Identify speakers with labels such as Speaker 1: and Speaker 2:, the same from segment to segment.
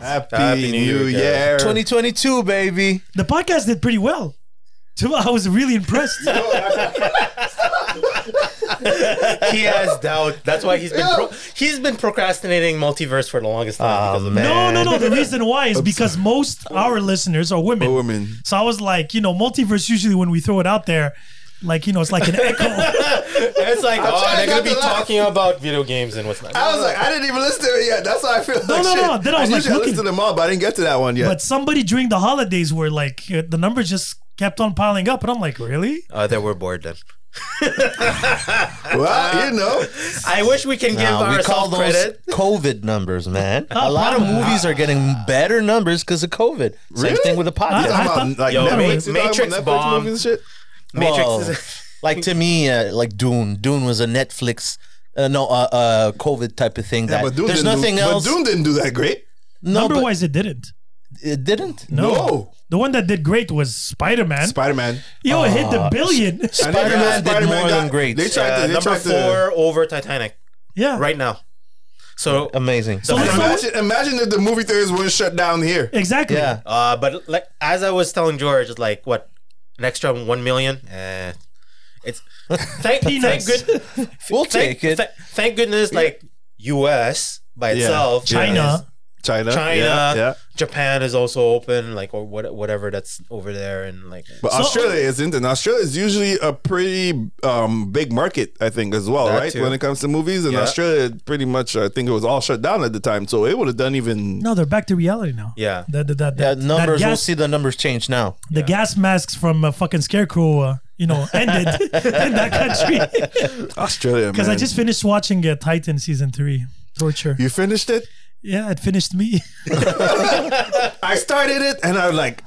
Speaker 1: Happy, New Year.
Speaker 2: 2022, baby.
Speaker 3: The podcast did pretty well. So I was really impressed.
Speaker 4: he has doubt. That's why he's been pro- he's been procrastinating multiverse for the longest time. because of that.
Speaker 3: No, no,
Speaker 1: Man.
Speaker 3: no. The reason why is because most our listeners are women.
Speaker 1: We're Women.
Speaker 3: So I was like, you know, multiverse usually when we throw it out there, like, you know, it's like an echo.
Speaker 4: It's like oh,
Speaker 1: trying
Speaker 4: they're
Speaker 1: not
Speaker 4: gonna be
Speaker 1: to laugh.
Speaker 4: talking about video games and what's not.
Speaker 1: I was like, I didn't even listen to it yet. That's how I feel.
Speaker 3: No,
Speaker 1: like
Speaker 3: no,
Speaker 1: shit.
Speaker 3: no. Then I was like
Speaker 1: usually
Speaker 3: looking-
Speaker 1: listen to them all, but I didn't get to that one yet.
Speaker 3: but somebody during the holidays were like, uh, the numbers just kept on piling up. And I'm like, really?
Speaker 4: Oh, they were bored then.
Speaker 1: well, you know,
Speaker 4: I wish we can give
Speaker 2: Nah, we call
Speaker 4: ourselves
Speaker 2: those
Speaker 4: credit.
Speaker 2: COVID numbers, man. A lot of movies are getting better numbers because of COVID. Same
Speaker 1: Really?
Speaker 2: thing with the podcast.
Speaker 1: talking
Speaker 3: I
Speaker 1: about
Speaker 3: thought-
Speaker 1: like
Speaker 4: Yo,
Speaker 1: Netflix,
Speaker 4: Matrix
Speaker 1: you talking about Netflix
Speaker 4: bombed.
Speaker 1: movies and shit.
Speaker 4: Matrix
Speaker 2: Well,
Speaker 4: is
Speaker 2: like to me, uh, like Dune. Dune was a Netflix, uh, no, uh, uh, COVID type of thing. That
Speaker 1: but Dune
Speaker 2: there's
Speaker 1: didn't
Speaker 2: nothing
Speaker 1: do,
Speaker 2: else.
Speaker 1: But Dune didn't do that great.
Speaker 2: no,
Speaker 3: Number
Speaker 2: but
Speaker 3: wise, it didn't.
Speaker 2: it didn't.
Speaker 3: No.
Speaker 1: No.
Speaker 3: The one that did great was Spider Man.
Speaker 1: Spider Man.
Speaker 3: Yo, it hit the billion.
Speaker 2: Spider-Man did more than great.
Speaker 1: They tried
Speaker 4: uh,
Speaker 1: to. They
Speaker 4: number
Speaker 1: tried
Speaker 4: four
Speaker 1: to.
Speaker 4: over Titanic
Speaker 3: yeah.
Speaker 4: right now. So,
Speaker 2: Amazing.
Speaker 3: So let's not-
Speaker 1: Imagine, imagine if the movie theaters weren't shut down here.
Speaker 3: Exactly.
Speaker 2: yeah,
Speaker 4: uh, but like as I was telling George, it's like what an extra one million. Eh. It's thank, thank
Speaker 3: Peanuts.
Speaker 4: good.
Speaker 2: we'll
Speaker 4: thank,
Speaker 2: take it.
Speaker 4: tha- thank goodness, like U.S. by
Speaker 1: Yeah.
Speaker 4: itself,
Speaker 3: China.
Speaker 1: China.
Speaker 4: China,
Speaker 1: Yeah. yeah.
Speaker 4: Japan is also open, like or what, whatever that's over there, and like
Speaker 1: But Australia isn't, and Australia is usually a pretty um, big market, I think, as well,
Speaker 4: That
Speaker 1: right?
Speaker 4: too.
Speaker 1: When it comes to movies, and
Speaker 4: Yeah.
Speaker 1: Australia pretty much, I think it was all shut down at the time, so it would have done even.
Speaker 3: No, they're back to reality now.
Speaker 4: yeah,
Speaker 3: That, that, that,
Speaker 2: Yeah,
Speaker 3: that
Speaker 2: numbers. we'll
Speaker 3: gas-
Speaker 2: see the numbers change now.
Speaker 3: the gas masks from uh, fucking Scarecrow, uh, you know, ended in that country.
Speaker 1: Australia,
Speaker 3: Because I
Speaker 1: man.
Speaker 3: just finished watching uh, Titan season three, Torture.
Speaker 1: you finished it.
Speaker 3: Yeah, it finished me.
Speaker 1: I started it, and I'm like,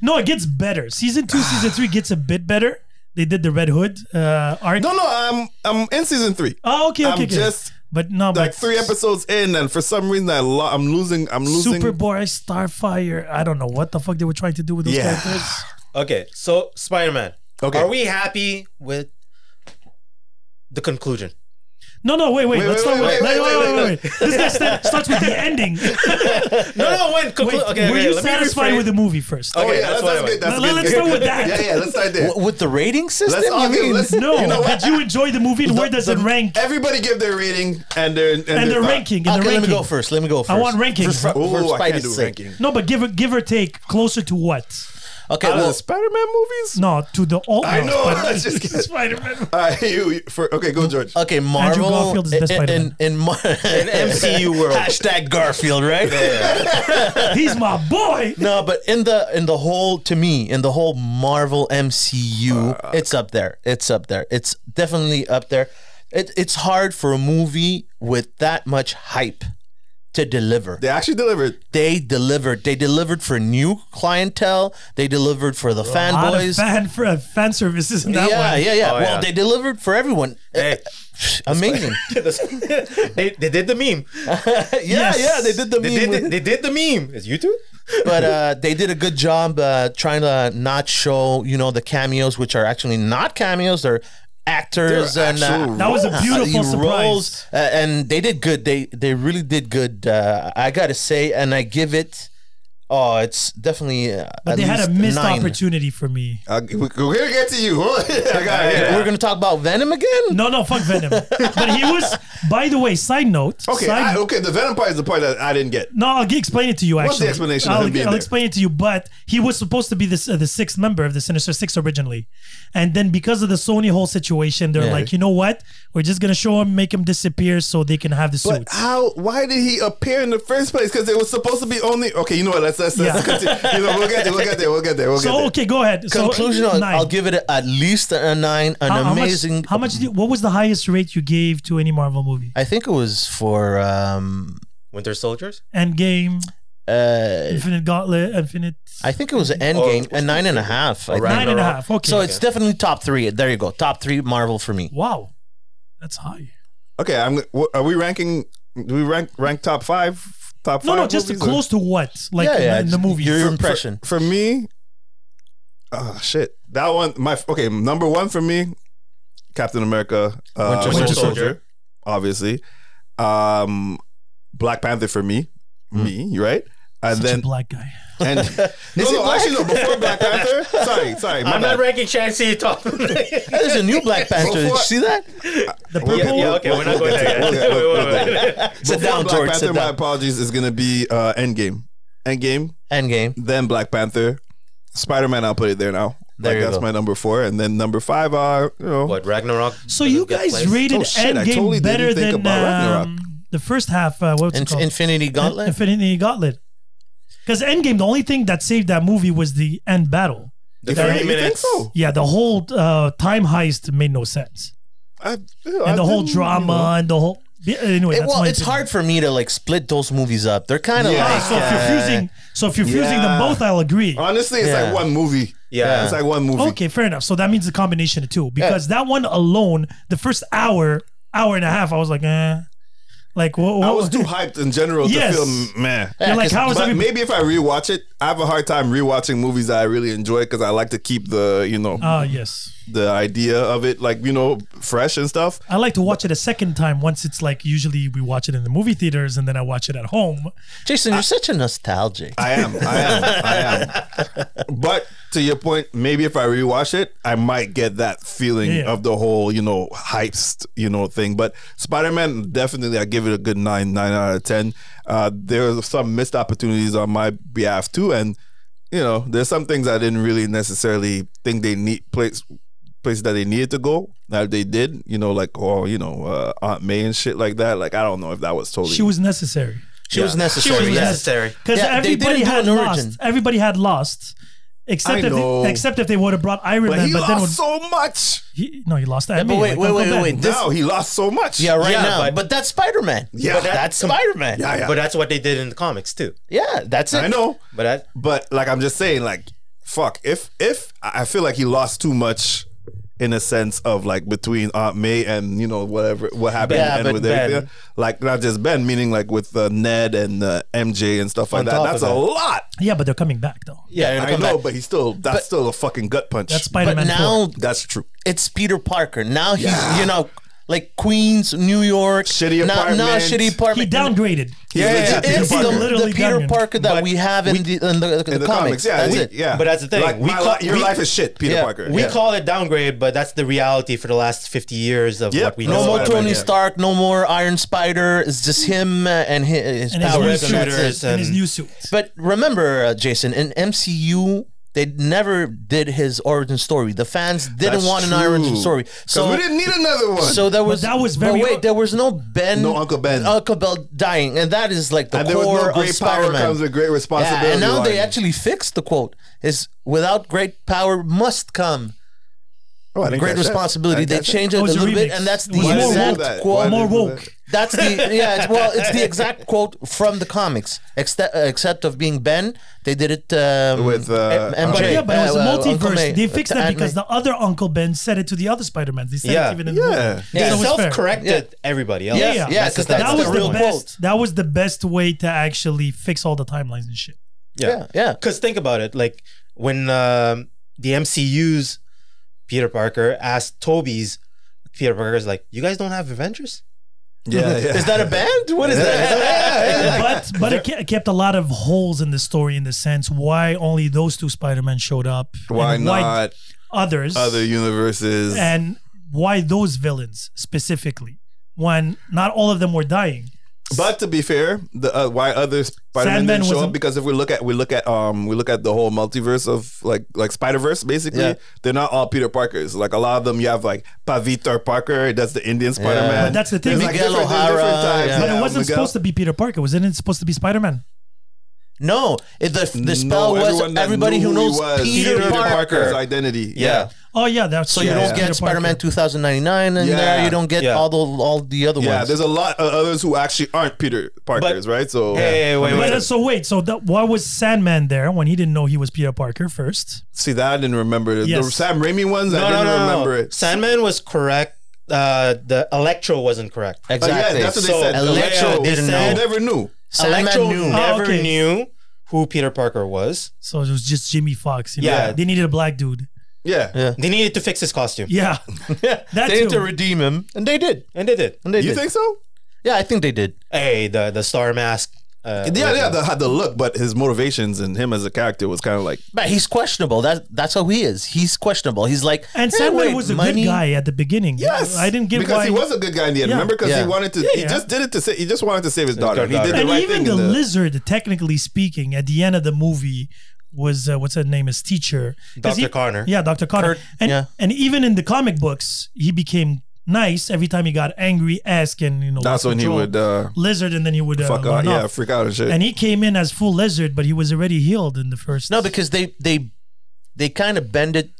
Speaker 3: no, it gets better. Season two, season three gets a bit better. They did the Red Hood uh, arc.
Speaker 1: no, no, I'm I'm in season three,
Speaker 3: oh, okay, okay,
Speaker 1: I'm
Speaker 3: okay.
Speaker 1: just,
Speaker 3: but no,
Speaker 1: like
Speaker 3: but
Speaker 1: three episodes in, and for some reason I lo- I'm losing, I'm losing.
Speaker 3: Superboy, Starfire. I don't know what the fuck they were trying to do with those
Speaker 1: Yeah.
Speaker 3: characters.
Speaker 4: Okay, so Spider Man.
Speaker 1: Okay.
Speaker 4: Are we happy with the conclusion?
Speaker 3: No, no, wait, wait.
Speaker 1: Wait,
Speaker 3: let's
Speaker 1: wait,
Speaker 3: start with.
Speaker 1: wait,
Speaker 3: Wait,
Speaker 1: wait,
Speaker 3: wait,
Speaker 1: wait,
Speaker 3: wait, wait. This guy sta- starts with the ending.
Speaker 4: No, no, when conclu-
Speaker 3: Wait,
Speaker 4: okay,
Speaker 3: were
Speaker 4: okay,
Speaker 3: you
Speaker 4: let me
Speaker 3: satisfied
Speaker 4: rephrase-
Speaker 3: with the movie first?
Speaker 1: oh yeah,
Speaker 4: Okay, that's
Speaker 1: that's,
Speaker 4: what I
Speaker 1: that's good.
Speaker 4: went.
Speaker 1: That's
Speaker 3: No,
Speaker 1: good.
Speaker 3: let's
Speaker 1: good,
Speaker 3: start
Speaker 1: good,
Speaker 3: with
Speaker 1: good.
Speaker 3: that.
Speaker 1: Yeah, yeah, let's start there.
Speaker 2: W- with the rating system,
Speaker 1: Let's all
Speaker 2: you
Speaker 1: get-
Speaker 2: mean?
Speaker 1: let's-
Speaker 3: No,
Speaker 1: You know
Speaker 3: but
Speaker 1: what?
Speaker 3: you enjoy the movie. and Where does it rank?
Speaker 1: Everybody give their rating and their and,
Speaker 3: And the
Speaker 1: their thought.
Speaker 3: ranking. And
Speaker 2: eh, okay,
Speaker 3: the
Speaker 2: let me
Speaker 3: ranking.
Speaker 2: go first. Let me go first.
Speaker 3: I want rankings.
Speaker 2: For, for,
Speaker 1: Ooh,
Speaker 2: for
Speaker 1: I can't
Speaker 2: Spidey's
Speaker 1: do
Speaker 2: sake.
Speaker 1: ranking.
Speaker 3: No, but give or- give or take, closer to what?
Speaker 2: Okay,
Speaker 1: Out of
Speaker 2: well,
Speaker 1: the Spider-Man movies?
Speaker 3: No, to the old.
Speaker 1: I know, I was just kidding.
Speaker 3: Spider Man.
Speaker 1: Uh, you, you- for, okay, go George.
Speaker 2: Okay, Marvel
Speaker 3: Garfield is the
Speaker 2: in-
Speaker 3: Spider-Man.
Speaker 2: in, in, Mar- in
Speaker 4: MCU world.
Speaker 2: Hashtag Garfield, right?
Speaker 3: He's my boy.
Speaker 2: No, but in the in the whole to me in the whole Marvel MCU, it's up there. It's up there. It's definitely up there. It, it's hard for a movie with that much hype to deliver.
Speaker 1: They actually delivered.
Speaker 2: They delivered. They delivered for new clientele. They delivered for the
Speaker 3: A lot of
Speaker 2: fanboys.
Speaker 3: fan for uh, fan services in that
Speaker 2: yeah,
Speaker 3: one.
Speaker 2: yeah, yeah.
Speaker 4: Oh,
Speaker 2: well,
Speaker 4: yeah.
Speaker 2: they delivered for everyone.
Speaker 4: Hey,
Speaker 2: Amazing.
Speaker 4: they, they did the meme.
Speaker 2: yeah,
Speaker 3: Yes.
Speaker 2: yeah. They did the
Speaker 4: They
Speaker 2: meme with-
Speaker 4: did the, they did the meme. Is YouTube?
Speaker 2: but uh, they did a good job uh, trying to not show, you know, the cameos, which are actually not cameos. They're actors
Speaker 1: They're
Speaker 2: and uh,
Speaker 1: actual That
Speaker 3: was a
Speaker 2: uh,
Speaker 3: beautiful surprise.
Speaker 2: uh, and they did good. They they really did good. Uh, I gotta say, and I give it. Oh, it's definitely. Uh,
Speaker 3: But
Speaker 2: at
Speaker 3: they had a
Speaker 2: least
Speaker 3: missed
Speaker 2: nine.
Speaker 3: opportunity for me.
Speaker 1: Uh, we- we're gonna get to you. I got it.
Speaker 2: We're gonna talk about Venom again.
Speaker 3: No, no, fuck Venom. but he was. By the way, side note.
Speaker 1: Okay,
Speaker 3: side
Speaker 1: I, okay. The Venom part is the part that I didn't get.
Speaker 3: No, I'll g- explain it to you. Actually,
Speaker 1: What's the explanation of
Speaker 3: I'll,
Speaker 1: him being
Speaker 3: I'll
Speaker 1: there?
Speaker 3: explain it to you. But he was supposed to be this uh, the sixth member of the Sinister Six originally, and then because of the Sony whole situation, they're
Speaker 2: Yeah.
Speaker 3: like, you know what? We're just gonna show him, make him disappear, so they can have the
Speaker 1: But
Speaker 3: suits.
Speaker 1: how? Why did he appear in the first place? Because it was supposed to be only. Okay, you know what? Let's let's, let's
Speaker 3: Yeah.
Speaker 1: continue. You know, we'll get there. We'll get there. We'll get there. We'll
Speaker 3: so
Speaker 1: get there.
Speaker 3: okay, go ahead. So,
Speaker 2: Conclusion: I'll,
Speaker 3: nine.
Speaker 2: I'll give it at least a nine. An
Speaker 3: How- how much-
Speaker 2: amazing.
Speaker 3: How much? did you- what was the highest rate you gave to any Marvel movie?
Speaker 2: I think it was for um,
Speaker 4: Winter Soldiers.
Speaker 3: Endgame,
Speaker 2: uh,
Speaker 3: Infinite Gauntlet, Infinite.
Speaker 2: I think it was an
Speaker 1: Oh,
Speaker 2: end game,
Speaker 4: what's
Speaker 2: a nine and a half. I
Speaker 3: Nine and a half. Okay.
Speaker 2: So it's definitely top three. There you go. Top three Marvel for me.
Speaker 3: wow, that's high.
Speaker 1: Okay, I'm. wh- Are we ranking? Do we rank rank top five? Top
Speaker 3: No,
Speaker 1: five?
Speaker 3: no, just
Speaker 1: movies, or-
Speaker 3: close to what? Like
Speaker 2: Yeah,
Speaker 3: in,
Speaker 2: yeah,
Speaker 3: in the
Speaker 2: it's-
Speaker 3: movie.
Speaker 2: you're-
Speaker 1: For-
Speaker 2: impression.
Speaker 1: for, for me. Oh shit! That one, my okay. Number one for me, Captain America, uh,
Speaker 2: Winter
Speaker 4: Soldier.
Speaker 1: obviously. Um, Black Panther for me. me, right? And
Speaker 3: Hmm. Such
Speaker 1: then
Speaker 3: a black guy.
Speaker 1: and no,
Speaker 2: he
Speaker 1: no,
Speaker 2: black?
Speaker 1: actually no. Before Black Panther, sorry, sorry, my
Speaker 4: I'm not
Speaker 1: bad.
Speaker 4: ranking Shang-Chi top. yeah,
Speaker 2: There's a new Black Panther. Did you
Speaker 1: Before-
Speaker 2: see that?
Speaker 3: The
Speaker 1: We'll
Speaker 3: purple.
Speaker 1: get-
Speaker 4: yeah, okay, we're not going there.
Speaker 1: We'll
Speaker 4: Wait,
Speaker 1: get- we'll get-
Speaker 4: wait, wait, wait.
Speaker 2: Sit
Speaker 1: Before
Speaker 2: down,
Speaker 1: Black
Speaker 2: George.
Speaker 1: Panther,
Speaker 2: Sit
Speaker 1: my
Speaker 2: down.
Speaker 1: apologies, is gonna be uh, Endgame, Endgame,
Speaker 2: Endgame.
Speaker 1: then Black Panther, Spider Man. I'll put it there now.
Speaker 2: There
Speaker 1: like
Speaker 2: you
Speaker 1: that's
Speaker 2: go.
Speaker 1: my number four, and then number five are you know
Speaker 4: What Ragnarok?
Speaker 3: So you guys rated
Speaker 1: Oh, shit, I
Speaker 3: Endgame
Speaker 1: totally didn't
Speaker 3: better
Speaker 1: think
Speaker 3: than
Speaker 1: about Ragnarok.
Speaker 3: um, the first half. Uh, what's it
Speaker 2: Inf-
Speaker 3: called?
Speaker 2: Infinity Gauntlet.
Speaker 3: Infinity Gauntlet. Because Endgame, the only thing that saved that movie was the end battle.
Speaker 4: The
Speaker 1: You
Speaker 4: 30
Speaker 1: think
Speaker 4: minutes.
Speaker 1: so?
Speaker 3: Yeah, the whole uh, time heist made no sense,
Speaker 1: I,
Speaker 3: and the whole drama and the whole. Yeah, anyway,
Speaker 2: It-
Speaker 3: that's
Speaker 2: well,
Speaker 3: my
Speaker 2: it's
Speaker 3: opinion.
Speaker 2: hard for me to like split those movies up. They're kind of
Speaker 1: Yeah.
Speaker 3: Ah,
Speaker 2: like.
Speaker 3: so if you're
Speaker 2: uh,
Speaker 3: fusing, so if you're fusing
Speaker 1: Yeah.
Speaker 3: them both, I'll agree.
Speaker 1: Honestly, it's
Speaker 2: Yeah.
Speaker 1: like one movie.
Speaker 4: Yeah.
Speaker 1: it's like one movie.
Speaker 3: Okay, fair enough. So that means a combination of two because that one alone, the first hour, hour and a half, I was like, eh, like what?
Speaker 1: I was too hyped in general
Speaker 3: Yes.
Speaker 1: to feel man.
Speaker 3: You're like, how is
Speaker 1: But
Speaker 3: every-
Speaker 1: maybe if I rewatch it, I have a hard time rewatching movies that I really enjoy because I like to keep the you know
Speaker 3: Ah, yes.
Speaker 1: the idea of it like you know fresh and stuff.
Speaker 3: I like to watch it a second time once it's like usually we watch it in the movie theaters and then I watch it at home.
Speaker 2: Jason, you're such a nostalgic.
Speaker 1: I am, I am, I am. But to your point, maybe if I rewatch it, I might get that feeling
Speaker 3: Yeah.
Speaker 1: of the whole you know hyped you know thing. But Spider Man definitely, I give it a good nine, nine out of ten. Uh, there are some missed opportunities on my behalf too, and you know there's some things I didn't really necessarily think they need place places that they needed to go that they did you know like or you know uh, aunt may and shit like that like i don't know if that was totally
Speaker 3: She was necessary.
Speaker 2: she was
Speaker 4: She
Speaker 2: necessary.
Speaker 4: was
Speaker 2: yeah.
Speaker 4: necessary.
Speaker 3: Because
Speaker 2: Yeah, they didn't
Speaker 3: everybody
Speaker 2: do
Speaker 3: had
Speaker 2: an
Speaker 3: lost.
Speaker 2: origin.
Speaker 3: Everybody had lost.
Speaker 1: I
Speaker 3: Except if,
Speaker 1: know.
Speaker 3: they, except if they would have brought Iron
Speaker 1: but
Speaker 3: Man,
Speaker 1: he
Speaker 3: but
Speaker 1: lost
Speaker 3: then when,
Speaker 1: so much
Speaker 3: he, no, he lost that.
Speaker 2: but wait, wait, wait, wait, wait. This-
Speaker 1: No, he lost so much.
Speaker 2: Yeah, right
Speaker 4: Yeah,
Speaker 2: now. But,
Speaker 4: but-
Speaker 2: that's Spider Man.
Speaker 1: Yeah.
Speaker 2: But that's Spider Man.
Speaker 1: yeah,
Speaker 2: Ah, Yeah.
Speaker 1: yeah.
Speaker 4: But that's what they did in the comics too.
Speaker 2: that's it.
Speaker 1: I know.
Speaker 4: But that,
Speaker 1: But like I'm just saying, like, fuck. If if I I feel like he lost too much in a sense of like between Aunt May and you know whatever what happened
Speaker 2: Yeah,
Speaker 1: and
Speaker 2: but
Speaker 1: with
Speaker 2: Ben.
Speaker 1: everything, like not just Ben, meaning like with uh, Ned and uh, MJ and stuff like
Speaker 2: On
Speaker 1: that.
Speaker 2: top
Speaker 1: That's
Speaker 2: of
Speaker 1: a
Speaker 2: that.
Speaker 1: lot.
Speaker 3: Yeah, but they're coming back though.
Speaker 2: Yeah,
Speaker 1: I know, but he's still that's still a fucking gut punch.
Speaker 3: That's Spider
Speaker 2: But
Speaker 3: Man.
Speaker 2: now
Speaker 1: that's true.
Speaker 2: it's Peter Parker. Now he's
Speaker 1: Yeah.
Speaker 2: you know like Queens, New York,
Speaker 1: Shitty
Speaker 2: now, Now
Speaker 1: apartment.
Speaker 2: shitty
Speaker 3: he
Speaker 2: apartment.
Speaker 3: downgraded.
Speaker 1: He's
Speaker 2: It-
Speaker 1: legit Peter
Speaker 2: it's the,
Speaker 1: Parker.
Speaker 2: the
Speaker 3: Literally
Speaker 2: Peter
Speaker 3: downgraded.
Speaker 2: Parker that
Speaker 1: But
Speaker 2: we have in the in the, the
Speaker 1: in the
Speaker 2: comics.
Speaker 1: comics. Yeah,
Speaker 2: that's
Speaker 1: we-
Speaker 2: it.
Speaker 1: yeah.
Speaker 4: But that's the thing,
Speaker 1: Like,
Speaker 4: we
Speaker 1: my
Speaker 4: call-
Speaker 1: li- your
Speaker 4: we-
Speaker 1: life is shit, Peter
Speaker 2: Yeah,
Speaker 1: Parker.
Speaker 4: we
Speaker 1: Yeah.
Speaker 4: call it downgrade, but that's the reality for the last 50 years of
Speaker 1: Yep.
Speaker 4: what we
Speaker 1: No
Speaker 4: know.
Speaker 2: No more
Speaker 4: about
Speaker 1: Spider-Man,
Speaker 2: Tony
Speaker 1: yeah.
Speaker 2: Stark, no more Iron Spider. It's just him uh, and hi- his, his
Speaker 3: And his new
Speaker 2: powers.
Speaker 4: and
Speaker 3: suit.
Speaker 2: And that's it.
Speaker 4: shooters
Speaker 3: And his
Speaker 4: and-
Speaker 3: new suit.
Speaker 2: But remember, uh, Jason, in MCU, they never did his origin story. The fans didn't
Speaker 1: That's
Speaker 2: want an
Speaker 1: true.
Speaker 2: origin story.
Speaker 1: 'Cause
Speaker 2: So
Speaker 1: we didn't need another one.
Speaker 2: So there was
Speaker 3: that was
Speaker 2: but
Speaker 3: very-
Speaker 2: wait. There was no Ben,
Speaker 1: No Uncle Ben.
Speaker 2: Uncle Ben dying, and that is like the
Speaker 1: and there was
Speaker 2: core
Speaker 1: no
Speaker 2: of
Speaker 1: great power
Speaker 2: Spider-Man.
Speaker 1: comes with great responsibility.
Speaker 2: yeah, and now they
Speaker 1: line.
Speaker 2: actually fixed the quote: "Is without great power must come
Speaker 1: Oh, I didn't
Speaker 2: great
Speaker 1: catch that. I
Speaker 2: responsibility."
Speaker 1: didn't
Speaker 2: They
Speaker 1: catch that.
Speaker 2: changed it
Speaker 3: It
Speaker 2: a
Speaker 3: was a
Speaker 2: little bit,
Speaker 3: remix.
Speaker 2: and that's
Speaker 3: It
Speaker 2: the
Speaker 3: was
Speaker 1: Why did they do
Speaker 2: exact
Speaker 1: that?
Speaker 2: quote.
Speaker 1: Why
Speaker 3: More
Speaker 1: did they do
Speaker 3: woke.
Speaker 1: that?
Speaker 2: That's the yeah. It's, well, it's the exact quote from the comics, except uh, except of being Ben. They did it um,
Speaker 1: With, uh,
Speaker 2: M- MJ.
Speaker 3: But yeah, but it was
Speaker 2: uh,
Speaker 3: a
Speaker 2: uh, Uncle
Speaker 3: multiverse.
Speaker 2: May,
Speaker 3: they fixed
Speaker 2: uh,
Speaker 3: that
Speaker 2: Aunt
Speaker 3: because
Speaker 2: May.
Speaker 3: the other Uncle Ben said it to the other Spider Man. They said
Speaker 4: Yeah.
Speaker 3: it even in the
Speaker 1: Yeah.
Speaker 3: movie.
Speaker 4: They
Speaker 3: So it's fair.
Speaker 4: self-corrected everybody else.
Speaker 3: Yeah, yeah.
Speaker 2: Yeah,
Speaker 4: That's the
Speaker 2: 'cause that-
Speaker 4: thing.
Speaker 3: that
Speaker 2: That's
Speaker 3: was
Speaker 2: the
Speaker 3: the,
Speaker 2: real
Speaker 3: best.
Speaker 2: quote.
Speaker 3: That was the best way to actually fix all the timelines and shit.
Speaker 2: yeah, yeah.
Speaker 4: Because think about it, like when um, the MCU's Peter Parker asked Toby's Peter Parker's like, "You guys don't have Avengers?
Speaker 1: Yeah, yeah.
Speaker 2: Is that a band? What is that?
Speaker 3: but but it ke- kept a lot of holes in the story in the sense why only those two Spider Men showed up.
Speaker 1: why
Speaker 3: and
Speaker 1: not
Speaker 3: others?
Speaker 1: other universes?
Speaker 3: and why those villains specifically when not all of them were dying.
Speaker 1: but to be fair, the uh, why other Spider-Man
Speaker 3: Sandman
Speaker 1: didn't show
Speaker 3: was a-
Speaker 1: up because if we look at we look at um we look at the whole multiverse of like like Spider-Verse basically,
Speaker 2: Yeah.
Speaker 1: they're not all Peter Parkers. Like a lot of them, you have like Pavitar Parker, that's the Indian Spider-Man.
Speaker 3: But that's the thing.
Speaker 1: There's, like,
Speaker 2: Miguel
Speaker 1: different- there's different
Speaker 2: O'Hara,
Speaker 1: types.
Speaker 2: yeah.
Speaker 3: But it
Speaker 1: Yeah,
Speaker 3: wasn't
Speaker 1: Miguel.
Speaker 3: supposed to be Peter Parker, wasn't it? Supposed to be Spider Man.
Speaker 2: No, it, the, the spell
Speaker 1: everyone
Speaker 2: was
Speaker 1: that
Speaker 2: everybody
Speaker 1: knew
Speaker 2: who
Speaker 1: he
Speaker 2: knows
Speaker 1: was,
Speaker 2: Peter,
Speaker 1: Parker's
Speaker 2: Parker.
Speaker 1: identity.
Speaker 4: Yeah.
Speaker 3: Oh yeah, that's
Speaker 2: So you
Speaker 1: Yeah.
Speaker 2: don't get Spider-Man 2099 in
Speaker 1: Yeah.
Speaker 2: there. You don't get
Speaker 4: Yeah.
Speaker 2: all the all the other
Speaker 1: Yeah,
Speaker 2: ones.
Speaker 1: there's a oh, lot of others who actually aren't Peter Parkers, right? So
Speaker 4: Hey, wait,
Speaker 3: But,
Speaker 4: wait.
Speaker 3: uh, so wait, so that, why was Sandman there when he didn't know he was Peter Parker first?
Speaker 1: see that I didn't remember. The- The
Speaker 3: Yes.
Speaker 1: Sam Raimi ones, I
Speaker 4: No, no,
Speaker 1: didn't
Speaker 4: no, no.
Speaker 1: remember it.
Speaker 4: Sandman was correct. Uh, the Electro wasn't correct.
Speaker 1: Oh,
Speaker 2: exactly.
Speaker 1: Yeah, that's what
Speaker 4: So,
Speaker 1: they said.
Speaker 2: Electro
Speaker 1: Electro,
Speaker 2: didn't
Speaker 1: I
Speaker 4: said-
Speaker 2: know.
Speaker 1: never knew.
Speaker 2: Sandman
Speaker 4: Electro
Speaker 2: knew.
Speaker 4: never
Speaker 3: Oh, okay.
Speaker 4: knew who Peter Parker was.
Speaker 3: So it was just Jimmy Fox. You know?
Speaker 4: Yeah.
Speaker 3: they needed a black dude.
Speaker 1: Yeah.
Speaker 4: They needed to fix his costume,
Speaker 3: Yeah, that
Speaker 2: they
Speaker 3: too.
Speaker 2: had to redeem him, and they did.
Speaker 4: and they did.
Speaker 2: And they
Speaker 1: You
Speaker 2: did.
Speaker 1: think so?
Speaker 2: Yeah, I think they did.
Speaker 4: Hey, the the star mask. Uh,
Speaker 1: yeah, yeah,
Speaker 4: original.
Speaker 1: the, had the look, but his motivations and him as a character was kind of like
Speaker 2: But he's questionable. That that's how he is. He's questionable. He's like
Speaker 3: And
Speaker 2: "Eh,
Speaker 3: Sandman
Speaker 2: wait,
Speaker 3: was a
Speaker 2: money-
Speaker 3: good guy at the beginning.
Speaker 1: yes,
Speaker 3: I didn't get
Speaker 1: because
Speaker 3: why.
Speaker 1: he was a good guy in the end.
Speaker 3: Yeah.
Speaker 1: Remember, because
Speaker 2: Yeah.
Speaker 1: he wanted to, he
Speaker 3: yeah.
Speaker 1: just did it to say he just wanted to save his daughter. He
Speaker 4: daughter.
Speaker 1: did the
Speaker 3: and
Speaker 1: right
Speaker 3: even
Speaker 1: thing.
Speaker 3: the,
Speaker 1: in the-
Speaker 3: lizard, technically speaking, at the end of the movie was uh, what's her name? His teacher, 'Cause
Speaker 4: Dr. Connor.
Speaker 3: Yeah, Doctor Connor.
Speaker 2: Kurt,
Speaker 3: and
Speaker 2: yeah.
Speaker 3: and even in the comic books, he became nice every time he got angry, ask, and you know.
Speaker 1: that's
Speaker 3: lost
Speaker 1: when he
Speaker 3: control.
Speaker 1: would uh,
Speaker 3: lizard, and then he would uh,
Speaker 1: fuck out,
Speaker 3: run
Speaker 1: yeah,
Speaker 3: off.
Speaker 1: freak out and shit.
Speaker 3: And he came in as full lizard, but he was already healed in the first.
Speaker 2: No, because they they they kind of bended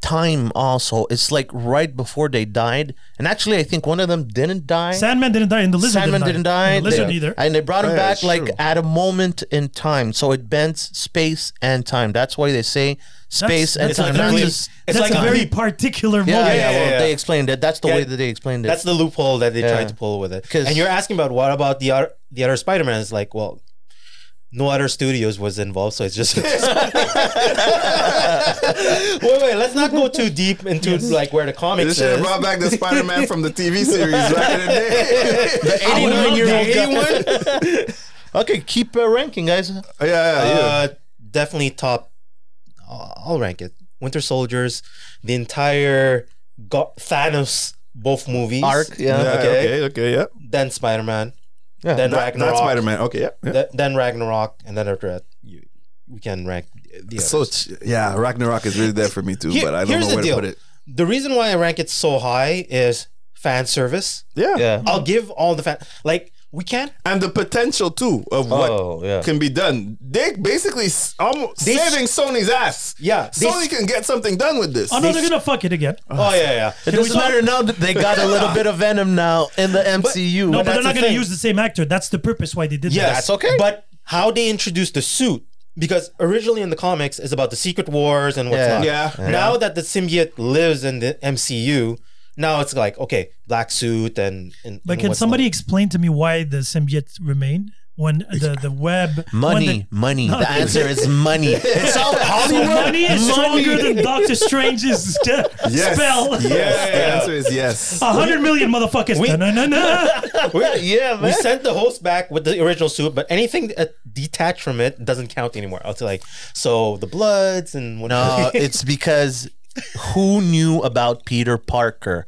Speaker 2: time also. It's like right before they died. And actually I think one of them didn't die.
Speaker 3: Sandman didn't die, and the lizard
Speaker 2: Sandman didn't die.
Speaker 3: And the lizard
Speaker 2: They-
Speaker 3: either.
Speaker 2: And they brought him
Speaker 1: Yeah,
Speaker 2: back
Speaker 1: it's
Speaker 2: like
Speaker 1: true.
Speaker 2: at a moment in time. So it bends space and time. That's why they say space and
Speaker 3: that's a
Speaker 2: time. Not
Speaker 3: very-
Speaker 2: just-
Speaker 4: It's
Speaker 3: That's
Speaker 4: like
Speaker 3: a
Speaker 4: a-
Speaker 3: very particular
Speaker 2: yeah,
Speaker 3: moment.
Speaker 2: yeah,
Speaker 4: yeah,
Speaker 2: well,
Speaker 4: yeah.
Speaker 2: they explained it. That's the
Speaker 4: Yeah,
Speaker 2: way that they explained it.
Speaker 4: That's the loophole that they
Speaker 2: Yeah.
Speaker 4: tried to pull with it.
Speaker 2: 'Cause-
Speaker 4: And you're asking about what about the other, the other Spider Man? It's like, well, no other studios was involved, so it's just. wait, wait, let's not go too deep into like where the
Speaker 1: this
Speaker 4: comics
Speaker 1: should have
Speaker 4: is.
Speaker 1: brought back the Spider Man from the TV series back in the day.
Speaker 3: I would love
Speaker 4: 89-year-old
Speaker 3: that.
Speaker 4: guy.
Speaker 2: okay, keep uh, ranking, guys.
Speaker 1: Oh, yeah, yeah, yeah.
Speaker 4: Uh, definitely top. I'll I'll rank it. Winter Soldiers, the entire Go- Thanos both movies
Speaker 2: Arc, yeah.
Speaker 1: yeah,
Speaker 4: okay.
Speaker 1: okay, okay, yeah.
Speaker 4: then Spider Man,
Speaker 2: Yeah.
Speaker 4: then
Speaker 1: That,
Speaker 4: Ragnarok,
Speaker 1: that's Spider Man. Okay, yeah. yeah.
Speaker 4: th- then Ragnarok, and then after that, you, we can rank the others.
Speaker 1: So ch- yeah, Ragnarok is really there for me too,
Speaker 4: Here-
Speaker 1: but I don't
Speaker 4: here's
Speaker 1: know
Speaker 4: the
Speaker 1: where
Speaker 4: deal.
Speaker 1: to put it.
Speaker 4: the reason why I rank it so high is fan service.
Speaker 1: Yeah.
Speaker 2: Yeah.
Speaker 4: I'll give all the fan like we can't.
Speaker 1: and the potential too of what
Speaker 2: Oh, yeah.
Speaker 1: can be done. They basically s- almost
Speaker 4: They s-
Speaker 1: saving Sony's ass.
Speaker 4: Yeah, they
Speaker 1: Sony
Speaker 4: s-
Speaker 1: can get something done with this.
Speaker 3: Oh no, they're gonna fuck it again.
Speaker 4: Oh yeah,
Speaker 2: It
Speaker 4: yeah.
Speaker 2: doesn't matter now that they got a little bit of Venom now in the MCU.
Speaker 3: No, but
Speaker 4: that's
Speaker 3: they're not
Speaker 4: the
Speaker 3: gonna
Speaker 4: thing.
Speaker 3: use the same actor. That's the purpose why they did
Speaker 4: Yes,
Speaker 2: That's okay.
Speaker 4: But how they introduced the suit because originally in the comics is about the secret wars and what's
Speaker 2: Yeah.
Speaker 4: not.
Speaker 1: Yeah.
Speaker 4: Now that the symbiote lives in the MCU, now it's like okay, black suit and. and
Speaker 3: But
Speaker 4: and
Speaker 3: can
Speaker 4: what's
Speaker 3: somebody
Speaker 4: not.
Speaker 3: explain to me why the symbiote remained when the the web when
Speaker 2: money, money. The answer is money. It's all
Speaker 3: the- so
Speaker 2: Hollywood.
Speaker 3: money is stronger than Doctor Strange's
Speaker 1: yes.
Speaker 3: spell.
Speaker 1: Yes. The answer is
Speaker 2: Oh,
Speaker 1: yes.
Speaker 3: A hundred million motherfuckers.
Speaker 4: we-
Speaker 3: No, no, no, no.
Speaker 2: yeah,
Speaker 4: We
Speaker 2: man.
Speaker 4: sent the host back with the original suit, but anything uh, detached from it doesn't count anymore. I'll say like so the bloods and what
Speaker 2: No, it's because who knew about Peter Parker?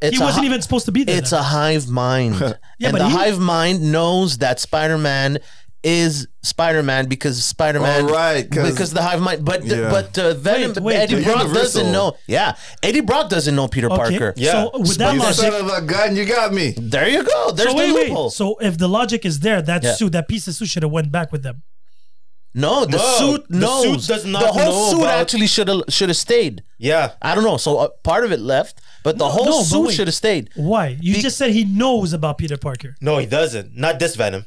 Speaker 2: It's
Speaker 3: He
Speaker 2: a
Speaker 3: wasn't
Speaker 2: hi-
Speaker 3: even supposed to be there.
Speaker 2: It's
Speaker 3: then.
Speaker 2: a hive mind, and
Speaker 3: but
Speaker 2: the
Speaker 3: he-
Speaker 2: hive mind knows that Spider Man is Spider Man because Spider Man.
Speaker 1: All right, 'cause-
Speaker 2: because the hive mind. But
Speaker 1: Yeah.
Speaker 2: but uh, Venom.
Speaker 3: Wait, wait,
Speaker 2: Eddie
Speaker 3: the
Speaker 2: Brock doesn't
Speaker 1: Universal.
Speaker 2: know. Yeah, Eddie Brock doesn't know Peter
Speaker 3: Okay,
Speaker 2: Parker.
Speaker 4: Yeah.
Speaker 3: So with that
Speaker 1: You
Speaker 3: logic,
Speaker 1: son of a gun, you got me.
Speaker 2: There you go. There's
Speaker 3: so wait,
Speaker 2: the
Speaker 3: wait.
Speaker 2: loophole.
Speaker 3: So if the logic is there, that
Speaker 2: Yeah.
Speaker 3: suit, that piece of suit should have went back with them.
Speaker 2: No, the
Speaker 4: No,
Speaker 2: suit
Speaker 4: the
Speaker 2: knows.
Speaker 4: suit does not
Speaker 2: The whole
Speaker 4: know
Speaker 2: suit
Speaker 4: about-
Speaker 2: actually should have should have stayed.
Speaker 4: Yeah.
Speaker 2: I don't know. So uh, part of it left, but the whole
Speaker 3: no, but
Speaker 2: suit
Speaker 3: wait.
Speaker 2: should have stayed.
Speaker 3: Why? You
Speaker 2: Be-
Speaker 3: just said he knows about Peter Parker.
Speaker 4: No, he doesn't. Not this Venom.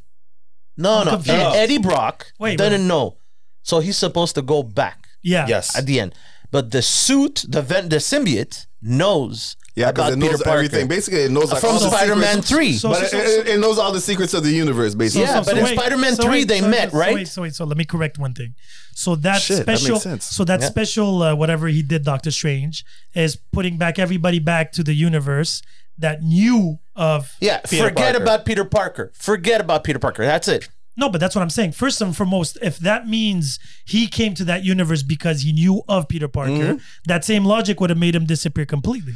Speaker 2: No,
Speaker 3: I'm
Speaker 2: no.
Speaker 3: confused.
Speaker 2: Ed- Eddie Brock
Speaker 3: Wait,
Speaker 2: didn't
Speaker 3: wait.
Speaker 2: know, so he's supposed to go back
Speaker 3: Yeah.
Speaker 4: Yes.
Speaker 2: at the end. But the suit, the ven- the symbiote knows
Speaker 1: Yeah,
Speaker 2: about
Speaker 1: because it
Speaker 2: Peter
Speaker 1: knows
Speaker 2: Parker
Speaker 1: everything. Basically, it knows like
Speaker 2: from
Speaker 1: all the
Speaker 2: Spider-Man
Speaker 1: secrets-
Speaker 2: Three.
Speaker 3: So-
Speaker 1: But it, it, it knows all the secrets of the universe, basically.
Speaker 2: Yeah, but in Spider-Man 3, they met,
Speaker 3: so
Speaker 2: right?
Speaker 3: Wait, so wait, so let me correct one thing. So that
Speaker 1: Shit, that makes
Speaker 3: special,
Speaker 1: sense.
Speaker 3: so that
Speaker 2: Yeah.
Speaker 3: special, uh, whatever he did, Doctor Strange is putting back everybody back to the universe that knew of.
Speaker 2: yeah,
Speaker 4: Peter
Speaker 2: forget
Speaker 4: Parker.
Speaker 2: about Peter Parker. Forget about Peter Parker. That's it.
Speaker 3: No, but that's what I'm saying. First and foremost, if that means he came to that universe because he knew of Peter Parker,
Speaker 2: Mm-hmm.
Speaker 3: that same logic would have made him disappear completely.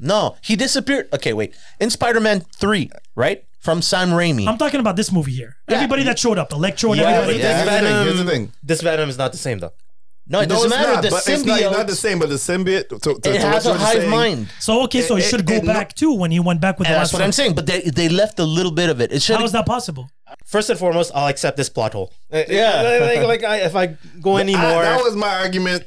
Speaker 2: No, he disappeared. Okay, wait. In Spider-Man Three, right from Sam Raimi.
Speaker 3: I'm talking about this movie here. Everybody that showed up, Electro, and
Speaker 4: Yeah, but
Speaker 3: everybody.
Speaker 4: this
Speaker 1: Yeah, here's the
Speaker 4: Venom.
Speaker 1: thing, here's the thing.
Speaker 4: This Venom is not the same though.
Speaker 2: no, it
Speaker 1: No,
Speaker 2: doesn't
Speaker 1: it's
Speaker 2: matter.
Speaker 1: not,
Speaker 2: the
Speaker 1: but it's not,
Speaker 2: symbiote.
Speaker 1: not the same, but the symbiote, to, to,
Speaker 2: it
Speaker 1: to
Speaker 2: has
Speaker 1: what
Speaker 2: a
Speaker 1: you're
Speaker 2: hive
Speaker 1: saying,
Speaker 2: mind.
Speaker 3: So okay, so
Speaker 1: It-
Speaker 3: he
Speaker 1: it-
Speaker 3: should go
Speaker 1: it no-
Speaker 3: back too when he went back with
Speaker 2: And
Speaker 3: the
Speaker 2: that's
Speaker 3: last
Speaker 2: what
Speaker 3: one.
Speaker 2: I'm saying. But they, they left a little bit of it. It should
Speaker 3: How is that possible?
Speaker 4: First and foremost, I'll accept this plot hole.
Speaker 2: Yeah.
Speaker 4: like, like I, if I go
Speaker 1: Uh, I-
Speaker 4: anymore,
Speaker 1: that was my argument.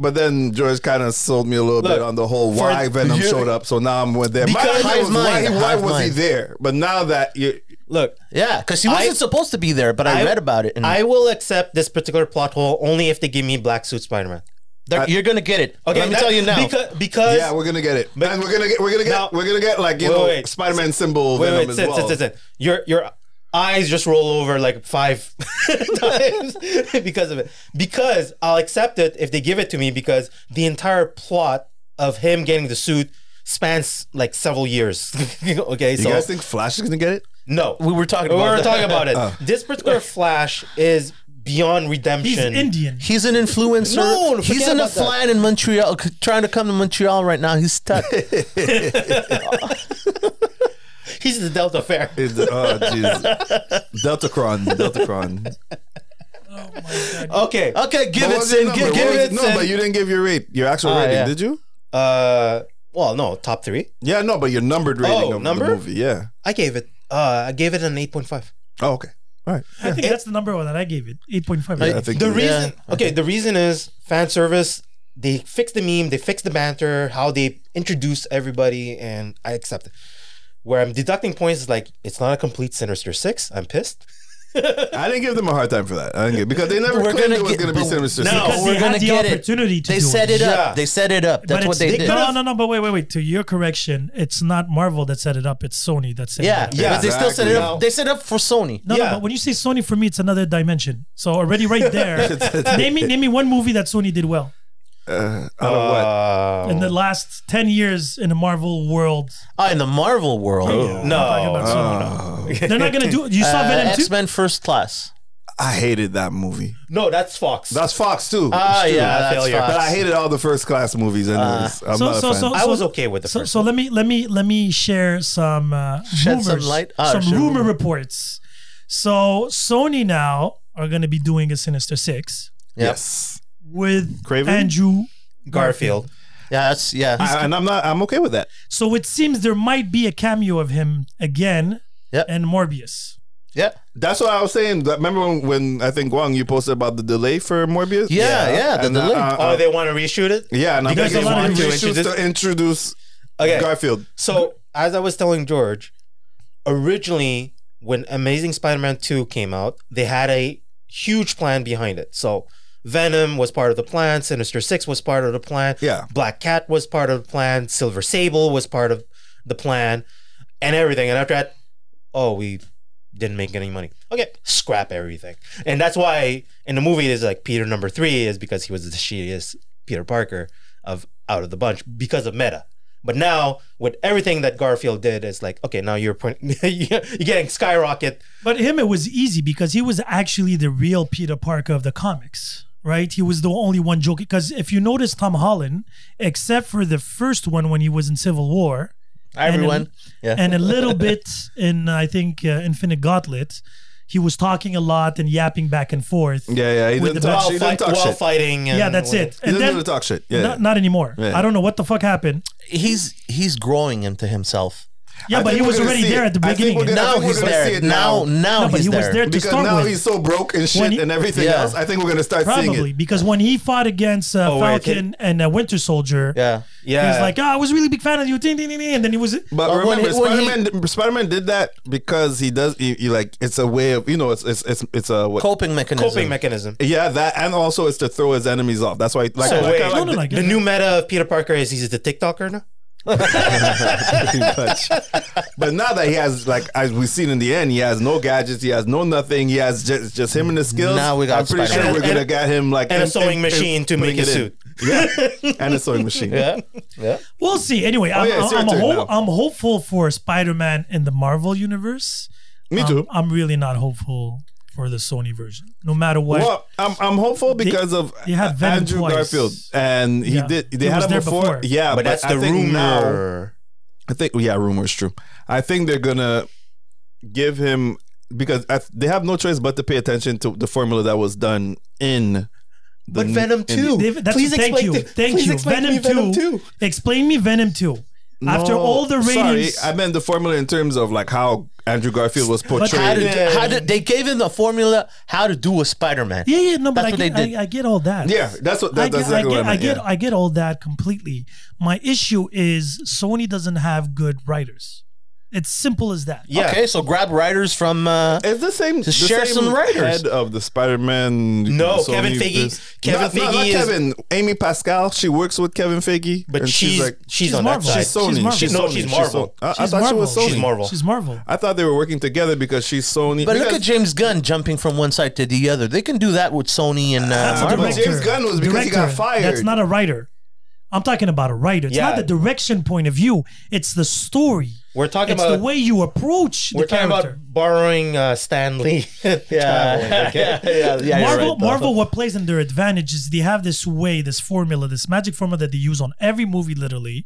Speaker 1: But then George kind of sold me a little bit
Speaker 4: Look,
Speaker 1: on the whole why
Speaker 4: for-
Speaker 1: Venom
Speaker 4: you-
Speaker 1: showed up. So now I'm with there. My
Speaker 2: Because-
Speaker 1: argument was why,
Speaker 2: Hive
Speaker 1: he-
Speaker 2: mind,
Speaker 1: why
Speaker 2: hive
Speaker 1: was he
Speaker 2: mind.
Speaker 1: there? But now that you,
Speaker 4: look,
Speaker 2: Yeah, because he wasn't
Speaker 4: I-
Speaker 2: supposed to be there, but I,
Speaker 4: I-
Speaker 2: read about it.
Speaker 1: Mm.
Speaker 2: And
Speaker 4: I will accept this particular plot hole only if they give me black suit Spider Man.
Speaker 2: there- you're gonna get it. Okay, let me
Speaker 4: that-
Speaker 2: tell you now.
Speaker 4: Because, because
Speaker 1: yeah, we're gonna get it,
Speaker 4: But-
Speaker 1: and we're gonna get, we're gonna get,
Speaker 4: Now-
Speaker 1: we're gonna get like you
Speaker 4: Wait,
Speaker 1: know,
Speaker 4: wait.
Speaker 1: Spider-Man symbol
Speaker 4: wait,
Speaker 1: Venom
Speaker 4: wait,
Speaker 1: as
Speaker 4: sit,
Speaker 1: well.
Speaker 4: sit, sit, sit. Your your eyes just roll over like five times because of it. Because I'll accept it if they give it to me because the entire plot of him getting the suit spans like several years. okay,
Speaker 1: You
Speaker 4: so
Speaker 1: guys think Flash is gonna get it?
Speaker 4: No,
Speaker 2: We were talking
Speaker 4: We
Speaker 2: about
Speaker 4: were
Speaker 2: that.
Speaker 4: talking about it.
Speaker 1: Oh.
Speaker 4: This particular Flash is beyond
Speaker 3: He's
Speaker 4: redemption.
Speaker 3: Indian.
Speaker 2: He's an influencer.
Speaker 4: No, forget
Speaker 2: he's in a
Speaker 4: about that.
Speaker 2: flat in Montreal, c- trying to come to Montreal right now. He's stuck.
Speaker 4: He's the Delta Fair.
Speaker 1: It's, oh, jeez. Deltacron. Deltacron.
Speaker 3: Oh my god.
Speaker 4: Okay.
Speaker 2: okay, give
Speaker 1: But
Speaker 2: it,
Speaker 1: what's
Speaker 2: Sin.
Speaker 1: your number?
Speaker 2: Give,
Speaker 1: What
Speaker 2: give
Speaker 1: was-
Speaker 2: it,
Speaker 1: No,
Speaker 2: Sin. Ah,
Speaker 1: but you didn't give your rate, your actual rating,
Speaker 4: yeah.
Speaker 1: did you?
Speaker 4: Uh, well, no, top three.
Speaker 1: Yeah, no, but your numbered rating
Speaker 4: Oh,
Speaker 1: of
Speaker 4: number?
Speaker 1: the movie. Yeah.
Speaker 4: I gave it. Uh, I gave it an eight point five.
Speaker 1: Oh, okay. All right.
Speaker 3: I think that's the number one that I gave it. Eight point five.
Speaker 1: Yeah, I think
Speaker 4: The
Speaker 1: you-
Speaker 4: reason,
Speaker 2: Yeah.
Speaker 4: okay, the reason is fan service. They fix the meme, they fix the banter, how they introduce everybody, and I accept it. Where I'm deducting points is like it's not a complete Sinister Six. I'm pissed.
Speaker 1: I didn't give them a hard time for that. I didn't get because they never
Speaker 2: We're
Speaker 1: claimed
Speaker 2: gonna
Speaker 1: it was
Speaker 2: get-
Speaker 1: going to be
Speaker 2: but
Speaker 1: Cinema Six.
Speaker 2: no.
Speaker 3: because
Speaker 2: we're
Speaker 3: they
Speaker 2: gonna
Speaker 3: had the
Speaker 2: get it.
Speaker 3: opportunity to
Speaker 2: They
Speaker 3: do
Speaker 2: set it
Speaker 4: Yeah.
Speaker 2: up. They set it up. That's
Speaker 3: but
Speaker 2: what
Speaker 3: it's-
Speaker 2: they did.
Speaker 3: No, no, no. But wait, wait, wait. To your correction, it's not Marvel that set it up. It's Sony that set
Speaker 2: Yeah,
Speaker 3: it up.
Speaker 2: yeah. But they still set it
Speaker 1: Exactly.
Speaker 2: up. They set up for Sony.
Speaker 3: No,
Speaker 4: Yeah.
Speaker 3: no, but when you say Sony, for me, it's another dimension. So already right there, name me, name me one movie that Sony did well
Speaker 1: Out of what?
Speaker 4: Uh,
Speaker 3: in the
Speaker 2: Oh.
Speaker 3: last ten years in the Marvel world.
Speaker 2: Ah, in the Marvel world,
Speaker 4: no.
Speaker 2: Oh.
Speaker 3: I'm talking about Sony, no. They're not gonna do. You saw Venom
Speaker 2: X
Speaker 3: too.
Speaker 2: Men First Class.
Speaker 1: I hated that movie.
Speaker 4: no, that's Fox.
Speaker 1: That's Fox too.
Speaker 2: Ah,
Speaker 1: It's true.
Speaker 2: yeah, that's
Speaker 4: failure.
Speaker 2: Fox.
Speaker 1: But I hated all the first class movies. And I'm
Speaker 3: so-
Speaker 1: not a
Speaker 3: so-
Speaker 1: fan.
Speaker 3: so-
Speaker 4: I was okay with the
Speaker 3: So,
Speaker 4: first.
Speaker 3: so let me let me let me share some uh,
Speaker 2: Shed some
Speaker 3: rumors,
Speaker 2: light? Ah,
Speaker 3: some
Speaker 2: sure.
Speaker 3: rumor reports. So Sony now are going to be doing a Sinister Six
Speaker 1: yes,
Speaker 3: with
Speaker 1: Craven?
Speaker 3: Andrew
Speaker 4: Garfield.
Speaker 2: Yeah, that's yeah,
Speaker 1: I, and I'm not. I'm okay with that.
Speaker 3: So it seems there might be a cameo of him again
Speaker 2: Yep.
Speaker 3: and Morbius.
Speaker 2: yeah,
Speaker 1: That's what I was saying. That- Remember when, when I think Wong you posted about the delay for Morbius?
Speaker 2: yeah, yeah. The
Speaker 1: And, uh,
Speaker 2: delay.
Speaker 1: uh,
Speaker 4: oh, they want to reshoot it.
Speaker 1: yeah, and I
Speaker 4: Because
Speaker 1: think they
Speaker 4: they
Speaker 1: wanted
Speaker 4: wanted
Speaker 1: to
Speaker 4: to
Speaker 1: introduce,
Speaker 4: introduce-
Speaker 1: to introduce
Speaker 4: Okay.
Speaker 1: Garfield.
Speaker 4: So, as I was telling George, originally when Amazing Spider-Man 2 came out, they had a huge plan behind it. So, Venom was part of the plan, Sinister 6 was part of the plan,
Speaker 1: Yeah.
Speaker 4: Black Cat was part of the plan, Silver Sable was part of the plan and everything. And after that, oh, we didn't make any money. Okay, scrap everything. And that's why in the movie is like Peter number 3 is because he was the shittiest Peter Parker of out of the bunch because of meta. But now with everything that Garfield did, it's like okay, now you're point- you're getting skyrocket.
Speaker 3: But him, it was easy because he was actually the real Peter Parker of the comics, right? He was the only one joking. Because if you notice Tom Holland, except for the first one when he was in Civil War, and a-
Speaker 2: Everyone. Yeah.
Speaker 3: and a little bit in I think uh, Infinite Gauntlet, he was talking a lot and yapping back and forth.
Speaker 1: Yeah, yeah. He
Speaker 3: With
Speaker 1: didn't
Speaker 3: the
Speaker 1: talk,
Speaker 4: While,
Speaker 1: shit. He
Speaker 4: fight-
Speaker 1: didn't talk
Speaker 4: while
Speaker 1: shit.
Speaker 4: fighting, and
Speaker 3: Yeah, that's
Speaker 4: whatever.
Speaker 3: it.
Speaker 1: He
Speaker 3: And
Speaker 1: didn't really
Speaker 3: then
Speaker 1: talk shit. Yeah.
Speaker 3: not, not anymore.
Speaker 1: Yeah.
Speaker 3: I don't know what the fuck happened.
Speaker 2: he's he's growing into himself.
Speaker 3: Yeah,
Speaker 1: I
Speaker 3: but
Speaker 1: think
Speaker 3: he
Speaker 1: we're
Speaker 3: was
Speaker 1: gonna
Speaker 3: already
Speaker 1: see
Speaker 3: there
Speaker 1: it.
Speaker 3: at the
Speaker 1: I think
Speaker 3: beginning.
Speaker 1: we're gonna- I
Speaker 2: Now
Speaker 1: think we're
Speaker 2: he's
Speaker 1: gonna see
Speaker 2: there.
Speaker 1: it
Speaker 2: Now, now
Speaker 3: No, but
Speaker 2: he's
Speaker 3: he was
Speaker 2: there.
Speaker 3: there to
Speaker 1: because
Speaker 3: start
Speaker 1: now
Speaker 3: with.
Speaker 1: he's so broke and shit
Speaker 3: When he-
Speaker 1: and everything
Speaker 2: Yeah.
Speaker 1: else. I think we're gonna start
Speaker 3: Probably
Speaker 1: seeing it.
Speaker 3: because when he fought against uh,
Speaker 4: Oh, wait,
Speaker 3: Falcon and uh, Winter Soldier,
Speaker 2: Yeah.
Speaker 3: he
Speaker 4: Yeah,
Speaker 3: was like, oh, I was a really big fan of you, ding, ding, ding, ding," and then he was.
Speaker 1: But
Speaker 2: But when
Speaker 1: remember,
Speaker 2: he- when he-
Speaker 1: Spider Man Spider Man did that because he does. He, he like it's a way of you know it's it's it's, it's a what.
Speaker 2: Coping mechanism.
Speaker 4: coping mechanism.
Speaker 1: yeah, that and also it's to throw his enemies off. That's why, like,
Speaker 4: So
Speaker 1: like,
Speaker 4: wait,
Speaker 1: kinda
Speaker 3: No,
Speaker 1: like
Speaker 3: no,
Speaker 1: the-
Speaker 3: no, I get
Speaker 4: the
Speaker 3: it.
Speaker 4: new meta of Peter Parker is he's the TikToker now.
Speaker 1: pretty much. But now that he has, like, as we've seen in the end, he has no gadgets, he has no nothing, he has just just him and his skills.
Speaker 2: Now we got
Speaker 1: I'm pretty
Speaker 2: Spider-Man.
Speaker 1: sure we're
Speaker 4: And-
Speaker 1: gonna get him like
Speaker 4: and a
Speaker 1: in-
Speaker 4: sewing
Speaker 1: in-
Speaker 4: machine to
Speaker 1: putting
Speaker 4: make
Speaker 1: it
Speaker 4: a
Speaker 1: in.
Speaker 4: suit.
Speaker 1: Yeah, and a sewing machine.
Speaker 2: Yeah. Yeah.
Speaker 3: We'll see. Anyway, I'm,
Speaker 1: Oh, yeah, it's your
Speaker 3: I'm, I'm,
Speaker 1: turn now.
Speaker 3: ho- I'm hopeful for Spider-Man in the Marvel universe.
Speaker 1: Me
Speaker 3: Um,
Speaker 1: too.
Speaker 3: I'm really not hopeful for the Sony version. No matter what,
Speaker 1: Well, I'm, I'm hopeful because of
Speaker 3: they had Venom
Speaker 1: Andrew
Speaker 3: twice.
Speaker 1: Garfield, and he
Speaker 3: Yeah.
Speaker 1: did. They
Speaker 3: He
Speaker 1: had
Speaker 3: was
Speaker 1: him
Speaker 3: there
Speaker 1: before.
Speaker 3: before.
Speaker 1: yeah.
Speaker 4: But that's
Speaker 1: Uh, I
Speaker 4: the
Speaker 1: think
Speaker 4: rumor.
Speaker 1: now- I think yeah, rumors true. I think they're gonna give him because I, they have no choice but to pay attention to the formula that was done in. The
Speaker 4: But
Speaker 1: n-
Speaker 4: Venom
Speaker 1: in the-
Speaker 4: two.
Speaker 3: They've- that's
Speaker 4: Please
Speaker 3: thank
Speaker 4: explain
Speaker 3: you,
Speaker 4: to-
Speaker 3: thank
Speaker 4: please
Speaker 3: you.
Speaker 4: explain to
Speaker 3: Venom,
Speaker 4: me Venom
Speaker 3: 2.
Speaker 4: two.
Speaker 3: Explain me Venom two. After
Speaker 1: No,
Speaker 3: all the ratings,
Speaker 1: Oh, sorry, I meant the formula in terms of like how Andrew Garfield was
Speaker 2: How
Speaker 1: portrayed.
Speaker 2: to, how to, they gave him the formula how to do a Spider Man.
Speaker 3: yeah, yeah, no, but
Speaker 2: That's
Speaker 3: I
Speaker 2: what they
Speaker 3: get,
Speaker 2: did.
Speaker 3: I, I get all that.
Speaker 1: yeah, that's what
Speaker 3: I
Speaker 1: that,
Speaker 3: get,
Speaker 1: that's exactly
Speaker 3: I
Speaker 1: what
Speaker 3: get,
Speaker 1: I
Speaker 3: I
Speaker 1: meant.
Speaker 3: get,
Speaker 1: yeah.
Speaker 3: I get all that completely. My issue is Sony doesn't have good writers. It's simple as that.
Speaker 4: Yeah.
Speaker 2: Okay, so grab writers from. Uh,
Speaker 1: It's the same. the
Speaker 2: share
Speaker 1: same
Speaker 2: some writers.
Speaker 1: Head of the Spider-Man.
Speaker 4: No,
Speaker 1: Sony
Speaker 4: Kevin Feige-
Speaker 1: this-
Speaker 4: Kevin
Speaker 1: Not- not-
Speaker 4: Feige
Speaker 1: not
Speaker 4: is-
Speaker 1: Kevin. Amy Pascal. She works with Kevin Feige,
Speaker 4: But
Speaker 1: and
Speaker 4: she's she's,
Speaker 3: she's
Speaker 4: on
Speaker 3: Marvel.
Speaker 4: that
Speaker 1: she's
Speaker 4: side.
Speaker 1: Sony.
Speaker 3: Marvel.
Speaker 1: She's
Speaker 4: No,
Speaker 1: Sony.
Speaker 4: she's Marvel.
Speaker 1: Sony. I, I
Speaker 3: She's
Speaker 1: thought
Speaker 3: Marvel.
Speaker 1: she was Sony.
Speaker 4: She's Marvel.
Speaker 3: She's Marvel.
Speaker 1: I thought they were working together because she's Sony.
Speaker 2: but look
Speaker 1: Because-
Speaker 2: at James Gunn jumping from one side to the other. They can do that with Sony and uh,
Speaker 3: That's a
Speaker 2: Marvel.
Speaker 1: James
Speaker 3: director.
Speaker 1: Gunn was because he got fired.
Speaker 3: That's not a writer. I'm talking about a writer. It's
Speaker 4: Yeah.
Speaker 3: not the direction point of view. It's the story.
Speaker 4: We're talking
Speaker 3: It's
Speaker 4: about
Speaker 3: the way you approach
Speaker 4: we're
Speaker 3: the
Speaker 4: talking
Speaker 3: character.
Speaker 4: about borrowing uh, Stan Lee.
Speaker 2: yeah, yeah, yeah, yeah. you're
Speaker 3: Marvel,
Speaker 2: right, though.
Speaker 3: Marvel, what plays in their advantage is they have this way, this formula, this magic formula that they use on every movie, literally,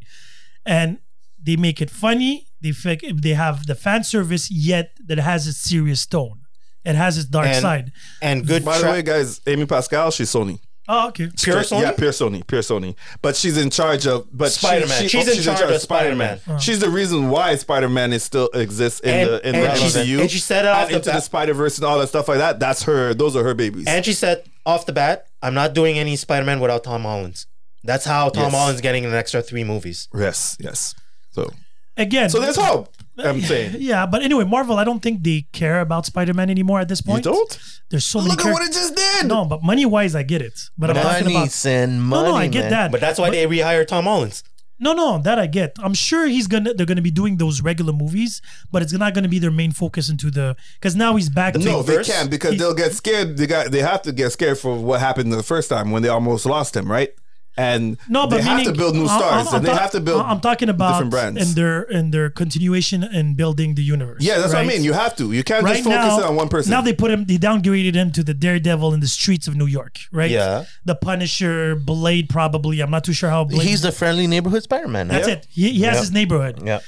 Speaker 3: and they make it funny. They fake, they have the fan service, yet that has its serious tone. It has its dark
Speaker 4: And-
Speaker 3: side.
Speaker 4: and good
Speaker 1: By the
Speaker 4: tra-
Speaker 1: way, guys, Amy Pascal, she's Sony.
Speaker 3: Oh, okay.
Speaker 4: pure Sony?
Speaker 1: Yeah, pure Sony, pure Sony. But she's in charge of but she-
Speaker 4: Spider-Man.
Speaker 1: she- oh,
Speaker 4: She's in charge of Spider-Man.
Speaker 1: She's the reason why Spider-Man is still exists in
Speaker 4: And-
Speaker 1: the in
Speaker 4: and
Speaker 1: the
Speaker 4: she's-
Speaker 1: MCU.
Speaker 4: and she said it off the
Speaker 1: into the
Speaker 4: bat-
Speaker 1: Spider-Verse and all that stuff like that. That's her. Those are her babies.
Speaker 4: And she said off the bat, I'm not doing any Spider Man without Tom Holland. That's how Tom
Speaker 1: Yes.
Speaker 4: Holland's getting an extra three movies.
Speaker 1: yes, yes. So
Speaker 3: Again,
Speaker 1: so there's hope. I'm saying.
Speaker 3: Yeah, but anyway, Marvel, I don't think they care about Spider-Man anymore at this
Speaker 1: You
Speaker 3: point.
Speaker 1: don't?
Speaker 3: There's so many
Speaker 1: Look at what
Speaker 3: characters.
Speaker 1: it just did.
Speaker 3: No, but money-wise, I get it. But I'm talking
Speaker 2: Money,
Speaker 3: about
Speaker 2: sin, money.
Speaker 3: no, no, I get
Speaker 2: man.
Speaker 3: that.
Speaker 4: But that's why they rehired Tom Holland's.
Speaker 3: No, no, that I get. I'm sure he's gonna. They're gonna be doing those regular movies, but it's not gonna be their main focus into the. Because now he's back to.
Speaker 1: No, they
Speaker 4: verse?
Speaker 1: can't because
Speaker 3: He-
Speaker 1: they'll get scared. They got they have to get scared for what happened the first time when they almost lost him, right? And
Speaker 3: No, but
Speaker 1: they have to
Speaker 3: meaning-
Speaker 1: build new
Speaker 3: I- I-
Speaker 1: stars,
Speaker 3: I'm
Speaker 1: and they
Speaker 3: ta-
Speaker 1: have to build.
Speaker 3: I- I'm talking about
Speaker 1: different brands.
Speaker 3: and their and their continuation and building the universe.
Speaker 1: yeah, that's
Speaker 3: right?
Speaker 1: what I mean. You have to. You can't
Speaker 3: right
Speaker 1: just focus
Speaker 3: now,
Speaker 1: on one person.
Speaker 3: Now they put him. They downgraded him to the Daredevil in the streets of New York. Right.
Speaker 4: Yeah.
Speaker 3: The Punisher, Blade, probably. I'm not too sure how. Blade,
Speaker 2: He's the friendly neighborhood Spider-Man.
Speaker 3: That's it. He, he has
Speaker 2: Yeah.
Speaker 3: his neighborhood.
Speaker 2: Yeah.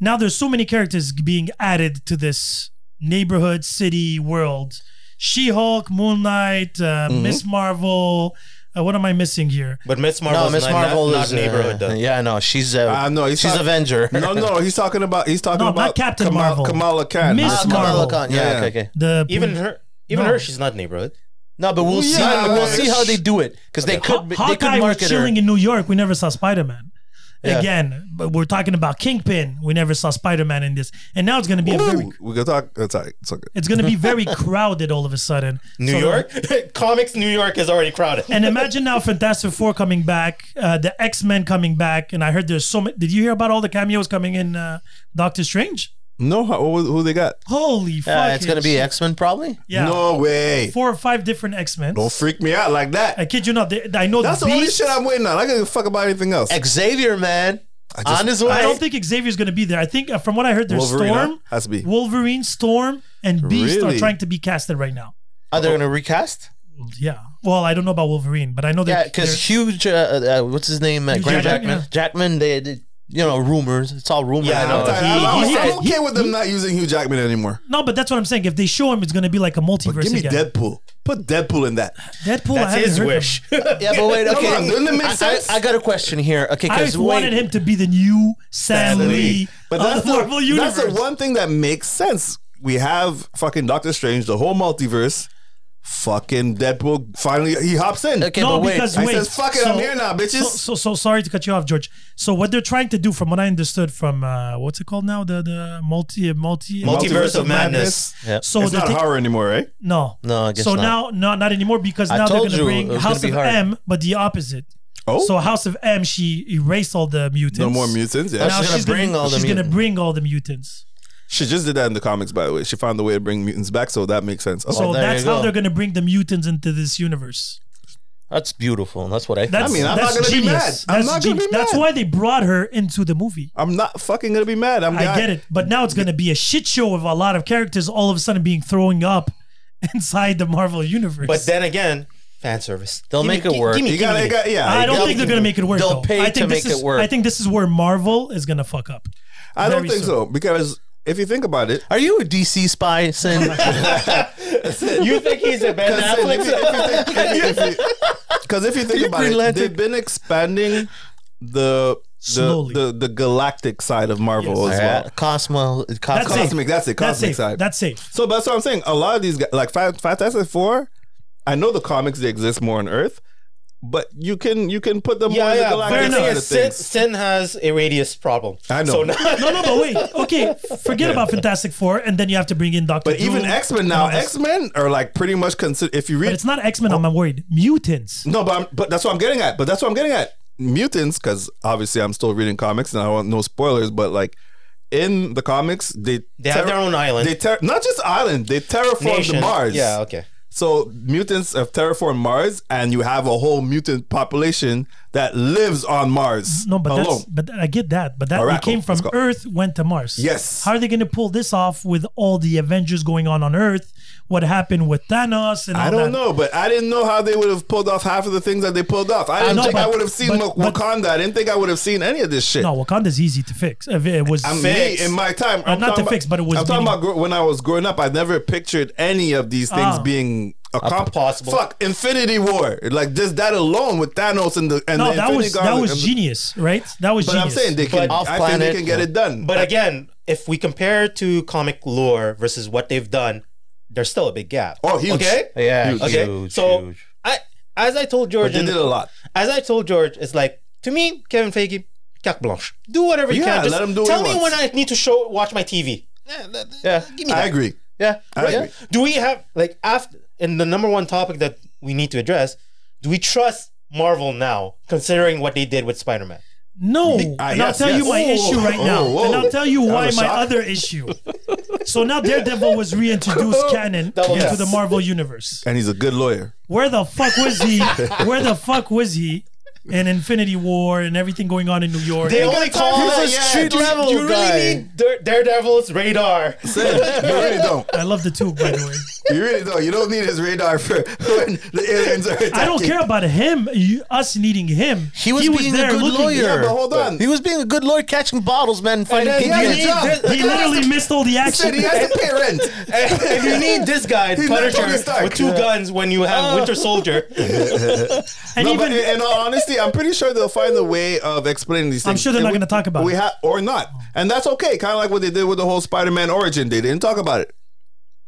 Speaker 3: now there's so many characters being added to this neighborhood city world she-hulk moon knight uh,
Speaker 2: Mm-hmm.
Speaker 3: miss marvel uh, what am i missing here
Speaker 4: But Miss Marvel
Speaker 2: No,
Speaker 4: is
Speaker 2: Miss
Speaker 4: not,
Speaker 2: Marvel
Speaker 4: not,
Speaker 2: is
Speaker 4: not neighborhood.
Speaker 2: Uh,
Speaker 4: though.
Speaker 2: yeah, no, she's uh,
Speaker 1: Uh, no, he's
Speaker 2: she's
Speaker 1: talk-
Speaker 2: Avenger.
Speaker 1: No, no, he's talking about he's talking
Speaker 3: No, not
Speaker 1: about
Speaker 3: Captain
Speaker 1: Kamal-
Speaker 3: Marvel.
Speaker 1: Kamala Khan.
Speaker 3: Miss
Speaker 1: Miss
Speaker 2: Ah,
Speaker 3: Marvel.
Speaker 2: Kamala Khan. Yeah,
Speaker 1: Yeah.
Speaker 2: okay, okay.
Speaker 3: the
Speaker 4: Even her, even
Speaker 3: No.
Speaker 4: her, she's not neighborhood.
Speaker 2: No, but we'll
Speaker 1: Well,
Speaker 2: see.
Speaker 1: yeah,
Speaker 2: we'll
Speaker 1: but-
Speaker 2: see how they do it because they
Speaker 3: Haw-
Speaker 2: could be- they
Speaker 3: hawkeye
Speaker 2: could
Speaker 3: was
Speaker 2: market her.
Speaker 3: chilling in new york we never saw spider-man
Speaker 2: Yeah.
Speaker 3: Again, but we're talking about Kingpin. We never saw Spider-Man in this, and now it's going to be a very,
Speaker 1: Ooh, we can talk. That's all right. It's okay.
Speaker 3: it's going to be very crowded all of a sudden.
Speaker 4: New
Speaker 3: So-
Speaker 4: York? Comics New York is already crowded.
Speaker 3: and imagine now Fantastic Four coming back, uh, the X Men coming back, and I heard there's so many. Did you hear about all the cameos coming in uh, Doctor Strange?
Speaker 1: No, how, who, who they got?
Speaker 3: Holy
Speaker 2: Yeah,
Speaker 3: fuck!
Speaker 2: Uh, it's gonna be X Men probably.
Speaker 3: yeah,
Speaker 1: No way.
Speaker 3: four or five different X Men.
Speaker 1: Don't freak me out like
Speaker 3: I
Speaker 1: that.
Speaker 3: kid you not. They, I know
Speaker 1: That's the only
Speaker 3: Beast.
Speaker 1: shit I'm waiting on. I can give a fuck about anything else.
Speaker 2: Xavier, man,
Speaker 1: just-
Speaker 2: on his way.
Speaker 3: I don't think Xavier's gonna be there. I think uh, from what I heard, there's
Speaker 1: Wolverine, huh?
Speaker 3: Storm,
Speaker 1: Has to be.
Speaker 3: Wolverine, Storm, and Beast are
Speaker 1: Really?
Speaker 3: trying to be casted right now.
Speaker 2: Are they gonna recast?
Speaker 3: Yeah. Well, I don't know about Wolverine, but I know
Speaker 2: Yeah,
Speaker 3: that
Speaker 2: because huge. Uh, uh, what's his name? Uh,
Speaker 3: Hugh
Speaker 2: Grant
Speaker 3: Jackman.
Speaker 2: Jackman. Jackman. They, they, you know, rumors. It's all rumors.
Speaker 4: Yeah,
Speaker 2: Yeah,
Speaker 4: I know.
Speaker 1: I'm, tired. I'm, I'm-
Speaker 3: he
Speaker 4: he-
Speaker 1: I'm
Speaker 3: said-
Speaker 1: okay with them not using Hugh Jackman anymore.
Speaker 3: no, but that's what I'm saying. If they show him, it's gonna be like a multiverse
Speaker 1: Give me
Speaker 3: again.
Speaker 1: Deadpool. Put Deadpool in that.
Speaker 3: Deadpool. I
Speaker 4: That's
Speaker 3: haven't
Speaker 4: his
Speaker 3: heard
Speaker 4: wish.
Speaker 3: of him.
Speaker 2: yeah, but wait.
Speaker 1: Come
Speaker 2: Okay,
Speaker 1: on, doesn't it make
Speaker 2: I- I-
Speaker 1: sense?
Speaker 2: I, got a question here. Okay,
Speaker 3: I've
Speaker 2: because
Speaker 3: wanted him to be the new Stan Lee
Speaker 1: But
Speaker 3: of
Speaker 1: that's
Speaker 3: the Marvel
Speaker 1: the,
Speaker 3: universe.
Speaker 1: that's the one thing that makes sense. We have fucking Doctor Strange, the whole multiverse. Fucking Deadpool finally he hops in.
Speaker 2: Okay,
Speaker 3: no,
Speaker 2: but wait.
Speaker 3: because
Speaker 1: I
Speaker 3: wait,
Speaker 1: says, "Fuck it, I'm here now, bitches."
Speaker 3: So, so, so sorry to cut you off, George. So what they're trying to do, from what I understood, from uh, what's it called now, the the multi multi
Speaker 4: Multiverse of Madness.
Speaker 2: Yeah.
Speaker 3: So
Speaker 1: it's
Speaker 3: they're
Speaker 1: not
Speaker 3: ta-
Speaker 1: horror anymore, right?
Speaker 3: no,
Speaker 2: No, I guess
Speaker 3: so
Speaker 2: not.
Speaker 3: now no, not anymore because
Speaker 2: I
Speaker 3: now they're
Speaker 2: told
Speaker 3: gonna
Speaker 2: you it
Speaker 3: bring
Speaker 2: was
Speaker 3: House
Speaker 2: gonna
Speaker 3: of
Speaker 2: be hard.
Speaker 3: M, but the opposite.
Speaker 1: Oh,
Speaker 3: So House of M, she erased all the mutants.
Speaker 1: no more mutants. Yeah,
Speaker 3: Now
Speaker 2: She's gonna bring all the
Speaker 3: she's gonna
Speaker 2: mutants.
Speaker 3: bring all the mutants.
Speaker 1: she just did that in the comics, by the way. She found a way to bring mutants back, so that makes sense. Oh, Okay.
Speaker 3: So
Speaker 2: Oh, there
Speaker 3: that's
Speaker 2: you
Speaker 3: how
Speaker 2: go.
Speaker 3: they're gonna bring the mutants into this universe.
Speaker 2: that's beautiful. That's what I.
Speaker 3: That's,
Speaker 1: I mean, I'm
Speaker 3: that's
Speaker 1: not gonna be
Speaker 3: genius.
Speaker 1: mad. I'm
Speaker 3: That's
Speaker 1: not gonna be
Speaker 3: geni- That's
Speaker 1: mad.
Speaker 3: why they brought her into the movie.
Speaker 1: I'm not fucking gonna be mad. I'm
Speaker 3: I get it, but now it's gonna be a shit show of a lot of characters all of a sudden being throwing up inside the Marvel universe.
Speaker 4: But then again, fan service.
Speaker 2: They'll
Speaker 4: Give me-
Speaker 2: make it
Speaker 4: gi-
Speaker 2: work.
Speaker 4: Give me,
Speaker 1: You
Speaker 4: give
Speaker 1: gotta,
Speaker 4: me.
Speaker 1: you got yeah.
Speaker 3: I don't
Speaker 2: they'll-
Speaker 3: think they're gonna make it work.
Speaker 2: they'll
Speaker 3: though.
Speaker 2: pay
Speaker 3: I think
Speaker 2: to
Speaker 3: this
Speaker 2: make
Speaker 3: is,
Speaker 2: it work.
Speaker 3: I think this is where Marvel is gonna fuck up.
Speaker 1: I don't
Speaker 3: very
Speaker 1: think so
Speaker 3: soon.
Speaker 1: because if you think about it,
Speaker 2: Are you a DC spy, Sin?
Speaker 4: You think he's a Ben
Speaker 1: Because
Speaker 4: Affleck?
Speaker 1: if you- if you think- Because if you think
Speaker 2: You're
Speaker 1: about
Speaker 2: Green
Speaker 1: it,
Speaker 2: Lantern.
Speaker 1: they've been expanding the the,
Speaker 3: Slowly.
Speaker 1: the the galactic side of Marvel
Speaker 3: Yes.
Speaker 1: as
Speaker 2: Yeah,
Speaker 1: well.
Speaker 2: Uh, Cosmo.
Speaker 3: That's
Speaker 2: Cosmo.
Speaker 3: it.
Speaker 1: Cosmic, that's it.
Speaker 3: That's
Speaker 1: Cosmic
Speaker 3: safe.
Speaker 1: side.
Speaker 3: That's safe.
Speaker 1: so that's what I'm saying. A lot of these guys, like Fa- Fantastic Four, I know the comics they exist more on Earth, but you can you can put them more
Speaker 4: Yeah,
Speaker 1: in the
Speaker 4: yeah.
Speaker 1: galactic
Speaker 4: But the
Speaker 1: side
Speaker 4: thing
Speaker 1: of
Speaker 4: is, Sin,
Speaker 1: things.
Speaker 4: Sin has a radius problem.
Speaker 1: I know.
Speaker 4: So now,
Speaker 3: No, no, but wait. Okay, forget about Fantastic Four, and then you have to bring in Doctor.
Speaker 1: but even
Speaker 3: Doom
Speaker 1: X Men
Speaker 3: and
Speaker 1: now,
Speaker 3: all this.
Speaker 1: X Men are like pretty much considered. If you
Speaker 3: But
Speaker 1: read
Speaker 3: it's not X Men.
Speaker 1: Oh.
Speaker 3: I'm worried. Mutants.
Speaker 1: No, but I'm, but that's what I'm getting at. But that's what I'm getting at. Mutants, because obviously I'm still reading comics and I want no spoilers. But like in the comics, they
Speaker 4: they
Speaker 1: terra-
Speaker 4: have their own island.
Speaker 1: They ter- not just island. They terraform
Speaker 4: nation.
Speaker 1: the Mars.
Speaker 4: Yeah, okay.
Speaker 1: So mutants have terraformed Mars, and you have a whole mutant population that lives on Mars.
Speaker 3: No, but
Speaker 1: alone.
Speaker 3: that's, but I get that. But that
Speaker 1: Oracle,
Speaker 3: we came from
Speaker 1: it's called.
Speaker 3: Earth, went to Mars.
Speaker 1: Yes.
Speaker 3: How are they going to pull this off with all the Avengers going on on Earth? What happened with Thanos? And all
Speaker 1: I don't
Speaker 3: that?
Speaker 1: know, but I didn't know how they would have pulled off half of the things that they pulled off. I didn't
Speaker 3: know,
Speaker 1: think I
Speaker 3: but-
Speaker 1: would have seen
Speaker 3: but-
Speaker 1: Wa-
Speaker 3: but-
Speaker 1: Wakanda. I didn't think I would have seen any of this shit.
Speaker 3: No, Wakanda's easy to fix. If It was
Speaker 1: I'm me
Speaker 4: Fixed.
Speaker 1: in my time. I'm
Speaker 3: not
Speaker 1: talking
Speaker 3: to fix, but it was
Speaker 1: I'm talking
Speaker 3: meaning-
Speaker 1: about gro- when I was growing up. I never pictured any of these things
Speaker 3: Ah.
Speaker 1: being accomplished.
Speaker 4: possible.
Speaker 1: Fuck Infinity War, like just that alone with Thanos and the and
Speaker 3: no,
Speaker 1: the
Speaker 3: that
Speaker 1: Infinity
Speaker 3: was that
Speaker 1: Gauntlet
Speaker 3: was
Speaker 1: and the-
Speaker 3: genius, right? That was
Speaker 1: But I'm
Speaker 3: genius.
Speaker 1: saying they can.
Speaker 4: But
Speaker 1: I think they
Speaker 2: off-planet,
Speaker 1: can get it done.
Speaker 4: But again, if we compare to comic lore versus what they've done, there's still a big gap.
Speaker 1: Oh, huge.
Speaker 4: Okay.
Speaker 2: Yeah.
Speaker 1: Huge.
Speaker 4: Okay.
Speaker 2: huge,
Speaker 4: so
Speaker 2: huge.
Speaker 4: I, as I told
Speaker 1: But
Speaker 4: George,
Speaker 1: they
Speaker 4: in-
Speaker 1: did a lot.
Speaker 4: as I told George, it's like to me, Kevin Feige, carte blanche. Do whatever you
Speaker 1: Yeah,
Speaker 4: can. Just
Speaker 1: let him do what
Speaker 4: tell
Speaker 1: he
Speaker 4: me
Speaker 1: wants.
Speaker 4: when I need to show watch my TV. Yeah, th- th-
Speaker 2: Yeah.
Speaker 4: Give me
Speaker 1: I
Speaker 4: that.
Speaker 1: agree.
Speaker 2: yeah.
Speaker 1: I
Speaker 2: yeah.
Speaker 1: agree.
Speaker 4: Do we have like after and the number one topic that we need to address? Do we trust Marvel now, considering what they did with Spider Man?
Speaker 3: No,
Speaker 1: Ah,
Speaker 3: and I'll
Speaker 1: yes,
Speaker 3: tell you
Speaker 1: yes.
Speaker 3: my
Speaker 1: Oh,
Speaker 3: issue right
Speaker 1: oh,
Speaker 3: now,
Speaker 1: whoa.
Speaker 3: and I'll tell you
Speaker 1: That
Speaker 3: why
Speaker 1: was
Speaker 3: my
Speaker 1: shock.
Speaker 3: other issue. So now Daredevil was reintroduced canon
Speaker 4: Double
Speaker 3: into
Speaker 4: yes.
Speaker 3: the Marvel universe.
Speaker 1: And he's a good lawyer.
Speaker 3: Where the fuck was he? Where the fuck was he? In Infinity War and everything going on in New York.
Speaker 4: They
Speaker 3: And-
Speaker 4: only call
Speaker 2: time for
Speaker 4: that
Speaker 2: yeah,
Speaker 4: street
Speaker 2: do you-
Speaker 4: level.
Speaker 2: do you really
Speaker 4: need Daredevil's radar?
Speaker 1: Sam, you really don't.
Speaker 3: I love the tube, by the way.
Speaker 1: You really don't. You don't need his radar for when the aliens are attacking.
Speaker 3: I don't care about him, you, us needing him.
Speaker 2: He was being a good lawyer.
Speaker 1: Yeah, but hold on.
Speaker 2: He was being a good lord catching bottles, man. Fighting
Speaker 4: then-
Speaker 1: He had
Speaker 2: pigeons.
Speaker 1: a job.
Speaker 3: He literally missed all the
Speaker 1: said
Speaker 3: action.
Speaker 1: he has to pay rent.
Speaker 4: if you need this guy,
Speaker 1: He's not Tony Stark.
Speaker 4: Punisher, with two
Speaker 1: Yeah.
Speaker 4: guns when you have Winter Soldier,
Speaker 3: And
Speaker 1: No, but
Speaker 3: even
Speaker 1: in, in all honesty, I'm pretty sure they'll find a way of explaining these things.
Speaker 3: I'm sure they're
Speaker 1: And
Speaker 3: not
Speaker 1: we-
Speaker 3: gonna talk about
Speaker 1: we
Speaker 3: it.
Speaker 1: ha- or not, and that's okay. Kind of like what they did with the whole Spider-Man origin. They didn't talk about it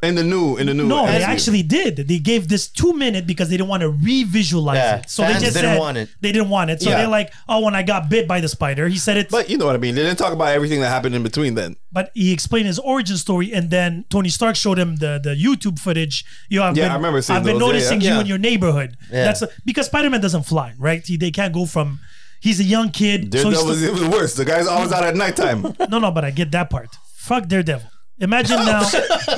Speaker 1: in the new in the new.
Speaker 3: no, they
Speaker 1: MCU.
Speaker 3: actually did. They gave this two minute because they didn't want to re-visualize
Speaker 2: Yeah,
Speaker 3: it. So they
Speaker 2: fans
Speaker 3: just
Speaker 2: didn't
Speaker 3: said
Speaker 2: want it.
Speaker 3: they didn't want it. So
Speaker 1: Yeah.
Speaker 3: they're like, oh, when I got bit by the spider, he said it, but,
Speaker 1: But you know what I mean. They didn't talk about everything that happened in between. Then
Speaker 3: he explained his origin story, and then Tony Stark showed him the the YouTube footage. You, I've
Speaker 1: Yeah,
Speaker 3: been,
Speaker 1: I remember seeing
Speaker 3: I've been
Speaker 1: those. Yeah,
Speaker 3: noticing
Speaker 1: yeah.
Speaker 3: you
Speaker 1: Yeah.
Speaker 3: in your neighborhood.
Speaker 2: Yeah.
Speaker 3: That's because Spider Man doesn't fly, right? He, they can't go from. He's a young kid. so
Speaker 1: Daredevil
Speaker 3: he's still-
Speaker 1: was even worse. The guy's always out at nighttime.
Speaker 3: No, no, but I get that part. Fuck Daredevil. Imagine now.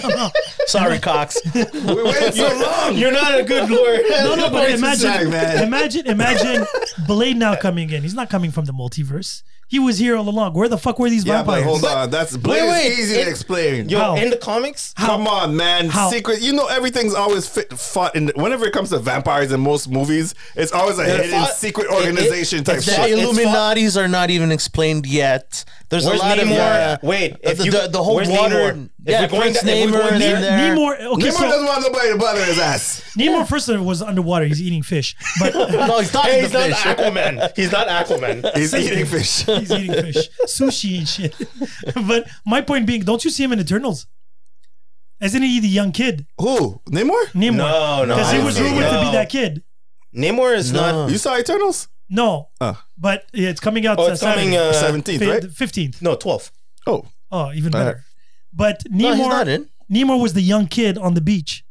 Speaker 3: no,
Speaker 2: Sorry, Cox.
Speaker 1: we waited so long.
Speaker 4: you're not a good lawyer.
Speaker 3: no, no, but
Speaker 1: Zach,
Speaker 3: imagine,
Speaker 1: man.
Speaker 3: imagine, imagine Blade now coming in. He's not coming from the multiverse. He was here all along. Where the fuck were these
Speaker 1: Yeah, but
Speaker 3: vampires?
Speaker 1: hold on. That's Blade
Speaker 4: wait,
Speaker 1: is easy
Speaker 4: it-
Speaker 1: to explain.
Speaker 4: Yo,
Speaker 3: How?
Speaker 4: in the comics,
Speaker 1: Come on, man.
Speaker 3: How?
Speaker 1: Secret. You know everything's always fit, fought in. Whenever it comes to vampires in most movies, it's always a hidden
Speaker 4: fought-
Speaker 1: secret organization type
Speaker 2: the
Speaker 1: shit.
Speaker 4: it's
Speaker 2: Illuminati's are not even explained yet. There's
Speaker 4: Where's
Speaker 2: a lot of
Speaker 4: Namor?
Speaker 2: yeah.
Speaker 4: Wait, if
Speaker 2: the,
Speaker 4: you-
Speaker 2: the, the whole
Speaker 4: where's
Speaker 2: water.
Speaker 4: Namor? If
Speaker 2: Yeah,
Speaker 4: we're going
Speaker 2: Prince
Speaker 4: to- if we're
Speaker 2: Namor
Speaker 4: going
Speaker 2: in
Speaker 4: there-
Speaker 2: there.
Speaker 3: Namor. Okay,
Speaker 1: Nemo doesn't
Speaker 3: so
Speaker 1: want nobody to bother his ass.
Speaker 3: Namor first of all was underwater. He's eating fish, but
Speaker 2: No, he's talking
Speaker 4: hey,
Speaker 2: to
Speaker 4: he's not
Speaker 2: fish.
Speaker 4: Aquaman. He's not Aquaman.
Speaker 1: He's eating fish.
Speaker 3: he's eating fish, sushi and shit. but my point being, don't you see him in Eternals? Isn't he the young kid,
Speaker 1: Who? Namor?
Speaker 3: Namor?
Speaker 4: No, no,
Speaker 3: because he
Speaker 1: I
Speaker 3: was
Speaker 1: don't think
Speaker 3: rumored to
Speaker 4: so.
Speaker 3: be that kid.
Speaker 4: Namor is
Speaker 2: No.
Speaker 4: not.
Speaker 1: You saw Eternals?
Speaker 3: No,
Speaker 1: Uh.
Speaker 3: but it's coming out.
Speaker 4: Oh, it's coming. Uh,
Speaker 1: Seventeenth, right?
Speaker 3: Fifteenth.
Speaker 4: No, 12.
Speaker 1: Oh,
Speaker 3: Oh, even
Speaker 1: All right.
Speaker 3: better. But
Speaker 2: No,
Speaker 3: Namor,
Speaker 2: he's not in.
Speaker 3: Nemo was the young kid on the beach.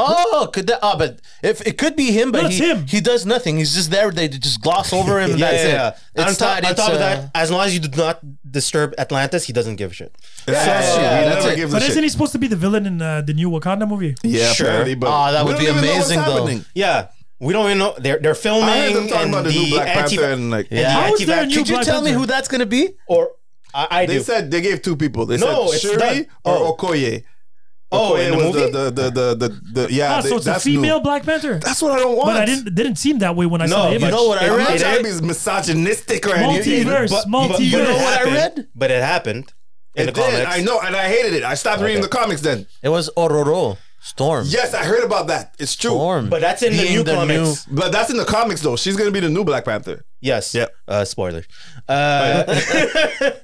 Speaker 2: Oh, could that? Oh, but if it could be him, but
Speaker 3: No, it's
Speaker 2: he,
Speaker 3: him.
Speaker 2: he does nothing. He's just there. They just gloss over him. and
Speaker 4: Yeah,
Speaker 2: that's
Speaker 4: yeah, yeah.
Speaker 2: it.
Speaker 4: on
Speaker 2: It's
Speaker 4: top,
Speaker 2: not.
Speaker 4: on
Speaker 2: it's,
Speaker 4: top of
Speaker 2: uh,
Speaker 4: that, as long as you do not disturb Atlantis, he doesn't give a shit. uh,
Speaker 1: yeah,
Speaker 2: yeah,
Speaker 1: shit.
Speaker 2: yeah,
Speaker 1: he
Speaker 2: that's
Speaker 1: never
Speaker 2: it.
Speaker 1: gives
Speaker 3: But
Speaker 1: a
Speaker 3: isn't
Speaker 1: shit.
Speaker 3: he supposed to be the villain in uh, the new Wakanda movie?
Speaker 1: yeah,
Speaker 4: Sure.
Speaker 1: apparently, but
Speaker 2: Ah, that
Speaker 1: we
Speaker 2: would
Speaker 1: don't
Speaker 2: be
Speaker 1: even know what's
Speaker 2: amazing, though.
Speaker 1: happening.
Speaker 4: Yeah, we don't even know they're they're filming.
Speaker 1: I heard them talking
Speaker 4: and
Speaker 1: about the new Black
Speaker 4: anti-
Speaker 1: Panther and like
Speaker 4: and the
Speaker 2: How
Speaker 3: is there a
Speaker 4: anti-vax-
Speaker 3: new
Speaker 2: Could you
Speaker 3: Black
Speaker 2: tell me
Speaker 3: Panther.
Speaker 2: who that's gonna be?
Speaker 4: or I, I
Speaker 1: They
Speaker 4: do.
Speaker 1: said they gave two people. They
Speaker 4: No,
Speaker 1: said
Speaker 4: it's
Speaker 1: Shuri
Speaker 4: done.
Speaker 1: or
Speaker 4: Oh.
Speaker 1: Okoye.
Speaker 4: Oh, in the
Speaker 1: was
Speaker 4: movie?
Speaker 1: The, the, the, the, the, the- yeah,
Speaker 3: Ah,
Speaker 1: they-
Speaker 3: so it's a
Speaker 1: that's new.
Speaker 3: female Black Panther.
Speaker 1: That's what I don't want.
Speaker 3: But I didn't didn't seem that way when I
Speaker 4: No,
Speaker 3: saw the
Speaker 4: you
Speaker 3: image.
Speaker 2: know what I
Speaker 1: I'm not
Speaker 2: read?
Speaker 1: trying to be misogynistic or anything.
Speaker 3: multiverse,
Speaker 4: But- but- but
Speaker 3: multiverse.
Speaker 4: you know
Speaker 2: what I
Speaker 4: happened,
Speaker 2: read?
Speaker 4: But it happened in the
Speaker 1: It did.
Speaker 4: comics.
Speaker 1: I know, and I hated it. I stopped reading the comics then.
Speaker 2: It was Ororo Storm.
Speaker 1: Yes, I heard about that. It's true.
Speaker 2: Storm.
Speaker 4: But that's in the
Speaker 2: Being
Speaker 4: new comics.
Speaker 1: But that's in the comics though. She's gonna be the new Black Panther.
Speaker 4: Yes.
Speaker 1: Yep.
Speaker 4: Uh, spoiler. Uh,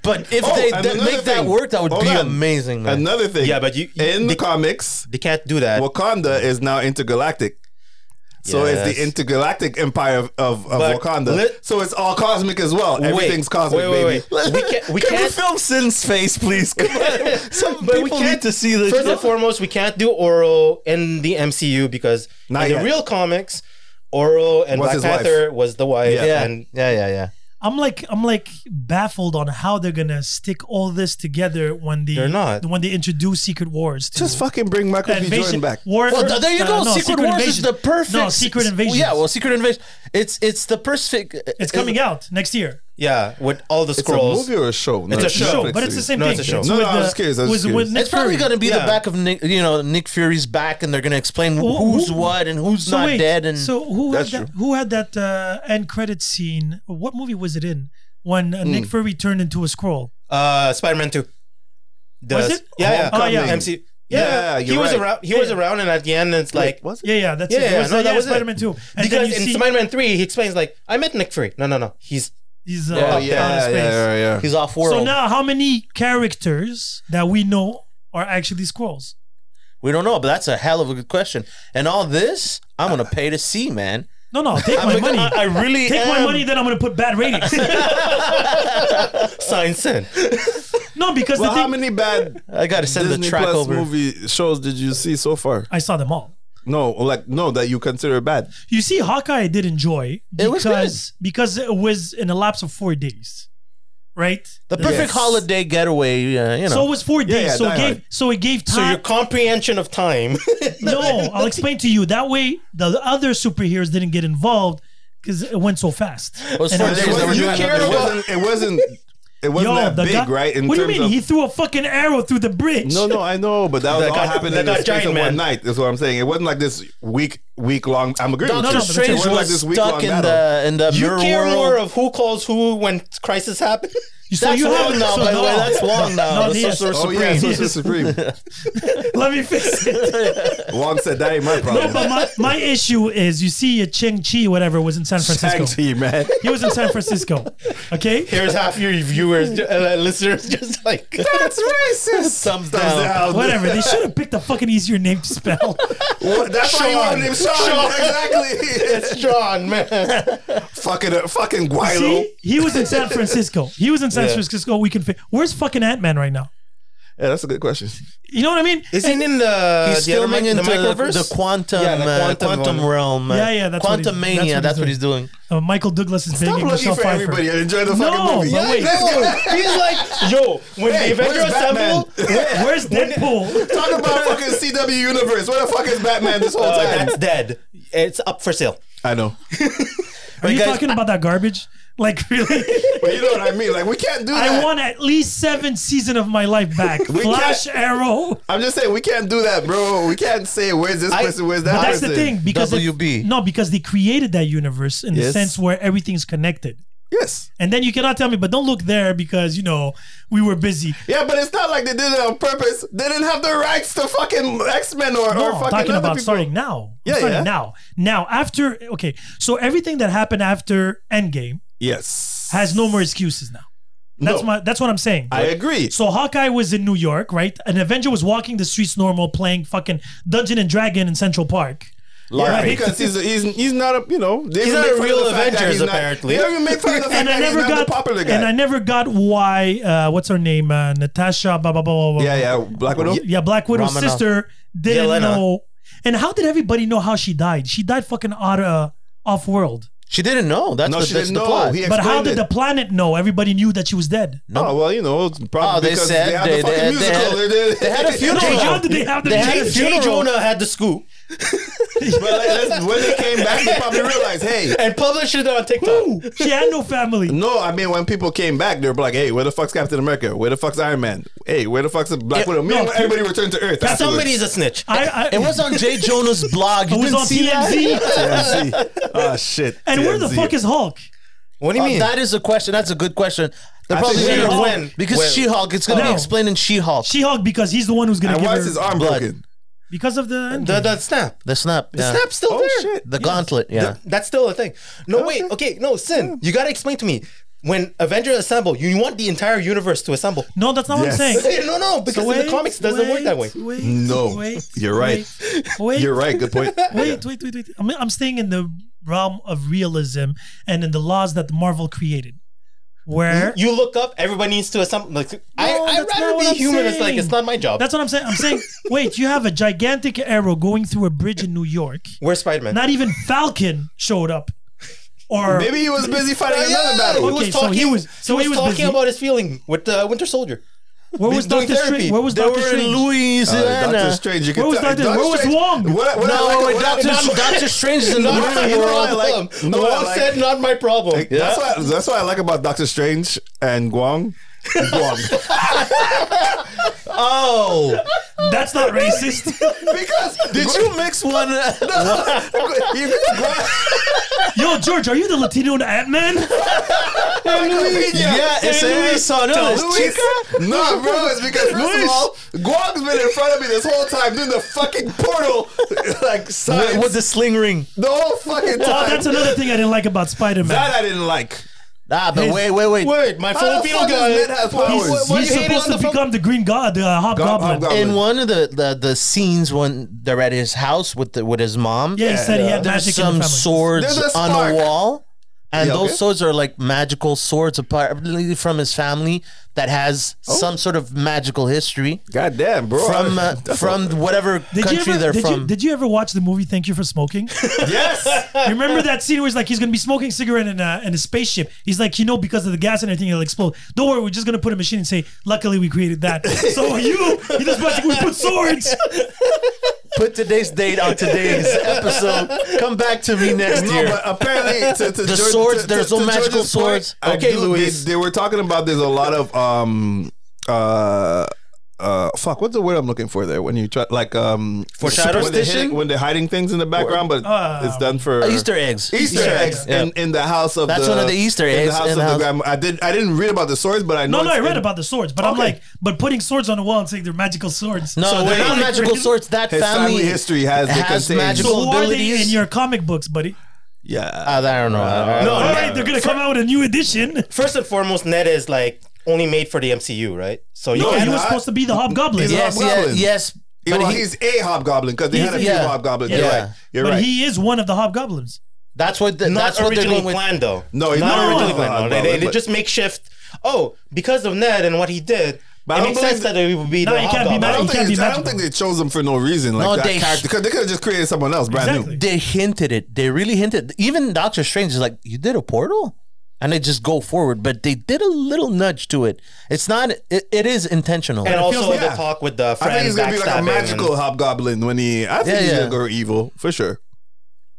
Speaker 2: But if
Speaker 1: Oh,
Speaker 2: they
Speaker 1: and
Speaker 2: th-
Speaker 1: another
Speaker 2: make that
Speaker 1: thing.
Speaker 2: work, that would
Speaker 1: Hold
Speaker 2: be
Speaker 1: on.
Speaker 2: amazing. man.
Speaker 1: Another thing.
Speaker 4: Yeah, but you- you-
Speaker 1: in the
Speaker 4: they-
Speaker 1: comics,
Speaker 4: they can't do that.
Speaker 1: Wakanda is now intergalactic. So it's the
Speaker 4: Yes.
Speaker 1: intergalactic empire of, of, of
Speaker 4: But
Speaker 1: Wakanda.
Speaker 4: let-
Speaker 1: so it's all cosmic as well. Everything's cosmic,
Speaker 4: wait, wait,
Speaker 1: baby.
Speaker 4: wait. We can't- we
Speaker 2: Can we
Speaker 4: can't-
Speaker 2: film Sin's face, please? Come on. Some
Speaker 4: But we
Speaker 2: people
Speaker 4: can't-
Speaker 2: need to see this.
Speaker 4: First and foremost, we can't do Oro in the MCU because
Speaker 1: Not
Speaker 4: in
Speaker 1: yet.
Speaker 4: the real comics, Oro and
Speaker 1: Was his
Speaker 4: Black Panther was the wife.
Speaker 1: Yeah.
Speaker 2: yeah.
Speaker 4: And
Speaker 2: yeah, yeah, yeah.
Speaker 3: I'm like I'm like baffled on how they're gonna stick all this together when they
Speaker 4: They're not.
Speaker 3: when they introduce Secret Wars. To
Speaker 1: Just fucking bring Michael B. Jordan back.
Speaker 3: War,
Speaker 2: Well, th- there you
Speaker 3: uh,
Speaker 2: go.
Speaker 3: no,
Speaker 2: Secret, Wars is
Speaker 3: Invasion.
Speaker 2: the perfect.
Speaker 3: No, Secret Invasion.
Speaker 2: Yeah, well, Secret Invasion. It's it's the perfect. uh,
Speaker 3: it's coming out next year.
Speaker 4: Yeah, with all the
Speaker 1: It's a
Speaker 4: scrolls.
Speaker 1: movie or a show?
Speaker 4: It's a show,
Speaker 3: No, but it's the same
Speaker 4: No,
Speaker 3: thing.
Speaker 4: it's a show.
Speaker 1: No,
Speaker 3: with
Speaker 1: no, I was
Speaker 3: the-
Speaker 1: curious, I was
Speaker 3: with- with
Speaker 1: curious.
Speaker 3: Nick
Speaker 2: It's probably
Speaker 3: Fury.
Speaker 2: going to be the
Speaker 4: Yeah.
Speaker 2: back of Nick. You know, Nick Fury's back, and they're going to explain
Speaker 3: Who-
Speaker 2: who's
Speaker 3: who-
Speaker 2: what and who's not
Speaker 3: wait,
Speaker 2: dead. And
Speaker 3: so who
Speaker 1: That's
Speaker 3: had that, who had that uh, end credit scene? What movie was it in? When uh, Nick Fury turned into a scroll.
Speaker 4: Uh, Spider-Man Two. The-
Speaker 3: Was it?
Speaker 4: Yeah, yeah.
Speaker 3: Oh, yeah.
Speaker 1: Homecoming.
Speaker 4: MC. Yeah,
Speaker 1: Yeah,
Speaker 4: he
Speaker 1: you're
Speaker 4: was
Speaker 1: right.
Speaker 4: around. He was
Speaker 3: Yeah.
Speaker 4: around, and at the end, it's like
Speaker 1: Wait, was it?
Speaker 3: Yeah, yeah, that's
Speaker 4: Yeah,
Speaker 3: it.
Speaker 4: yeah,
Speaker 3: it was,
Speaker 4: no,
Speaker 3: uh,
Speaker 4: that
Speaker 3: yeah,
Speaker 4: was it.
Speaker 3: Spider-Man Two. And then
Speaker 4: because
Speaker 3: you
Speaker 4: in
Speaker 3: see
Speaker 4: Spider-Man Three, he explains like, "I met Nick Fury." No, no, no. He's
Speaker 3: he's uh,
Speaker 1: Oh,
Speaker 3: out in
Speaker 1: yeah, yeah,
Speaker 3: space.
Speaker 1: yeah, yeah.
Speaker 2: he's off world.
Speaker 3: So now, how many characters that we know are actually squirrels?
Speaker 2: we don't know, but that's a hell of a good question. And all this, I'm going to pay to see, man.
Speaker 3: No, no, take my
Speaker 2: I'm
Speaker 3: money.
Speaker 2: I, I really
Speaker 3: take my
Speaker 2: am.
Speaker 3: money, then I'm gonna put bad ratings.
Speaker 4: sign sin.
Speaker 3: no, because
Speaker 1: Well,
Speaker 3: the
Speaker 1: how
Speaker 3: thing
Speaker 1: many bad
Speaker 2: I got to send
Speaker 1: Disney
Speaker 2: the track
Speaker 1: Plus
Speaker 2: over.
Speaker 1: movie shows did you see so far?
Speaker 3: I saw them all.
Speaker 1: No, like no that you consider bad.
Speaker 3: You see, Hawkeye I did enjoy
Speaker 2: It was
Speaker 3: because because it was in a lapse of four days, right?
Speaker 2: The perfect
Speaker 1: Yes.
Speaker 2: holiday getaway. Uh, you know,
Speaker 3: So it was four days.
Speaker 1: yeah,
Speaker 3: so
Speaker 1: Die
Speaker 3: it gave
Speaker 1: Hard.
Speaker 3: so it gave
Speaker 4: So your
Speaker 3: time.
Speaker 4: comprehension of time.
Speaker 3: no, I'll explain to you. That way, the other superheroes didn't get involved because it went so fast.
Speaker 2: was
Speaker 3: And
Speaker 2: four
Speaker 3: it
Speaker 2: days.
Speaker 1: It
Speaker 2: they were
Speaker 1: wasn't,
Speaker 4: you
Speaker 2: doing
Speaker 4: care
Speaker 2: another
Speaker 1: it
Speaker 4: about-
Speaker 1: wasn't it wasn't it wasn't that
Speaker 3: the
Speaker 1: big,
Speaker 3: guy-
Speaker 1: right? In
Speaker 3: what do you
Speaker 1: terms
Speaker 3: mean?
Speaker 1: of
Speaker 3: he threw a fucking arrow through the bridge.
Speaker 1: No, no, I know, but that, was
Speaker 4: That
Speaker 1: all
Speaker 4: got-
Speaker 1: happened
Speaker 4: that
Speaker 1: in the space
Speaker 4: got giant
Speaker 1: of
Speaker 4: man.
Speaker 1: one night. Is what I'm saying. It wasn't like this week week long. I'm agreeing.
Speaker 2: Doctor
Speaker 1: with you.
Speaker 3: no, but
Speaker 1: It
Speaker 2: Strange
Speaker 1: wasn't like
Speaker 2: was
Speaker 1: this week long
Speaker 2: stuck in
Speaker 1: battle.
Speaker 2: the in the
Speaker 4: you
Speaker 2: mirror
Speaker 4: care
Speaker 2: world.
Speaker 4: more of who calls who when crisis happens.
Speaker 3: so
Speaker 2: That's
Speaker 3: you
Speaker 2: long
Speaker 3: have
Speaker 2: now,
Speaker 3: so
Speaker 2: by the
Speaker 3: no.
Speaker 2: way. That's long now.
Speaker 3: No,
Speaker 2: The
Speaker 3: yes.
Speaker 2: Sorcerer
Speaker 1: Oh yeah,
Speaker 2: Supreme.
Speaker 1: Sorcerer Supreme.
Speaker 3: Let me fix it.
Speaker 1: Wong said that ain't my
Speaker 3: No,
Speaker 1: problem.
Speaker 3: but my, my issue is you see a Cheng Chi, whatever, was in San Francisco.
Speaker 1: Shang-Chi, man.
Speaker 3: He was in San Francisco. Okay?
Speaker 4: Here's half your viewers, uh, listeners, just like
Speaker 1: That's racist.
Speaker 2: Thumbs
Speaker 1: Thumbs
Speaker 2: down.
Speaker 1: down.
Speaker 3: Oh, Whatever. They should have picked a fucking easier name to spell.
Speaker 1: What- That's why you
Speaker 4: Sean.
Speaker 1: wanted him Sean.
Speaker 4: Sean.
Speaker 1: Exactly.
Speaker 4: it's John, man.
Speaker 1: fucking uh, fucking Guilo.
Speaker 3: see? He was in San Francisco. He was in San Francisco. We can fi- Where's fucking Ant Man right now?
Speaker 1: Yeah, that's a good question.
Speaker 3: You know what I mean?
Speaker 4: Isn't in Uh, the
Speaker 2: He's
Speaker 4: the other
Speaker 2: filming
Speaker 4: mi-
Speaker 2: into the,
Speaker 4: microverse?
Speaker 2: the quantum
Speaker 4: Yeah, the
Speaker 2: uh,
Speaker 4: quantum
Speaker 2: quantum,
Speaker 4: one.
Speaker 2: realm. uh,
Speaker 3: Yeah, yeah, that's what he's-
Speaker 2: quantum
Speaker 3: that's
Speaker 2: mania.
Speaker 3: what
Speaker 2: That's
Speaker 3: he's
Speaker 2: what he's doing.
Speaker 3: Uh, Michael Douglas is
Speaker 1: Stop
Speaker 3: banging
Speaker 1: looking
Speaker 3: Michelle
Speaker 1: for
Speaker 3: Pfeiffer.
Speaker 1: everybody and enjoy the
Speaker 3: No,
Speaker 1: fucking movie.
Speaker 3: but wait.
Speaker 1: Let's go.
Speaker 4: Oh, He's like, yo, when
Speaker 1: Hey,
Speaker 4: the Avengers
Speaker 1: where's Batman?
Speaker 4: assemble,
Speaker 3: Where's Deadpool?
Speaker 1: Talk about fucking CW universe. Where the fuck is Batman this whole
Speaker 4: uh,
Speaker 1: time?
Speaker 4: that's dead. It's up for sale.
Speaker 1: I know,
Speaker 3: Are you
Speaker 2: guys-
Speaker 3: talking about that garbage? Like really?
Speaker 1: but you know what I mean. Like we can't do that.
Speaker 3: I want at least seven season of my life back.
Speaker 1: We
Speaker 3: Flash Arrow.
Speaker 1: I'm just saying we can't do that, bro. We can't say where's this person, where's that
Speaker 3: But that's
Speaker 1: person.
Speaker 3: the thing because if-
Speaker 2: WB.
Speaker 3: no, because they created that universe in the
Speaker 1: Yes.
Speaker 3: sense where everything's connected.
Speaker 1: Yes.
Speaker 3: And then you cannot tell me, but don't look there because you know we were busy.
Speaker 1: Yeah, but it's not like they did it on purpose. They didn't have the rights to fucking X Men or,
Speaker 3: No,
Speaker 1: or
Speaker 3: I'm
Speaker 1: fucking
Speaker 3: talking
Speaker 1: other
Speaker 3: about
Speaker 1: people.
Speaker 3: starting now. I'm
Speaker 1: Yeah,
Speaker 3: starting
Speaker 1: yeah.
Speaker 3: now. Now after okay, so everything that happened after Endgame
Speaker 1: Yes.
Speaker 3: has no more excuses now. That's
Speaker 1: No.
Speaker 3: my that's what I'm saying.
Speaker 1: I agree.
Speaker 3: so Hawkeye was in New York, right? An Avenger was walking the streets normal, playing fucking Dungeon and Dragon in Central Park.
Speaker 1: Yeah,
Speaker 3: Right.
Speaker 1: because he's, he's he's not a you know they
Speaker 4: He's
Speaker 1: even
Speaker 4: not
Speaker 1: make
Speaker 4: a
Speaker 1: fun of
Speaker 4: real
Speaker 1: the fact that
Speaker 4: Avengers,
Speaker 1: he's not-
Speaker 4: apparently.
Speaker 1: They don't even make fun of the fact
Speaker 3: and I
Speaker 1: that
Speaker 3: never
Speaker 1: he's not
Speaker 3: got
Speaker 1: the popular guy.
Speaker 3: and I never got why uh, what's her name uh, Natasha blah blah blah, blah blah
Speaker 1: yeah, yeah, Black Widow.
Speaker 3: yeah Black Widow's
Speaker 2: Romanoff.
Speaker 3: sister didn't
Speaker 4: Yelena.
Speaker 3: know and how did everybody know how she died she died fucking out uh, off world
Speaker 2: She didn't know. That's
Speaker 1: No,
Speaker 2: what
Speaker 1: she
Speaker 2: that's
Speaker 1: didn't
Speaker 2: the
Speaker 1: know.
Speaker 2: plot.
Speaker 1: He
Speaker 3: but how
Speaker 1: explained
Speaker 3: did
Speaker 1: it.
Speaker 3: the planet know everybody knew that she was dead
Speaker 1: Oh well, you know, it's probably
Speaker 2: Oh, they
Speaker 1: because
Speaker 2: said
Speaker 1: they had
Speaker 2: they-
Speaker 1: the
Speaker 2: they
Speaker 1: fucking
Speaker 2: had- they
Speaker 1: musical.
Speaker 2: had- they had a
Speaker 3: no,
Speaker 2: funeral.
Speaker 1: But
Speaker 3: how did they have the
Speaker 2: They had
Speaker 3: baby?
Speaker 2: a
Speaker 4: Jay Jonah had the scoop
Speaker 1: like, listen, when they came back, they probably realized, hey,
Speaker 4: and published it on TikTok.
Speaker 3: she had no family
Speaker 1: no, I mean, when people came back, they were like, hey, where the fuck's Captain America? Where the fuck's Iron Man? Hey, where the fuck's Black
Speaker 4: Yeah,
Speaker 1: Widow? Me
Speaker 3: no,
Speaker 1: and everybody returned to Earth. afterwards.
Speaker 4: Somebody's a snitch.
Speaker 3: I, I,
Speaker 2: It was on Jay Jonah's blog. You
Speaker 3: it was
Speaker 2: didn't
Speaker 3: on
Speaker 2: see that?
Speaker 3: TMZ
Speaker 1: TMZ. Oh shit.
Speaker 3: and where the
Speaker 1: TMZ.
Speaker 3: fuck is Hulk
Speaker 4: What do you
Speaker 2: Uh,
Speaker 4: mean?
Speaker 2: that is a question. That's a good question. They're
Speaker 1: I
Speaker 2: probably
Speaker 1: think
Speaker 2: gonna-
Speaker 4: She-Hulk- when-
Speaker 2: because
Speaker 4: when-
Speaker 2: She-Hulk. It's going to be
Speaker 3: No.
Speaker 2: explained in She-Hulk.
Speaker 3: She Hulk because he's the one who's gonna
Speaker 1: And
Speaker 3: give
Speaker 1: why
Speaker 3: her
Speaker 1: is his arm
Speaker 2: blood.
Speaker 1: broken?
Speaker 3: because of the,
Speaker 4: The, the snap.
Speaker 2: the snap. yeah.
Speaker 4: Snap's still
Speaker 1: Oh
Speaker 4: there.
Speaker 1: shit.
Speaker 2: The gauntlet. Yeah.
Speaker 4: Th- that's still a thing. No, wait. Okay, no, Sin, you gotta explain to me. When Avengers assemble, you want the entire universe to assemble.
Speaker 3: no that's not
Speaker 1: Yes.
Speaker 3: what I'm saying
Speaker 4: no, no, because in the comics, it doesn't work that way.
Speaker 3: Wait,
Speaker 1: No.
Speaker 3: wait,
Speaker 1: You're right.
Speaker 3: Wait, wait,
Speaker 1: You're right. Good point.
Speaker 3: Wait, wait, wait, wait. I'm, I'm staying in the realm of realism and in the laws that Marvel created, where
Speaker 4: You look up, everybody needs to assemble. Like, I,
Speaker 3: No,
Speaker 4: I'd
Speaker 3: that's not
Speaker 4: rather
Speaker 3: what
Speaker 4: be
Speaker 3: I'm
Speaker 4: human. It's like,
Speaker 3: saying.
Speaker 4: it's not my job.
Speaker 3: that's what I'm saying. I'm saying, wait, you have a gigantic arrow going through a bridge in New York.
Speaker 4: Where's Spider Man?
Speaker 3: Not even Falcon showed up. Or
Speaker 1: Maybe he was busy fighting another battle.
Speaker 4: He was
Speaker 3: Okay, so
Speaker 4: talking,
Speaker 3: he was- so
Speaker 4: he was
Speaker 3: he was
Speaker 4: talking
Speaker 3: busy.
Speaker 4: about his feeling with uh, Winter Soldier.
Speaker 3: where was
Speaker 4: doing
Speaker 3: Doctor
Speaker 4: therapy.
Speaker 3: Strange? Where was
Speaker 2: They
Speaker 3: Doctor
Speaker 2: were in
Speaker 3: Strange?
Speaker 1: Uh,
Speaker 2: Louisiana.
Speaker 1: Doctor Strange, you can
Speaker 3: Where was
Speaker 1: tell-
Speaker 3: Doctor- where was
Speaker 1: Strange-
Speaker 3: Wong?
Speaker 1: What, what
Speaker 2: No,
Speaker 1: I like,
Speaker 2: wait,
Speaker 1: what I-
Speaker 2: Doctor,
Speaker 1: not-
Speaker 2: Doctor Strange is in the
Speaker 1: Why-
Speaker 4: Not my
Speaker 1: you know what I
Speaker 4: problem.
Speaker 1: like- you know
Speaker 4: no
Speaker 1: what I
Speaker 4: one
Speaker 1: like?
Speaker 4: said not my problem.
Speaker 1: Like, That's why. That's why I like about Doctor Strange and Guang. Guang,
Speaker 2: Oh,
Speaker 3: That's not racist.
Speaker 1: because
Speaker 2: did you mix one? uh,
Speaker 1: you Guang,
Speaker 3: Yo, George, are you the Latino Ant Man?
Speaker 2: yeah, it's a so no, it's
Speaker 1: Luis?
Speaker 2: chica.
Speaker 1: No, bro. It's because first of
Speaker 2: Luis.
Speaker 1: all, Guang's been in front of me this whole time doing the fucking portal, like signs
Speaker 2: With, with the sling ring.
Speaker 1: the whole fucking
Speaker 3: Oh,
Speaker 1: time.
Speaker 3: that's another thing I didn't like about Spider
Speaker 1: that
Speaker 3: Man.
Speaker 1: I didn't like.
Speaker 2: Ah, but wait, wait, wait.
Speaker 4: Wait, my
Speaker 1: How the
Speaker 4: Filipino
Speaker 1: fuck
Speaker 4: guy.
Speaker 1: does Ned have
Speaker 4: Why-
Speaker 1: powers?
Speaker 4: why- why
Speaker 3: He's
Speaker 4: you hating
Speaker 3: supposed
Speaker 4: on
Speaker 3: to
Speaker 4: the Fil-
Speaker 3: become the Green God, the uh, Hobgoblin.
Speaker 1: Hobgoblin.
Speaker 2: In one of the, the, the scenes when they're at his house with the, with his mom,
Speaker 3: Yeah, he said he had
Speaker 2: there's
Speaker 3: magic in the
Speaker 2: some
Speaker 3: family.
Speaker 2: swords
Speaker 1: There's a
Speaker 2: on
Speaker 1: spark.
Speaker 2: a wall, and
Speaker 1: Yeah,
Speaker 2: those
Speaker 1: okay.
Speaker 2: swords are like magical swords, apparently from his family that has
Speaker 1: Oh.
Speaker 2: some sort of magical history
Speaker 1: God damn, bro.
Speaker 2: from uh,
Speaker 1: That's
Speaker 2: from whatever
Speaker 3: Did you,
Speaker 2: country
Speaker 3: ever,
Speaker 2: they're
Speaker 3: did,
Speaker 2: from.
Speaker 3: you, did you ever watch the movie Thank You for Smoking?
Speaker 1: a- yes.
Speaker 3: you remember that scene where he's like, he's going to be smoking cigarette in a, in a spaceship. He's like, you know, because of the gas and everything, it'll explode. Don't worry, we're just going to put a machine and say, luckily we created that. so you, you just magic, we put swords.
Speaker 2: Put today's date on today's episode. Come back to me next
Speaker 1: No,
Speaker 2: year.
Speaker 1: but apparently to, to
Speaker 2: The
Speaker 1: George-
Speaker 2: swords,
Speaker 1: to-
Speaker 2: there's
Speaker 1: to-
Speaker 2: no
Speaker 1: to
Speaker 2: magical
Speaker 1: George's point,
Speaker 2: swords.
Speaker 1: I
Speaker 4: Okay,
Speaker 1: do-
Speaker 4: Luis.
Speaker 1: They, they were talking about there's a lot of um uh uh fuck. What's the word I'm looking for there? When you try like um
Speaker 4: Foreshadowing?
Speaker 1: when they're, hitting-
Speaker 2: Superstition?
Speaker 1: when they're hiding things in the background, but it's done for
Speaker 2: Easter eggs.
Speaker 1: Uh, Easter eggs
Speaker 2: Yeah.
Speaker 1: in, in the house of
Speaker 2: That's
Speaker 1: the,
Speaker 2: one of the Easter
Speaker 1: in the
Speaker 2: eggs
Speaker 1: house
Speaker 2: in
Speaker 1: of
Speaker 2: the
Speaker 1: the
Speaker 2: house.
Speaker 1: grandma. I did I didn't read about the swords, but I know
Speaker 3: No, no,
Speaker 1: it's
Speaker 3: I read
Speaker 1: in-
Speaker 3: about the swords, but I'm
Speaker 1: Okay.
Speaker 3: like, but putting swords on the wall and saying they're magical swords.
Speaker 2: No,
Speaker 3: So
Speaker 2: they're
Speaker 3: they're
Speaker 2: not
Speaker 3: like-
Speaker 2: magical swords. That
Speaker 1: His family history has- they
Speaker 2: has
Speaker 1: contain-
Speaker 2: magical
Speaker 3: So who are they in
Speaker 2: abilities. Uh,
Speaker 3: your comic books, buddy?
Speaker 1: yeah.
Speaker 2: I don't know. I don't
Speaker 4: No,
Speaker 2: know.
Speaker 3: All
Speaker 4: no.
Speaker 3: right, they're gonna come out with a new edition.
Speaker 4: First and foremost, Ned is like only made for the MCU, right? So you
Speaker 3: No,
Speaker 4: can't.
Speaker 3: he was
Speaker 1: I-
Speaker 3: supposed to be the Hobgoblin.
Speaker 1: He's a
Speaker 2: Yes, yeah,
Speaker 1: Hobgoblin.
Speaker 2: yes.
Speaker 1: Yeah, well,
Speaker 2: But he-
Speaker 1: he's a hobgoblin because they
Speaker 3: He's
Speaker 1: had a
Speaker 3: a-
Speaker 1: few
Speaker 2: yeah.
Speaker 1: hobgoblins.
Speaker 2: Yeah.
Speaker 1: You're
Speaker 2: Yeah.
Speaker 1: right. You're
Speaker 3: but
Speaker 1: right.
Speaker 3: he is one of the Hobgoblins.
Speaker 2: That's what the,
Speaker 4: not
Speaker 2: that's what they're
Speaker 4: originally
Speaker 2: going with.
Speaker 4: planned though.
Speaker 1: No, he's
Speaker 4: not
Speaker 1: not
Speaker 4: originally
Speaker 1: originally
Speaker 4: planned. No, they,
Speaker 1: planned,
Speaker 4: they, they
Speaker 1: but-
Speaker 4: just makeshift. Oh, because of Ned and what he did,
Speaker 1: But I
Speaker 4: it
Speaker 1: don't
Speaker 4: makes sense
Speaker 1: believe
Speaker 4: that he would be
Speaker 3: No,
Speaker 4: the
Speaker 3: he can't be
Speaker 4: Hobgoblin.
Speaker 1: I
Speaker 3: mad.
Speaker 1: don't,
Speaker 3: He can't
Speaker 1: think
Speaker 3: be
Speaker 1: they, I don't
Speaker 3: magical.
Speaker 1: think they chose him for no reason like
Speaker 2: No,
Speaker 1: that
Speaker 2: they-
Speaker 1: character because they could have just created someone else brand
Speaker 3: Exactly.
Speaker 1: new.
Speaker 2: They hinted it. They really hinted. Even Doctor Strange is like, you did a portal, and they just go forward. But they did a little nudge to it. It's not. It, it is intentional.
Speaker 4: And also
Speaker 1: like-
Speaker 4: the
Speaker 1: Yeah.
Speaker 4: talk with the
Speaker 1: I
Speaker 4: friend
Speaker 1: think he's gonna be like a
Speaker 4: backstabbing
Speaker 1: magical
Speaker 4: and-
Speaker 1: hobgoblin when he. I think
Speaker 2: Yeah,
Speaker 1: he's
Speaker 2: yeah.
Speaker 1: gonna go evil for sure.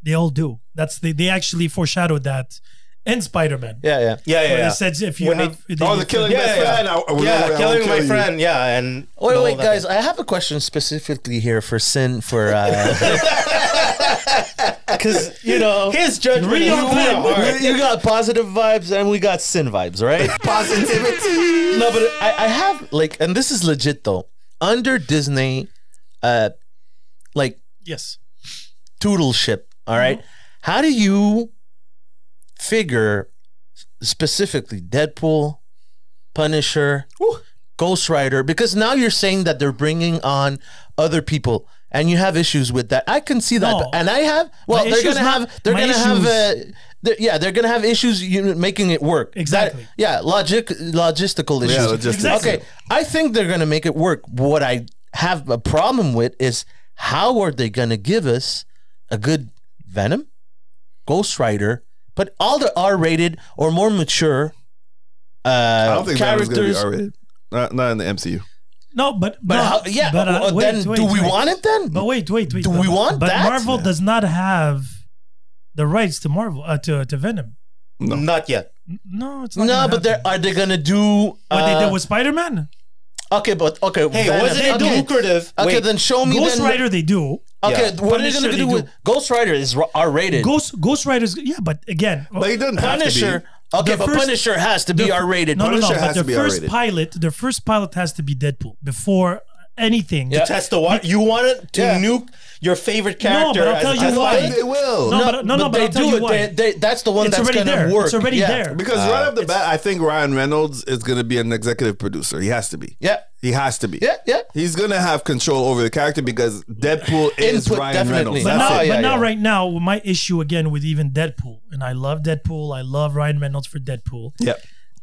Speaker 3: They all do. That's they, they actually foreshadowed that in Spider Man.
Speaker 2: yeah, yeah.
Speaker 4: yeah, yeah,
Speaker 3: Where
Speaker 4: yeah.
Speaker 3: they said if you
Speaker 4: When
Speaker 3: have they-
Speaker 1: Oh, the killing my
Speaker 4: Yeah, yeah,
Speaker 1: friend. I, I will-
Speaker 4: yeah,
Speaker 1: I will
Speaker 4: killing
Speaker 1: kill
Speaker 4: my
Speaker 1: you.
Speaker 4: friend. Yeah, and
Speaker 2: Wait,
Speaker 4: and all
Speaker 2: wait,
Speaker 4: that
Speaker 2: guys.
Speaker 4: thing.
Speaker 2: I have a question specifically here for Sin for uh because you know
Speaker 4: His judgment
Speaker 3: Real
Speaker 4: is
Speaker 3: man.
Speaker 4: kinda hard.
Speaker 2: you got positive vibes and we got Sin vibes, right?
Speaker 1: Positivity.
Speaker 2: No, but I, I have like, and this is legit though. Under Disney, uh, like
Speaker 3: yes.
Speaker 2: Toodleship, all right? How do you figure specifically Deadpool, Punisher, Ghost Rider? Because now you're saying that they're bringing on other people. And you have issues with that. I can see that,
Speaker 3: No.
Speaker 2: and I have. Well,
Speaker 3: My
Speaker 2: they're
Speaker 3: issue's
Speaker 2: gonna
Speaker 3: not-
Speaker 2: have. They're
Speaker 3: my
Speaker 2: gonna have. Uh,
Speaker 3: issue's-
Speaker 2: they're- yeah, they're gonna have issues you know, making it work. That-
Speaker 3: Exactly.
Speaker 2: yeah, logic, logistical issues.
Speaker 1: logistics.
Speaker 3: Exactly.
Speaker 2: Okay, I think they're going to make it work. What I have a problem with is how are they going to give us a good Venom, Ghost Rider, but all the R-rated or more mature uh,
Speaker 1: I don't think that was gonna be
Speaker 2: characters?
Speaker 1: R-rated. Not, not in the MCU.
Speaker 3: No, but
Speaker 2: but
Speaker 3: no,
Speaker 2: how, yeah,
Speaker 3: but, uh,
Speaker 2: well,
Speaker 3: wait,
Speaker 2: then
Speaker 3: wait,
Speaker 2: do we
Speaker 3: wait.
Speaker 2: want it then?
Speaker 3: But wait, wait, wait.
Speaker 2: Do
Speaker 3: but,
Speaker 2: we want
Speaker 3: But
Speaker 2: that?
Speaker 3: Marvel does not have the rights to Marvel uh, to to Venom.
Speaker 4: Not yet.
Speaker 3: No, it's not.
Speaker 2: no,
Speaker 3: gonna
Speaker 2: but they're,
Speaker 3: happen.
Speaker 2: are they going to do?
Speaker 3: what
Speaker 2: uh,
Speaker 3: they did with Spider Man,
Speaker 2: okay, but okay.
Speaker 4: Hey, wasn't it
Speaker 2: okay.
Speaker 4: lucrative?
Speaker 2: Okay,
Speaker 4: Wait,
Speaker 2: then show me
Speaker 3: Ghost
Speaker 2: then. Uh,
Speaker 3: Rider, they do.
Speaker 2: Okay,
Speaker 4: Yeah.
Speaker 2: what are they
Speaker 3: Punisher,
Speaker 2: going to
Speaker 3: they
Speaker 2: do
Speaker 3: do.
Speaker 2: with Ghost Rider? Is R-rated.
Speaker 3: Ghost Ghost Rider's yeah, but again,
Speaker 1: But he doesn't have
Speaker 2: Punisher.
Speaker 1: to
Speaker 2: Okay,
Speaker 3: The
Speaker 2: but
Speaker 3: first-
Speaker 2: Punisher has to be
Speaker 3: the-
Speaker 2: R-rated.
Speaker 3: No, no, no.
Speaker 1: Punisher has
Speaker 3: But
Speaker 1: to
Speaker 3: the
Speaker 1: be
Speaker 3: first
Speaker 1: R-rated.
Speaker 3: pilot, the first pilot has to be Deadpool before anything.
Speaker 2: Yeah.
Speaker 4: Test the water. You want it to
Speaker 1: Yeah.
Speaker 4: nuke your favorite
Speaker 3: No,
Speaker 4: character?
Speaker 3: but I'll
Speaker 4: as
Speaker 3: tell you
Speaker 4: Deadpool?
Speaker 1: be.
Speaker 3: why.
Speaker 1: They will.
Speaker 3: No, but no, no, but
Speaker 2: they
Speaker 3: I'll tell
Speaker 2: do
Speaker 3: you
Speaker 2: it.
Speaker 3: why.
Speaker 2: They, they, that's the one
Speaker 3: it's
Speaker 2: that's
Speaker 3: already
Speaker 2: going
Speaker 3: there.
Speaker 2: to work.
Speaker 3: It's already
Speaker 2: yeah.
Speaker 3: there.
Speaker 1: Because right off the bat, I think Ryan Reynolds is going to be an executive producer. He has to be.
Speaker 2: Yeah.
Speaker 1: He has to be.
Speaker 2: Yeah, yeah.
Speaker 1: He's going to have control over the character because Deadpool is
Speaker 2: Input,
Speaker 1: Ryan
Speaker 2: definitely.
Speaker 1: Reynolds.
Speaker 3: But
Speaker 2: That's
Speaker 3: now,
Speaker 2: it.
Speaker 3: but
Speaker 2: Yeah,
Speaker 3: now,
Speaker 2: yeah.
Speaker 3: right now, my issue again with even Deadpool, and I love Deadpool. I love Ryan Reynolds for Deadpool.
Speaker 1: Yeah.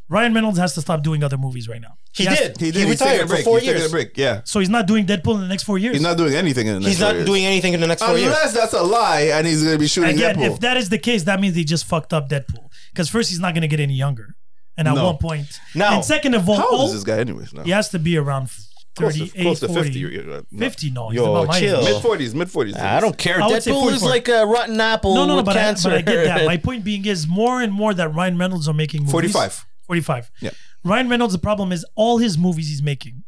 Speaker 3: Ryan Reynolds has to stop doing other movies right now.
Speaker 4: He
Speaker 3: has-
Speaker 4: did.
Speaker 1: He
Speaker 4: He,
Speaker 1: did. he's taking a
Speaker 4: retired for
Speaker 1: break.
Speaker 4: four
Speaker 1: he's taking a
Speaker 4: years.
Speaker 1: break. Yeah.
Speaker 3: So he's not doing Deadpool in the next four years.
Speaker 1: He's not doing anything in the next
Speaker 4: He's not
Speaker 1: four years.
Speaker 4: doing anything in the next four years.
Speaker 1: Unless that's a lie and he's going to be shooting
Speaker 3: Again,
Speaker 1: Deadpool.
Speaker 3: if that is the case, that means they just fucked up Deadpool. Because first, he's not going to get any younger, and at
Speaker 1: No.
Speaker 3: one point,
Speaker 4: No.
Speaker 3: and second of all,
Speaker 1: How old is this guy, anyways? Now?
Speaker 3: he has to be around
Speaker 1: close
Speaker 3: 38,
Speaker 1: to, close to 50.
Speaker 3: 40.
Speaker 1: you're right.
Speaker 3: 50, no, he's
Speaker 4: Yo,
Speaker 3: about my
Speaker 4: chill.
Speaker 3: age.
Speaker 1: Mid 40s, mid 40s.
Speaker 2: I don't care.
Speaker 3: I would say
Speaker 2: Deadpool is
Speaker 3: 44.
Speaker 2: like a rotten apple
Speaker 3: No, no, no,
Speaker 2: with
Speaker 3: but I,
Speaker 2: cancer.
Speaker 3: but I get that. My point being is more and more that Ryan Reynolds are making movies.
Speaker 1: 45.
Speaker 3: 45.
Speaker 1: Yeah.
Speaker 3: Ryan Reynolds, the problem is all his movies he's making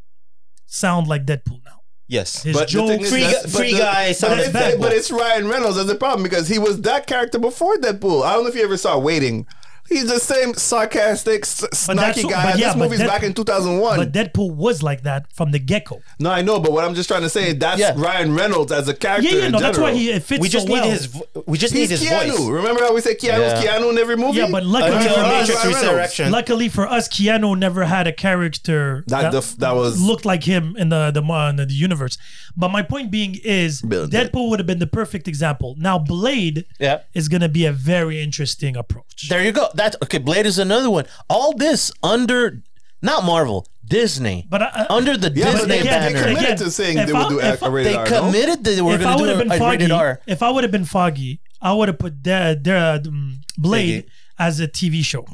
Speaker 3: sound like Deadpool now.
Speaker 4: Yes.
Speaker 3: His
Speaker 1: But the thing
Speaker 3: jokes.
Speaker 1: is,
Speaker 4: Free
Speaker 1: that's-
Speaker 4: gu-
Speaker 1: but
Speaker 4: free
Speaker 1: the-
Speaker 4: guy
Speaker 1: But
Speaker 4: sounded
Speaker 1: it's,
Speaker 4: bad.
Speaker 1: but it's Ryan Reynolds that's the problem because he was that character before Deadpool. I don't know if you ever saw Waiting. He's the same sarcastic, s-
Speaker 3: But that's-
Speaker 1: snarky guy.
Speaker 3: but yeah,
Speaker 1: this
Speaker 3: but
Speaker 1: movie's
Speaker 3: Deadpool-
Speaker 1: back in 2001.
Speaker 3: but Deadpool was like that from the get go.
Speaker 1: no, I know, but what I'm just trying to say that's
Speaker 2: Yeah.
Speaker 1: Ryan Reynolds as a character.
Speaker 3: Yeah, yeah,
Speaker 1: in
Speaker 3: no, that's why
Speaker 1: general.
Speaker 3: he it fits
Speaker 4: We just
Speaker 3: so well.
Speaker 4: need his. vo- We just
Speaker 1: He's
Speaker 4: need his
Speaker 1: Keanu.
Speaker 4: voice.
Speaker 1: Remember how we said Keanu's
Speaker 2: Yeah.
Speaker 1: Keanu in every movie?
Speaker 3: Yeah, but luckily
Speaker 1: Until
Speaker 3: for
Speaker 4: Until
Speaker 1: us,
Speaker 3: us,
Speaker 4: Matrix
Speaker 1: Ryan Reynolds.
Speaker 4: Resurrection.
Speaker 3: luckily for us, Keanu never had a character
Speaker 1: That, the f- that was
Speaker 3: looked like him in the the, uh, in the universe. But my point being is,
Speaker 1: Bill did.
Speaker 3: Deadpool would have been the perfect example. Now Blade
Speaker 2: Yeah.
Speaker 3: is going to be a very interesting approach.
Speaker 2: There you go. That's okay. Blade is another one. All this under not Marvel, Disney,
Speaker 3: But I- I-
Speaker 2: under the
Speaker 1: Yeah, but
Speaker 2: Disney
Speaker 1: they,
Speaker 3: again-
Speaker 1: they
Speaker 2: banner,
Speaker 1: committed
Speaker 3: Again,
Speaker 1: to saying
Speaker 3: if
Speaker 1: they would
Speaker 3: I-
Speaker 1: do
Speaker 3: if
Speaker 1: a,
Speaker 3: I-
Speaker 1: a rated
Speaker 2: they
Speaker 1: R. no?
Speaker 2: committed that they were
Speaker 3: if I
Speaker 2: going
Speaker 3: would
Speaker 2: to
Speaker 3: have
Speaker 2: do
Speaker 3: been
Speaker 2: a, a rated
Speaker 3: foggy,
Speaker 2: R.
Speaker 3: if I would have been foggy, I would have put the, the um, Blade as a TV show.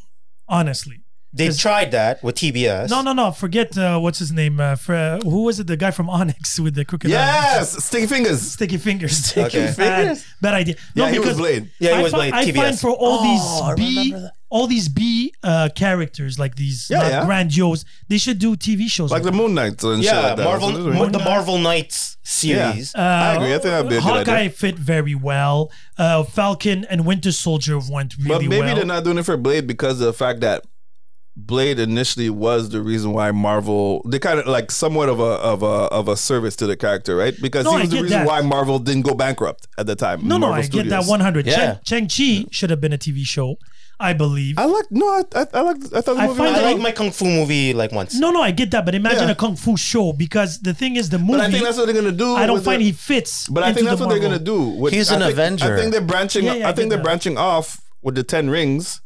Speaker 3: Honestly,
Speaker 4: They tried that with TBS.
Speaker 3: no, no, no. Forget uh, what's his name. Uh, for, who was it? The guy from Onyx with the crooked eye?
Speaker 1: Yes, sticky fingers.
Speaker 3: sticky fingers. Sticky
Speaker 4: Okay.
Speaker 3: fingers. Bad idea. No,
Speaker 1: Yeah, he was
Speaker 3: because
Speaker 1: Blade.
Speaker 4: Yeah,
Speaker 3: I,
Speaker 4: it was
Speaker 3: fi-
Speaker 4: Blade.
Speaker 3: I find
Speaker 4: TBS.
Speaker 3: for all
Speaker 2: Oh, I
Speaker 3: these B,
Speaker 2: remember that.
Speaker 3: all these B uh, characters like these
Speaker 1: Yeah,
Speaker 3: not
Speaker 1: yeah.
Speaker 3: grandiose, they should do TV shows.
Speaker 1: Like the Moon Knight and shit
Speaker 4: Yeah,
Speaker 1: like that.
Speaker 4: Marvel.
Speaker 1: Wasn't it?
Speaker 4: mo- The Marvel Knights
Speaker 1: Yeah.
Speaker 4: series.
Speaker 3: Uh,
Speaker 1: I agree. I think that'd be a good
Speaker 3: Hawkeye
Speaker 1: idea.
Speaker 3: fit very well. Uh, Falcon and Winter Soldier went really
Speaker 1: But maybe
Speaker 3: well.
Speaker 1: they're not doing it for Blade because of the fact that Blade initially was the reason why Marvel they kind of like somewhat of a of a of a service to the character, right? Because
Speaker 3: No,
Speaker 1: he
Speaker 3: I
Speaker 1: was the
Speaker 3: get
Speaker 1: reason
Speaker 3: that.
Speaker 1: why Marvel didn't go bankrupt at the time.
Speaker 3: no, no,
Speaker 1: Marvel
Speaker 3: I get that
Speaker 1: Studios.
Speaker 3: 100.
Speaker 2: Yeah.
Speaker 3: Chang Chi should have been a TV show, I believe.
Speaker 1: I like no, I I, I like I thought the
Speaker 3: I
Speaker 1: movie
Speaker 3: find
Speaker 1: was
Speaker 3: that-
Speaker 4: I
Speaker 1: good.
Speaker 4: like my kung fu movie like once.
Speaker 3: no, no, I get that, but imagine
Speaker 1: Yeah.
Speaker 3: a kung fu show because the thing is, the movie.
Speaker 1: But I think that's what they're gonna do.
Speaker 3: I don't
Speaker 1: with
Speaker 3: find
Speaker 1: the-
Speaker 3: he fits.
Speaker 1: But I
Speaker 3: into
Speaker 1: think that's
Speaker 3: the
Speaker 1: what they're
Speaker 3: Marvel.
Speaker 1: gonna do. With,
Speaker 2: He's
Speaker 1: I
Speaker 2: an
Speaker 1: think-
Speaker 2: Avenger.
Speaker 1: I think they're branching.
Speaker 3: Yeah, yeah, I
Speaker 1: I think
Speaker 3: get
Speaker 1: they're
Speaker 3: that.
Speaker 1: branching off with the Ten Rings,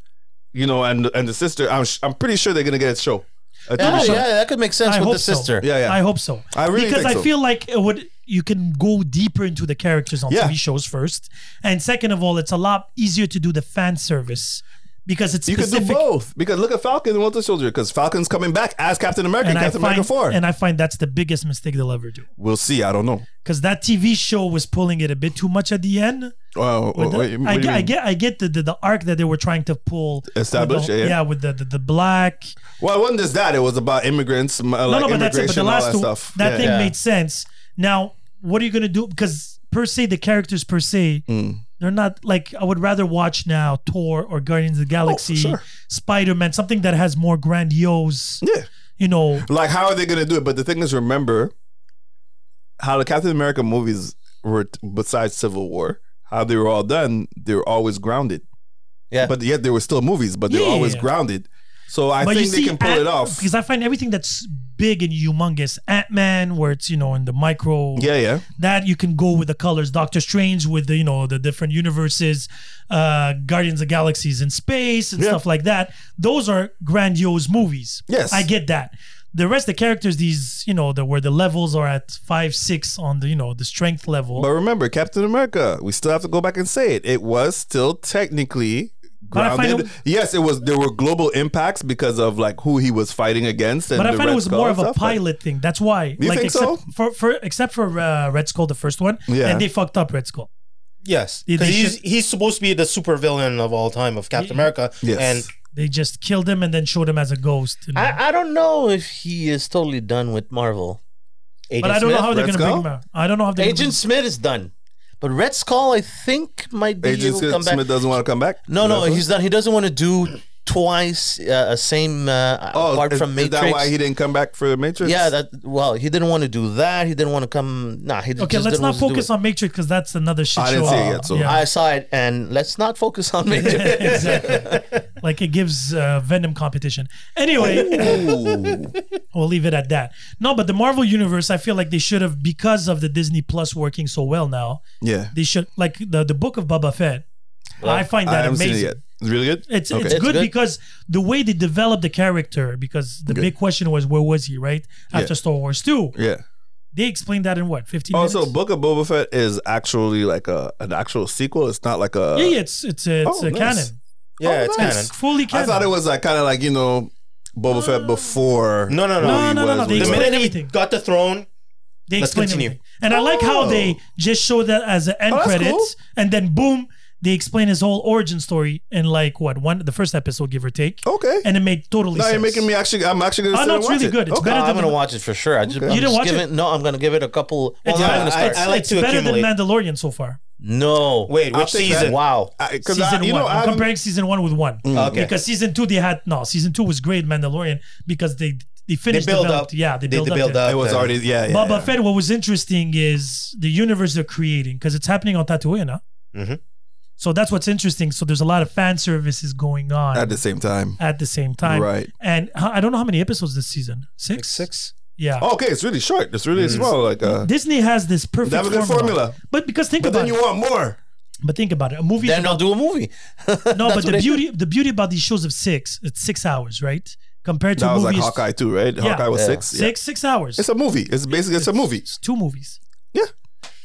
Speaker 1: you know, and and the sister. I'm sh- I'm pretty sure they're gonna get a show. A
Speaker 2: Yeah,
Speaker 1: TV show.
Speaker 2: yeah, that could make sense
Speaker 3: I
Speaker 2: with
Speaker 3: hope
Speaker 2: the
Speaker 3: so.
Speaker 2: sister.
Speaker 1: Yeah, yeah.
Speaker 3: I hope so.
Speaker 1: I really
Speaker 3: because
Speaker 1: think
Speaker 3: I
Speaker 1: so.
Speaker 3: feel like it would you can go deeper into the characters on
Speaker 1: Yeah.
Speaker 3: TV shows first, and second of all, it's a lot easier to do the fan service because it's
Speaker 1: You could do
Speaker 3: specific.
Speaker 1: both because look at Falcon and Winter Soldier because Falcon's coming back as Captain America.
Speaker 3: And
Speaker 1: in
Speaker 3: I
Speaker 1: Captain America
Speaker 3: find
Speaker 1: Four.
Speaker 3: and I find that's the biggest mistake they'll ever do
Speaker 1: we'll see. I don't know.
Speaker 3: because that TV show was pulling it a bit too much at the end.
Speaker 1: Oh,
Speaker 3: With the-
Speaker 1: what you- what
Speaker 3: I,
Speaker 1: do you
Speaker 3: get, I
Speaker 1: mean?
Speaker 3: get I get the, the the arc that they were trying to pull with the-
Speaker 1: Establish, yeah, yeah.
Speaker 3: with the, the the black
Speaker 1: Well, it wasn't just that. It was about immigrants, m- uh, like
Speaker 3: no, no, but that's
Speaker 1: immigration,
Speaker 3: it.
Speaker 1: all
Speaker 3: But the last
Speaker 1: that
Speaker 3: two,
Speaker 1: stuff.
Speaker 3: that
Speaker 1: Yeah.
Speaker 3: thing
Speaker 2: Yeah.
Speaker 3: made sense. Now, what are you gonna do? Because per se, the characters per se,
Speaker 1: Mm.
Speaker 3: they're not like I would rather watch now Thor or Guardians of the Galaxy,
Speaker 1: Oh, sure.
Speaker 3: Spider Man, something that has more grandiose,
Speaker 1: Yeah.
Speaker 3: you know.
Speaker 1: Like, how are they going to do it? But the thing is, remember how the Captain America movies were, t- besides Civil War, how they were all done, they were always grounded.
Speaker 2: Yeah.
Speaker 1: But yet they were still movies, but they were
Speaker 3: Yeah.
Speaker 1: always grounded. So I
Speaker 3: but
Speaker 1: think
Speaker 3: you see,
Speaker 1: they can pull
Speaker 3: Ant-
Speaker 1: it off.
Speaker 3: because I find everything that's big and humongous, Ant Man, where it's you know in the micro,
Speaker 1: Yeah, yeah.
Speaker 3: that you can go with the colors doctor strange with the you know the different universes uh guardians of galaxies in space and
Speaker 1: Yeah.
Speaker 3: stuff like that those are grandiose movies
Speaker 1: Yes.
Speaker 3: i get that the rest of the characters these you know the where the levels are at five six on the you know the strength level
Speaker 1: But remember, Captain America, we still have to go back and say it. It was still technically
Speaker 3: But I find
Speaker 1: grounded. yes, it was. There were global impacts because of like who he was fighting against. And
Speaker 3: but I
Speaker 1: the
Speaker 3: find
Speaker 1: Red
Speaker 3: it was
Speaker 1: Skull
Speaker 3: more
Speaker 1: and
Speaker 3: of a
Speaker 1: stuff, but-
Speaker 3: pilot thing. That's why.
Speaker 1: You think
Speaker 3: except
Speaker 1: so?
Speaker 3: for, for except for uh, Red Skull, the first one,
Speaker 1: Yeah.
Speaker 3: and they fucked up Red Skull.
Speaker 4: Yes,
Speaker 3: They-
Speaker 4: because
Speaker 3: they
Speaker 4: he's,
Speaker 3: should-
Speaker 4: he's supposed to be the supervillain of all time of Captain America.
Speaker 1: Yes.
Speaker 4: and
Speaker 3: They just killed him and then showed him as a ghost. you know.
Speaker 2: I, I don't know if he is totally done with Marvel.
Speaker 3: but I don't know how they're
Speaker 1: Red
Speaker 3: going to bring
Speaker 1: Skull?
Speaker 3: him out. I don't know how they're gonna bring-
Speaker 2: Agent Smith is done, but Red Skull, I think, might be
Speaker 1: Agent
Speaker 2: able to come
Speaker 1: Smith,
Speaker 2: back.
Speaker 1: doesn't want to come back.
Speaker 2: No,
Speaker 1: Is
Speaker 2: no,
Speaker 1: that what-
Speaker 2: he's not. He doesn't want to do twice uh, a same uh, apart
Speaker 1: Oh, is,
Speaker 2: from
Speaker 1: is
Speaker 2: Matrix.
Speaker 1: that why he didn't come back for the Matrix?
Speaker 2: yeah, that well, he didn't want to do that. He didn't want to come. Nah, he
Speaker 3: Okay,
Speaker 2: just
Speaker 3: let's
Speaker 2: didn't
Speaker 3: not
Speaker 2: want to do
Speaker 3: focus
Speaker 2: it.
Speaker 3: on Matrix because that's another shit
Speaker 1: I
Speaker 3: show.
Speaker 1: didn't see it yet, so-
Speaker 3: yeah,
Speaker 2: I saw it, and let's not focus on Matrix.
Speaker 3: exactly. like it gives uh, Venom competition. Anyway,
Speaker 1: Ooh.
Speaker 3: we'll leave it at that. No, but the Marvel universe, I feel like they should have because of the Disney Plus working so well now.
Speaker 1: yeah.
Speaker 3: They should like the the book of Boba Fett. I find
Speaker 1: I
Speaker 3: that
Speaker 1: haven't
Speaker 3: amazing.
Speaker 1: seen it yet. It's really good.
Speaker 3: It's
Speaker 1: Okay.
Speaker 3: it's,
Speaker 2: It's
Speaker 3: good,
Speaker 2: good.
Speaker 3: because the way they developed the character, because the
Speaker 1: Okay.
Speaker 3: big question was where was he, right? After
Speaker 1: Yeah.
Speaker 3: Star Wars 2.
Speaker 1: Yeah.
Speaker 3: They explained that in what, 15
Speaker 1: Also,
Speaker 3: minutes?
Speaker 1: Book of Boba Fett is actually like a an actual sequel. It's not like a.
Speaker 3: yeah, yeah, it's it's a, it's
Speaker 1: Oh,
Speaker 3: a
Speaker 1: nice.
Speaker 3: canon.
Speaker 4: Yeah,
Speaker 1: Oh,
Speaker 4: it's
Speaker 1: nice.
Speaker 4: canon.
Speaker 3: It's fully
Speaker 1: I
Speaker 3: canon.
Speaker 1: thought it was like kind of like you know, Boba Fett before.
Speaker 4: No, no, no.
Speaker 1: who he
Speaker 3: No, no, no,
Speaker 1: was,
Speaker 3: no,
Speaker 1: what
Speaker 3: they
Speaker 1: he
Speaker 4: The
Speaker 1: was.
Speaker 3: explain
Speaker 4: minute he
Speaker 3: everything.
Speaker 4: got the throne,
Speaker 3: They
Speaker 4: Let's
Speaker 3: explain
Speaker 4: continue.
Speaker 3: everything. And I like how they just show that as an end
Speaker 1: Oh, that's
Speaker 3: credits
Speaker 1: cool.
Speaker 3: and then boom, they explain his whole origin story in like what, one the first episode give or take.
Speaker 1: Okay.
Speaker 3: And it made totally
Speaker 1: Oh. now
Speaker 3: sense.
Speaker 1: you're making me actually. I'm actually gonna.
Speaker 3: Oh,
Speaker 1: sit
Speaker 3: no,
Speaker 1: and
Speaker 3: it's
Speaker 1: watch
Speaker 3: really
Speaker 1: it.
Speaker 3: good. It's
Speaker 1: Okay.
Speaker 3: better
Speaker 2: No, I'm
Speaker 3: than
Speaker 2: gonna
Speaker 3: the-
Speaker 2: watch it for sure. I just
Speaker 1: Okay.
Speaker 2: I'm
Speaker 3: You didn't
Speaker 2: just
Speaker 3: watch
Speaker 2: giving- No, I'm gonna give it a couple. Well,
Speaker 3: It's
Speaker 2: no, I'm
Speaker 4: better-
Speaker 2: gonna start.
Speaker 4: I like
Speaker 3: it's
Speaker 4: to
Speaker 3: better than
Speaker 4: accumulate.
Speaker 3: Mandalorian so far.
Speaker 2: no,
Speaker 4: wait,
Speaker 1: I'll
Speaker 4: which
Speaker 1: take that.
Speaker 4: season?
Speaker 2: Wow.
Speaker 1: I- 'cause I-
Speaker 3: Season
Speaker 1: you
Speaker 3: one.
Speaker 1: know, I
Speaker 3: I'm
Speaker 1: haven't-
Speaker 3: comparing season one with one.
Speaker 4: Okay.
Speaker 3: Because season two they had no. Season two was great Mandalorian because they they finished
Speaker 4: build
Speaker 3: developed-
Speaker 4: up.
Speaker 3: Yeah, they
Speaker 4: They-
Speaker 3: built
Speaker 4: they
Speaker 3: up.
Speaker 4: build
Speaker 3: there.
Speaker 4: up.
Speaker 1: It was
Speaker 4: Okay.
Speaker 1: already. Yeah. yeah
Speaker 3: Boba
Speaker 1: yeah.
Speaker 3: Fett, what was interesting is the universe they're creating because it's happening on Tatooine. Huh?
Speaker 4: Mhm.
Speaker 3: So that's what's interesting. So there's a lot of fan services going on
Speaker 1: At the same time.
Speaker 3: at the same time.
Speaker 1: Right.
Speaker 3: And h- I don't know how many episodes this season. Six?
Speaker 4: Six.
Speaker 3: Yeah.
Speaker 1: Oh, okay. It's really short. It's really
Speaker 3: Mm.
Speaker 1: small. Like uh,
Speaker 3: Disney has this perfect
Speaker 1: They have a good formula.
Speaker 3: But because think
Speaker 1: but
Speaker 3: about
Speaker 1: then
Speaker 3: it.
Speaker 1: you want more.
Speaker 3: but think about it. A movie
Speaker 2: Then they'll do a movie.
Speaker 3: No,
Speaker 2: That's
Speaker 3: but
Speaker 2: what
Speaker 3: the
Speaker 2: I-
Speaker 3: beauty the beauty about these shows of six, it's six hours, right? Compared to
Speaker 1: That was like
Speaker 3: movies
Speaker 1: Hawkeye too, right? Hawkeye was
Speaker 2: Yeah.
Speaker 1: six. Yeah.
Speaker 3: six, six hours.
Speaker 1: It's a movie. It's basically it's a movie.
Speaker 3: It's two movies.
Speaker 1: Yeah.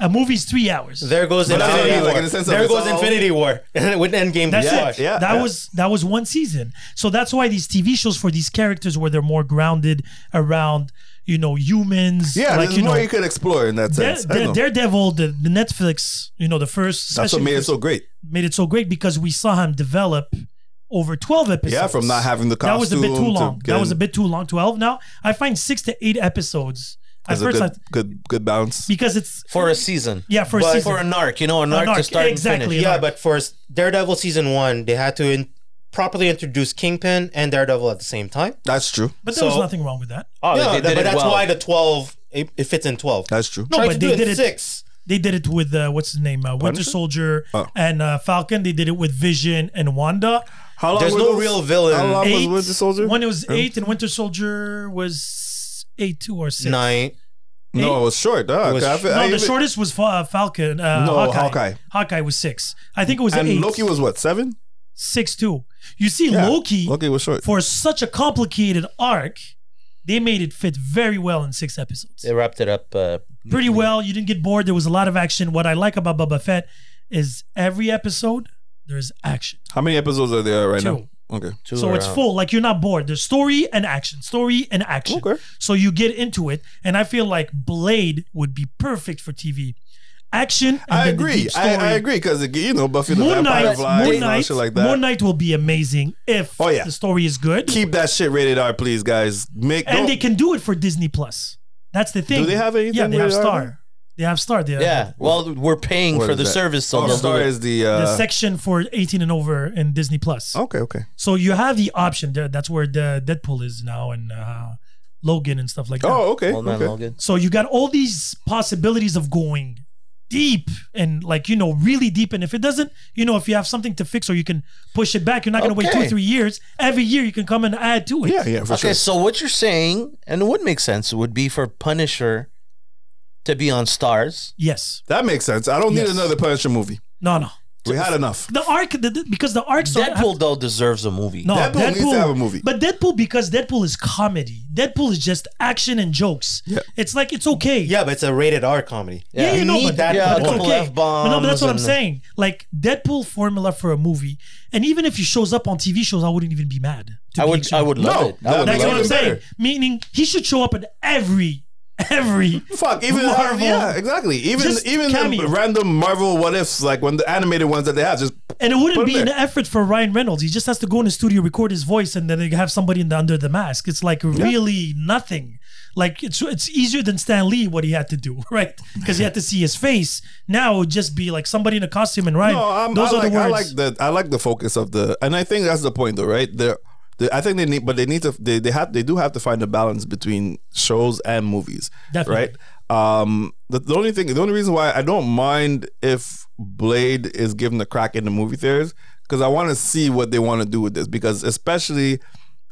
Speaker 3: A movie's three hours.
Speaker 4: There goes
Speaker 1: But I
Speaker 4: Infinity
Speaker 1: mean,
Speaker 4: War.
Speaker 1: like, in the sense of
Speaker 4: there
Speaker 1: it's
Speaker 4: goes
Speaker 1: all-
Speaker 4: Infinity War with Endgame.
Speaker 3: That's
Speaker 4: yeah.
Speaker 3: it.
Speaker 1: Yeah,
Speaker 3: that
Speaker 1: yeah.
Speaker 3: was that was one season. So that's why these TV shows for these characters where they're more grounded around, you know, humans.
Speaker 1: Yeah,
Speaker 3: like
Speaker 1: there's
Speaker 3: you
Speaker 1: more
Speaker 3: know,
Speaker 1: you could explore in that
Speaker 3: Dare-
Speaker 1: sense. I
Speaker 3: Dare-
Speaker 1: know.
Speaker 3: Daredevil, the, the Netflix, you know, the first
Speaker 1: That's what
Speaker 3: especially
Speaker 1: made it
Speaker 3: first-
Speaker 1: so great.
Speaker 3: made it so great because we saw him develop over twelve episodes.
Speaker 1: Yeah, from not having the costume.
Speaker 3: that was a bit too
Speaker 1: to
Speaker 3: long. That
Speaker 1: getting-
Speaker 3: was a bit too long. Twelve now. I find six to eight episodes. At
Speaker 1: That's a
Speaker 3: first,
Speaker 1: good,
Speaker 3: I,
Speaker 1: good, good bounce.
Speaker 3: because it's
Speaker 2: for a season.
Speaker 3: yeah for a
Speaker 4: But-
Speaker 3: season.
Speaker 2: For an arc, you know, an arc,
Speaker 3: arc,
Speaker 2: to start
Speaker 3: exactly.
Speaker 2: and finish.
Speaker 4: Yeah,
Speaker 3: Mark.
Speaker 4: but for s- Daredevil season one, they had to in- properly introduce Kingpin and Daredevil at the same time.
Speaker 1: That's true.
Speaker 3: but there was
Speaker 4: so-
Speaker 3: nothing wrong with that.
Speaker 2: Oh,
Speaker 4: yeah,
Speaker 2: they did
Speaker 4: that-
Speaker 2: it
Speaker 4: but that's
Speaker 2: well.
Speaker 4: why the twelve it, it fits in twelve.
Speaker 1: That's true.
Speaker 3: No,
Speaker 4: Tried
Speaker 3: but
Speaker 4: to
Speaker 3: they
Speaker 4: do
Speaker 3: did it.
Speaker 4: six.
Speaker 3: They did it with uh, what's his name, uh, Winter
Speaker 1: Punisher?
Speaker 3: Soldier
Speaker 1: Oh.
Speaker 3: and uh, Falcon. They did it with Vision and Wanda.
Speaker 1: How long
Speaker 4: There's
Speaker 1: were
Speaker 4: no
Speaker 1: those-
Speaker 4: real villain.
Speaker 1: How long was
Speaker 3: Eight.
Speaker 1: Winter Soldier?
Speaker 3: One it was
Speaker 1: Um,
Speaker 3: eight, and Winter Soldier was eight, two or six.
Speaker 4: Nine.
Speaker 1: No, it was short. Ah,
Speaker 4: It was
Speaker 1: okay, I
Speaker 4: sh-
Speaker 1: feel-
Speaker 3: No,
Speaker 1: I
Speaker 3: the
Speaker 1: even-
Speaker 3: shortest was Fa- uh, Falcon. Uh,
Speaker 1: No,
Speaker 3: Hawkeye.
Speaker 1: Hawkeye.
Speaker 3: Hawkeye was six. I think it was
Speaker 1: And
Speaker 3: eight.
Speaker 1: Loki was what seven?
Speaker 3: six two. You see,
Speaker 1: Yeah,
Speaker 3: Loki
Speaker 1: Loki was short.
Speaker 3: for such a complicated arc, they made it fit very well in six episodes.
Speaker 2: They wrapped it up. Uh,
Speaker 3: Pretty well. You didn't get bored. There was a lot of action. What I like about Boba Fett is every episode there's action.
Speaker 1: How many episodes are there right
Speaker 3: Two.
Speaker 1: now? Okay.
Speaker 2: two
Speaker 3: so it's
Speaker 2: around.
Speaker 3: full. Like you're not bored. There's story and action. Story and action.
Speaker 1: Okay.
Speaker 3: So you get into it, and I feel like Blade would be perfect for TV. Action. And
Speaker 1: I
Speaker 3: then the
Speaker 1: agree.
Speaker 3: deep
Speaker 1: I,
Speaker 3: story.
Speaker 1: I agree because you know Buffy the
Speaker 3: Moon
Speaker 1: Vampire
Speaker 3: Knight,
Speaker 1: Flies
Speaker 3: Moon
Speaker 1: and all
Speaker 3: Knight,
Speaker 1: shit like that.
Speaker 3: Moon Knight will be amazing if
Speaker 1: Oh, yeah.
Speaker 3: the story is good.
Speaker 1: Keep that shit rated R, please, guys. Make
Speaker 3: and
Speaker 1: don't-
Speaker 3: they can do it for Disney Plus. That's the thing.
Speaker 1: they have anything
Speaker 3: Yeah, they have
Speaker 1: rated R?
Speaker 3: Star. They have Star. They have
Speaker 2: Yeah. Well, we're paying
Speaker 1: what
Speaker 2: for
Speaker 1: is
Speaker 2: the
Speaker 1: that?
Speaker 2: service, so
Speaker 1: oh,
Speaker 2: they'll
Speaker 1: Star
Speaker 2: do it.
Speaker 1: is the, uh, Oh.
Speaker 3: the section for 18 and over in Disney Plus.
Speaker 1: Okay, okay.
Speaker 3: So you have the option there. That's where the Deadpool is now and uh, Logan and stuff like that.
Speaker 1: Oh, okay.
Speaker 2: All night
Speaker 1: okay.
Speaker 2: long good.
Speaker 3: So you got all these possibilities of going deep and like you know really deep and if it doesn't you know if you have something to fix or you can push it back you're not going to wait
Speaker 2: Okay.
Speaker 3: two three years every year you can come and add to it
Speaker 1: Yeah, yeah, for
Speaker 2: Okay,
Speaker 1: sure.
Speaker 2: so what you're saying, and it would make sense, would be for Punisher to be on Stars.
Speaker 3: yes
Speaker 1: That makes sense. I don't
Speaker 3: Yes.
Speaker 1: need another Punisher movie.
Speaker 3: no no
Speaker 1: We had enough.
Speaker 3: the arc the, the- because the arcs don't have-
Speaker 2: Deadpool though deserves a movie.
Speaker 3: No,
Speaker 1: Deadpool
Speaker 3: Deadpool,
Speaker 1: needs to have a movie.
Speaker 3: But Deadpool because Deadpool is comedy. Deadpool is just action and jokes.
Speaker 1: Yeah.
Speaker 3: It's like it's okay.
Speaker 4: Yeah, but it's a rated R comedy.
Speaker 3: Yeah,
Speaker 2: Yeah.
Speaker 3: you know,
Speaker 4: Need
Speaker 3: but,
Speaker 4: that
Speaker 3: but
Speaker 2: yeah,
Speaker 3: it's
Speaker 2: a couple
Speaker 3: okay. But no, but
Speaker 2: F-bombs
Speaker 3: that's what I'm
Speaker 2: and-
Speaker 3: saying. Like Deadpool formula for a movie, and even if he shows up on TV shows, I wouldn't even be mad.
Speaker 2: I
Speaker 3: to be
Speaker 2: would,
Speaker 3: actually-
Speaker 2: I would love
Speaker 1: No,
Speaker 2: it. I would
Speaker 1: that-
Speaker 3: That's
Speaker 1: Even
Speaker 3: what I'm saying.
Speaker 1: better.
Speaker 3: Meaning he should show up in every, every.
Speaker 1: Fuck, even
Speaker 3: Marvel.
Speaker 1: yeah, exactly. Even
Speaker 3: Just
Speaker 1: even the
Speaker 3: cameo.
Speaker 1: random Marvel what ifs, like when the animated ones that they have, just
Speaker 3: And it wouldn't
Speaker 1: Put him
Speaker 3: be an
Speaker 1: there.
Speaker 3: effort for Ryan Reynolds. He just has to go in the studio, record his voice, and then they have somebody in the, under the mask. It's like really nothing. Like it's it's easier than Stan Lee what he had to do, right? Because he had to see his face. Now it would just be like somebody in a costume and Ryan.
Speaker 1: no. I'm,
Speaker 3: Those
Speaker 1: I
Speaker 3: are
Speaker 1: like,
Speaker 3: the
Speaker 1: I
Speaker 3: words.
Speaker 1: like the I like the focus of the, and I think that's the point though, right? They're, they- I think they need, but they need to they, they have they do have to find a balance between shows and movies,
Speaker 3: Definitely.
Speaker 1: right? Um, the, the only thing, the only reason why I don't mind if Blade is given a crack in the movie theaters because I want to see what they want to do with this because especially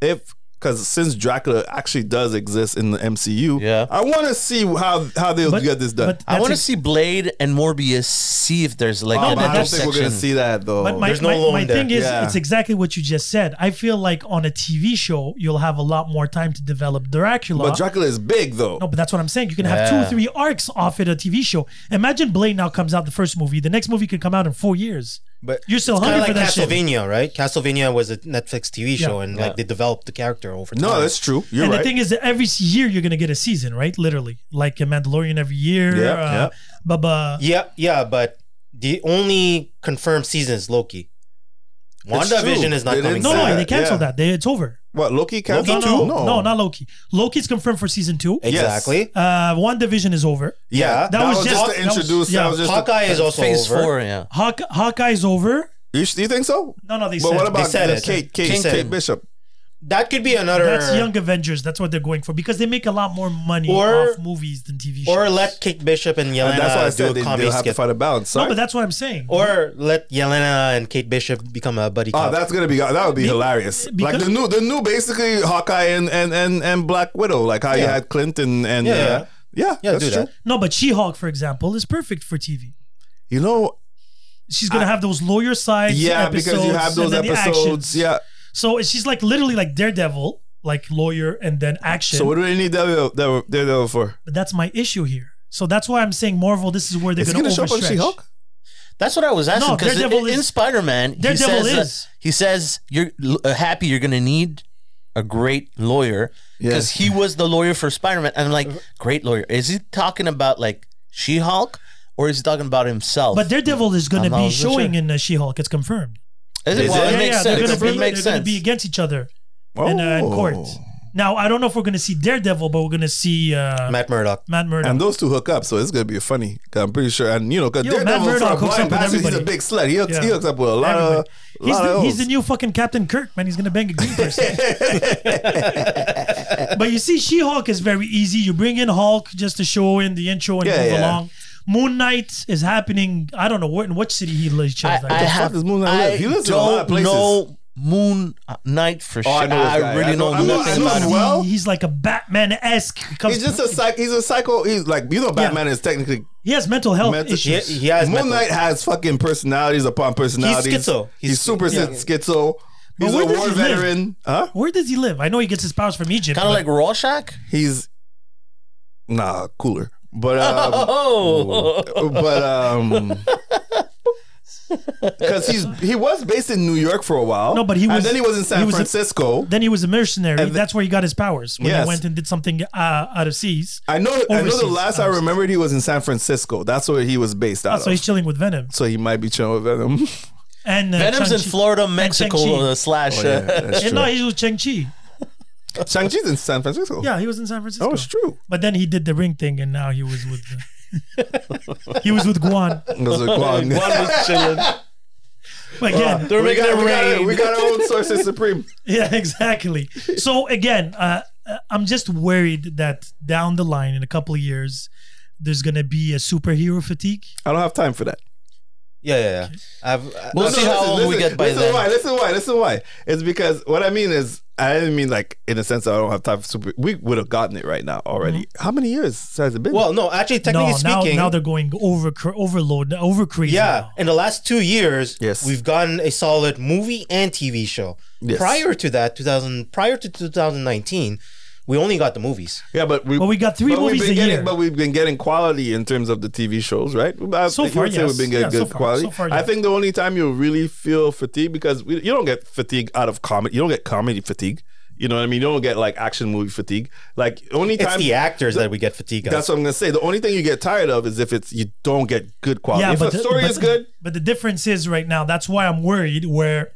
Speaker 1: if because since Dracula actually does exist in the MCU,
Speaker 2: Yeah.
Speaker 1: I want to see how how they'll
Speaker 3: But-
Speaker 1: get this done.
Speaker 3: but
Speaker 2: I
Speaker 3: That's
Speaker 2: want to
Speaker 3: ex-
Speaker 2: see Blade and Morbius. See if there's like
Speaker 1: Um,
Speaker 2: an
Speaker 1: I don't think we're gonna
Speaker 2: intersection.
Speaker 1: see that though.
Speaker 3: But my,
Speaker 4: There's no
Speaker 3: my,
Speaker 4: loan
Speaker 3: my
Speaker 4: there.
Speaker 3: thing is,
Speaker 1: Yeah.
Speaker 3: it's exactly what you just said. I feel like on a TV show, you'll have a lot more time to develop Dracula.
Speaker 1: But Dracula is big though.
Speaker 3: no, but that's what I'm saying. You can have two
Speaker 2: Yeah.
Speaker 3: or three arcs off at a TV show. Imagine Blade now comes out the first movie. The next movie could come out in four years.
Speaker 1: But
Speaker 3: You're still
Speaker 4: Kind
Speaker 3: hungry
Speaker 4: of like
Speaker 3: for that shit.
Speaker 4: Castlevania, right? Castlevania was a Netflix TV show, and
Speaker 2: Yeah.
Speaker 4: like they developed the character over time.
Speaker 1: no, that's true. You're
Speaker 3: and
Speaker 1: right.
Speaker 3: the thing is that every year you're gonna get a season, right? Literally, like a Mandalorian every year.
Speaker 1: Yeah,
Speaker 3: uh, Baba.
Speaker 4: yeah, yeah, but the only confirmed season is Loki.
Speaker 1: It's
Speaker 4: WandaVision
Speaker 1: true.
Speaker 4: is not
Speaker 1: They
Speaker 4: coming.
Speaker 1: didn't
Speaker 3: No,
Speaker 1: say
Speaker 4: back.
Speaker 3: no,
Speaker 1: Yeah,
Speaker 3: they canceled
Speaker 1: yeah.
Speaker 3: that. They, it's over.
Speaker 1: what Loki canceled?
Speaker 3: no, no, no,
Speaker 1: no.
Speaker 3: not Loki. Loki's confirmed for season two.
Speaker 1: Yes.
Speaker 4: Exactly.
Speaker 3: Uh, One Division is over.
Speaker 1: Yeah,
Speaker 4: Yeah.
Speaker 1: that,
Speaker 3: That
Speaker 1: was,
Speaker 3: was
Speaker 1: just
Speaker 3: just-
Speaker 1: to
Speaker 3: that was-
Speaker 1: introduce.
Speaker 3: yeah.
Speaker 1: that was just to-
Speaker 4: Hawkeye is also
Speaker 2: Phase
Speaker 4: over.
Speaker 2: four, yeah.
Speaker 3: Hawk, Hawkeye's over.
Speaker 1: you, sh- you think so?
Speaker 3: No, no, they
Speaker 1: But
Speaker 3: said.
Speaker 1: what about
Speaker 4: said
Speaker 1: the
Speaker 4: it.
Speaker 1: Kate, Kate,
Speaker 4: They said
Speaker 1: Kate
Speaker 4: it.
Speaker 1: Bishop?
Speaker 4: That could be another.
Speaker 3: That's Young Avengers. That's what they're going for because they make a lot more money
Speaker 4: Or-
Speaker 3: off movies than TV shows.
Speaker 4: Or let Kate Bishop and Yelena
Speaker 1: And that's why
Speaker 3: uh,
Speaker 1: I said
Speaker 4: do
Speaker 1: they,
Speaker 4: a
Speaker 1: they'll
Speaker 4: comedy
Speaker 1: have to
Speaker 4: skit.
Speaker 1: find a balance.
Speaker 3: no,
Speaker 1: right?
Speaker 3: but that's what I'm saying.
Speaker 4: Or let Yelena and Kate Bishop become a buddy
Speaker 1: Oh,
Speaker 4: couple.
Speaker 1: that's gonna be that would be hilarious. Like
Speaker 3: because-
Speaker 1: the new the new basically Hawkeye and and and, and Black Widow, like how you
Speaker 4: Yeah.
Speaker 1: had Clinton and
Speaker 4: Yeah,
Speaker 1: uh,
Speaker 4: yeah.
Speaker 1: yeah,
Speaker 4: yeah,
Speaker 1: that's
Speaker 4: do
Speaker 1: true.
Speaker 4: that.
Speaker 3: no, but She-Hulk, for example, is perfect for TV.
Speaker 1: You know,
Speaker 3: She's gonna have those lawyer sides.
Speaker 1: yeah, because you
Speaker 3: episodes
Speaker 1: have those
Speaker 3: and then the
Speaker 1: episodes.
Speaker 3: actions.
Speaker 1: Yeah.
Speaker 3: So she's like literally like Daredevil, like lawyer and then action.
Speaker 1: So what do they need Daredevil, Daredevil Daredevil for?
Speaker 3: but that's my issue here. So that's why I'm saying Marvel. This is where they're
Speaker 1: Is he
Speaker 3: gonna,
Speaker 1: gonna show up on
Speaker 3: overstretch.
Speaker 1: She-Hulk?
Speaker 2: That's what I was asking.
Speaker 3: No,
Speaker 2: Because
Speaker 3: Daredevil
Speaker 2: in, in
Speaker 3: is-
Speaker 2: Spider-Man, he
Speaker 3: Daredevil
Speaker 2: says, uh,
Speaker 3: is.
Speaker 2: he says you're l- uh, happy you're gonna need a great lawyer because he was the lawyer for Spider-Man. And I'm like,
Speaker 3: Uh,
Speaker 2: great lawyer. Is he talking about like She-Hulk or is he talking about himself?
Speaker 3: But Daredevil is gonna
Speaker 2: I'm not
Speaker 3: be
Speaker 2: even
Speaker 3: showing
Speaker 2: sure.
Speaker 3: in uh, She-Hulk. It's confirmed.
Speaker 2: is it,
Speaker 1: Is
Speaker 2: well,
Speaker 1: it?
Speaker 2: it
Speaker 3: yeah,
Speaker 2: makes
Speaker 3: yeah,
Speaker 2: sense.
Speaker 3: they're gonna be
Speaker 2: it makes
Speaker 3: they're
Speaker 2: sense.
Speaker 3: gonna be against each other in, uh, in court.
Speaker 1: Oh.
Speaker 3: Now I don't know if we're gonna see Daredevil, but we're gonna see uh, Matt,
Speaker 4: Matt Murdock.
Speaker 3: Murdock.
Speaker 1: And those two hook up, so it's gonna be funny. 'Cause I'm pretty sure, and you know, because
Speaker 3: Yo, Matt
Speaker 1: Daredevil
Speaker 3: Murdock
Speaker 1: from
Speaker 3: hooks
Speaker 1: Blind
Speaker 3: up with
Speaker 1: Bastard, he's a
Speaker 3: everybody.
Speaker 1: big slut. He hooks,
Speaker 3: Yeah.
Speaker 1: he hooks up with a lot of,
Speaker 3: Everybody. He's
Speaker 1: Uh, lot
Speaker 3: the,
Speaker 1: of
Speaker 3: he's the
Speaker 1: hoes.
Speaker 3: new fucking Captain Kirk, man. He's gonna bang a green person. but you see, She Hulk is very easy. You bring in Hulk just to show in the intro and
Speaker 1: Yeah,
Speaker 3: move
Speaker 1: yeah.
Speaker 3: along. Moon Knight is happening. I don't know where in which city he lives.
Speaker 2: I, I
Speaker 1: fuck
Speaker 2: have,
Speaker 1: does Moon Knight live?
Speaker 2: I
Speaker 1: He lives in a
Speaker 2: don't
Speaker 1: lot of places. Oh,
Speaker 2: know Moon Knight for sure.
Speaker 1: I
Speaker 2: I,
Speaker 1: know this guy. I
Speaker 2: really
Speaker 1: know-
Speaker 2: know
Speaker 1: I know- I
Speaker 2: nothing
Speaker 1: know
Speaker 2: about
Speaker 1: him
Speaker 2: him.
Speaker 1: well.
Speaker 3: he's like a Batman esque.
Speaker 1: He's just a psych. He's a psycho. He's like you know, Batman is technically
Speaker 3: Oh, he has mental health
Speaker 1: Mental-
Speaker 4: He,
Speaker 3: issues.
Speaker 4: he has
Speaker 1: Moon
Speaker 4: mental-
Speaker 1: Knight has fucking personalities upon personalities.
Speaker 4: schizo.
Speaker 1: He's,
Speaker 4: He's-
Speaker 1: super
Speaker 4: yeah.
Speaker 1: schizo. He's
Speaker 3: where
Speaker 1: a
Speaker 3: does
Speaker 1: war
Speaker 3: he live?
Speaker 1: veteran. Huh?
Speaker 3: Where does he live? I know he gets his powers from Egypt.
Speaker 2: Kind of
Speaker 3: but-
Speaker 2: like Rorschach.
Speaker 1: He's nah cooler, but um,
Speaker 2: Oh,
Speaker 1: but um. Because he's he was based in New York for a while.
Speaker 3: No, but he
Speaker 1: and
Speaker 3: was-
Speaker 1: then he was in San
Speaker 3: he was a-
Speaker 1: Francisco.
Speaker 3: Then he was a mercenary.
Speaker 1: And the-
Speaker 3: That's where he got his powers when
Speaker 1: Yes.
Speaker 3: he went and did something uh, out of seas.
Speaker 1: I know. I know.
Speaker 3: Overseas,
Speaker 1: The last I
Speaker 3: obviously.
Speaker 1: remembered, he was in San Francisco. That's where he was based out
Speaker 3: Ah, so
Speaker 1: of.
Speaker 3: he's chilling with Venom.
Speaker 1: so he might be chilling with Venom.
Speaker 3: And uh,
Speaker 2: Venom's in
Speaker 3: Shang-Chi.
Speaker 2: Florida,
Speaker 3: Shang-Chi.
Speaker 2: Mexico uh, slash.
Speaker 1: Oh, yeah,
Speaker 2: uh,
Speaker 1: that's
Speaker 3: And no,
Speaker 1: true.
Speaker 3: he was Chang Chi.
Speaker 1: Shang Chi's in San Francisco.
Speaker 3: Yeah, he was in San Francisco.
Speaker 1: that was true.
Speaker 3: But then he did the ring thing, and now he was with. uh, he was with Guan
Speaker 1: It was like,
Speaker 2: One
Speaker 1: wow.
Speaker 2: was chilling.
Speaker 3: again.
Speaker 2: They're
Speaker 1: we
Speaker 2: making
Speaker 1: got,
Speaker 2: it
Speaker 1: we, got,
Speaker 2: rain.
Speaker 1: we got our own sources supreme.
Speaker 3: yeah, exactly. So again, uh, uh, I'm just worried that down the line in a couple of years, there's gonna be a superhero fatigue.
Speaker 1: I don't have time for that.
Speaker 4: Yeah, yeah, yeah. I've, uh, I-
Speaker 2: We'll see how old we get by
Speaker 1: listen
Speaker 2: then.
Speaker 1: Why, listen why. Listen why. It's because what I mean is, I didn't mean like in the sense that I don't have time for super. We would have gotten it right now already.
Speaker 3: Mm-hmm.
Speaker 1: How many years has it been?
Speaker 4: well, no, actually, technically
Speaker 3: no,
Speaker 4: speaking,
Speaker 3: now, now they're going over overload, over crazy.
Speaker 4: yeah,
Speaker 3: now.
Speaker 4: in the last two years,
Speaker 1: Yes.
Speaker 4: we've gotten a solid movie and TV show.
Speaker 1: Yes.
Speaker 4: Prior to that, 2000, prior to 2019, we only got the movies.
Speaker 1: yeah, but we.
Speaker 3: But we got three
Speaker 1: but we've
Speaker 3: movies
Speaker 1: been
Speaker 3: a
Speaker 1: getting,
Speaker 3: year.
Speaker 1: But we've been getting quality in terms of the TV shows, right? I-
Speaker 3: So
Speaker 1: you
Speaker 3: far,
Speaker 1: would say
Speaker 3: yes.
Speaker 1: We've been getting
Speaker 3: Yeah, so
Speaker 1: good
Speaker 3: far-
Speaker 1: quality.
Speaker 3: so far,
Speaker 1: I
Speaker 3: yes.
Speaker 1: think the only time you really feel fatigue because we, you don't get fatigue out of comedy. You don't get comedy fatigue. You know what I mean? You don't get like action movie fatigue. Like only
Speaker 4: It's
Speaker 1: time
Speaker 4: the actors that we get fatigued.
Speaker 1: That's what I'm gonna say. The only thing you get tired of is if it's you don't get good quality.
Speaker 3: yeah,
Speaker 1: if
Speaker 3: but
Speaker 1: the story
Speaker 3: but
Speaker 1: is good,
Speaker 3: But the difference is right now. That's why I'm worried. Where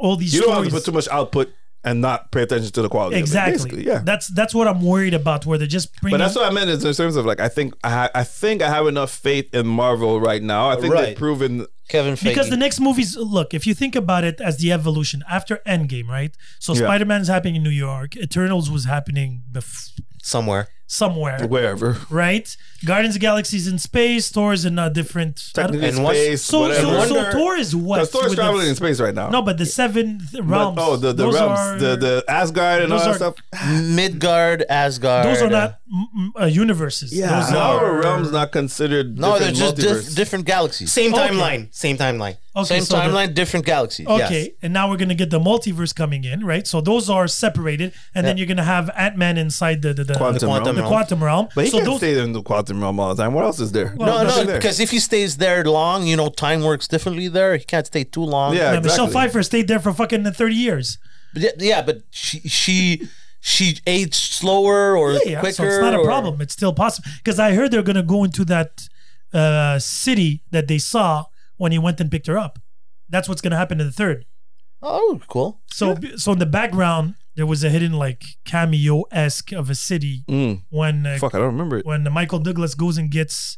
Speaker 3: all these
Speaker 1: you don't have to
Speaker 3: stories
Speaker 1: put too much output and not pay attention to the quality. of it,
Speaker 3: exactly.
Speaker 1: basically. yeah.
Speaker 3: that's that's what I'm worried about. Where they're just bringing.
Speaker 1: but that's what I meant is in terms of like I think I, ha- I think I have enough faith in Marvel right now. I think they've
Speaker 4: Right.
Speaker 1: proven
Speaker 2: Kevin Feige.
Speaker 3: because the next movies look if you think about it as the evolution after endgame right so
Speaker 1: Yeah.
Speaker 3: spider-man's happening in new york eternals was happening bef-
Speaker 4: somewhere.
Speaker 3: somewhere,
Speaker 1: wherever.
Speaker 3: right? Guardians of the Galaxy's in space. Thor is in a different. I don't-
Speaker 1: Technically,
Speaker 4: And what's-
Speaker 1: space,
Speaker 3: so,
Speaker 1: whatever.
Speaker 3: so, so
Speaker 4: Wonder-
Speaker 3: Thor is what?
Speaker 1: Because Thor's
Speaker 3: With the-
Speaker 1: traveling in space right now.
Speaker 3: No, but the seven th-
Speaker 1: But-
Speaker 3: realms.
Speaker 1: oh, the, the
Speaker 3: those
Speaker 1: realms,
Speaker 3: are-
Speaker 1: the, the Asgard and all
Speaker 3: those
Speaker 1: that
Speaker 3: are-
Speaker 1: stuff.
Speaker 2: Midgard, Asgard.
Speaker 3: Those are
Speaker 2: uh,
Speaker 3: not mm, mm, uh, universes.
Speaker 1: Yeah,
Speaker 3: Those
Speaker 1: no,
Speaker 3: are
Speaker 1: realms not considered.
Speaker 2: No, they're just
Speaker 1: different multiverse.
Speaker 2: dis- different galaxies.
Speaker 4: Same
Speaker 3: Okay.
Speaker 4: timeline. Same timeline.
Speaker 3: Okay,
Speaker 2: Same
Speaker 3: so the- Oh,
Speaker 2: timeline, different galaxies.
Speaker 3: Okay,
Speaker 2: Yes.
Speaker 3: and now we're gonna get the multiverse coming in, right? So those are separated, and then
Speaker 2: Yeah.
Speaker 3: you're gonna have Ant Man inside the the, the,
Speaker 1: Quantum
Speaker 3: the,
Speaker 1: realm.
Speaker 4: quantum
Speaker 3: the
Speaker 4: realm.
Speaker 3: quantum realm.
Speaker 1: But he
Speaker 3: so
Speaker 1: can't
Speaker 3: those,
Speaker 1: stay in the quantum realm all the time. What else is there?
Speaker 3: Well,
Speaker 2: No,
Speaker 3: Nothing
Speaker 2: no, because if he stays there long, you know, time works differently there. He can't stay too long.
Speaker 1: Yeah.
Speaker 3: yeah, Michelle
Speaker 1: exactly.
Speaker 3: Pfeiffer stayed there for fucking thirty years.
Speaker 2: But yeah, yeah, but she she she aged slower or
Speaker 3: Yeah, yeah.
Speaker 2: quicker.
Speaker 3: so it's not a
Speaker 2: or-
Speaker 3: problem. It's still possible because I heard they're gonna go into that uh, city that they saw when he went and picked her up. That's what's gonna happen in the third.
Speaker 2: Oh, cool.
Speaker 3: So so in the background there was a hidden like cameo esque of a city
Speaker 1: Mm,
Speaker 3: when uh,
Speaker 1: fuck, I don't remember it.
Speaker 3: when Michael Douglas goes and gets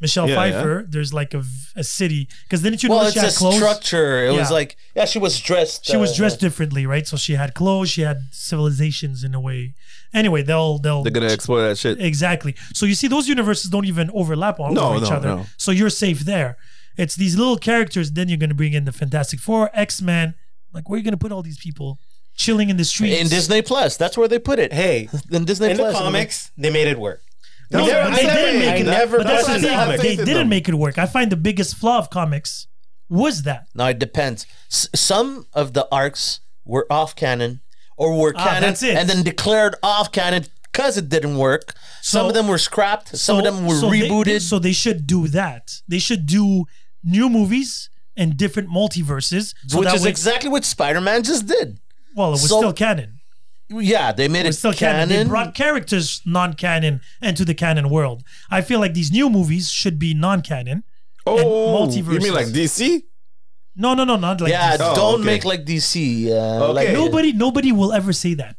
Speaker 3: Michelle
Speaker 1: Yeah,
Speaker 3: Pfeiffer, there's like a, v- a city because didn't you
Speaker 2: Well,
Speaker 3: know
Speaker 2: it's
Speaker 3: she
Speaker 2: a
Speaker 3: had clothes?
Speaker 2: structure. It was
Speaker 3: Yeah.
Speaker 2: like yeah, she was dressed.
Speaker 3: She was
Speaker 2: uh,
Speaker 3: dressed differently, right? So she had clothes, she had civilizations in a way. Anyway, they'll they'll
Speaker 1: They're gonna explore that shit.
Speaker 3: exactly. So you see, those universes don't even overlap on
Speaker 1: No,
Speaker 3: over each
Speaker 1: no,
Speaker 3: other.
Speaker 1: no.
Speaker 3: So you're safe there. It's these little characters. Then you're gonna bring in the Fantastic Four, X Men. Like where are you gonna put all these people chilling in the streets?
Speaker 2: in Disney Plus. That's where they put it.
Speaker 4: Hey,
Speaker 2: in Disney
Speaker 4: in the
Speaker 2: Plus.
Speaker 4: comics, they made it work.
Speaker 3: No,
Speaker 4: I never-
Speaker 3: but they
Speaker 4: I
Speaker 3: didn't
Speaker 4: never-
Speaker 3: make
Speaker 4: I
Speaker 3: it.
Speaker 4: never
Speaker 3: but that's
Speaker 4: thought
Speaker 3: the
Speaker 4: of that. I
Speaker 3: thing.
Speaker 4: have
Speaker 3: They
Speaker 1: faith in
Speaker 3: didn't
Speaker 1: them.
Speaker 3: make it work. I find the biggest flaw of comics was that
Speaker 2: Now it depends. S- some of the arcs were off canon or were
Speaker 3: Ah,
Speaker 2: canon
Speaker 3: that's it.
Speaker 2: and then declared off canon because it didn't work. some
Speaker 3: So-
Speaker 2: of them were scrapped. some of them were
Speaker 3: so they-
Speaker 2: rebooted.
Speaker 3: so they should do that. They should do new movies and different multiverses. So
Speaker 2: which
Speaker 3: that
Speaker 2: is
Speaker 3: way,
Speaker 2: exactly what Spider-Man just did.
Speaker 3: well, it was
Speaker 2: so-
Speaker 3: still canon.
Speaker 2: Yeah, they made
Speaker 3: It
Speaker 2: it
Speaker 3: was still canon.
Speaker 2: canon.
Speaker 3: They brought characters non-canon into the canon world. I feel like these new movies should be non-canon.
Speaker 1: Oh, you
Speaker 3: multiverses.
Speaker 1: mean like DC?
Speaker 3: No, no, no, not like
Speaker 2: yeah,
Speaker 3: this.
Speaker 1: Oh,
Speaker 2: don't
Speaker 1: okay.
Speaker 2: make like DC. Uh,
Speaker 1: Okay.
Speaker 2: like,
Speaker 3: nobody, nobody will ever say that.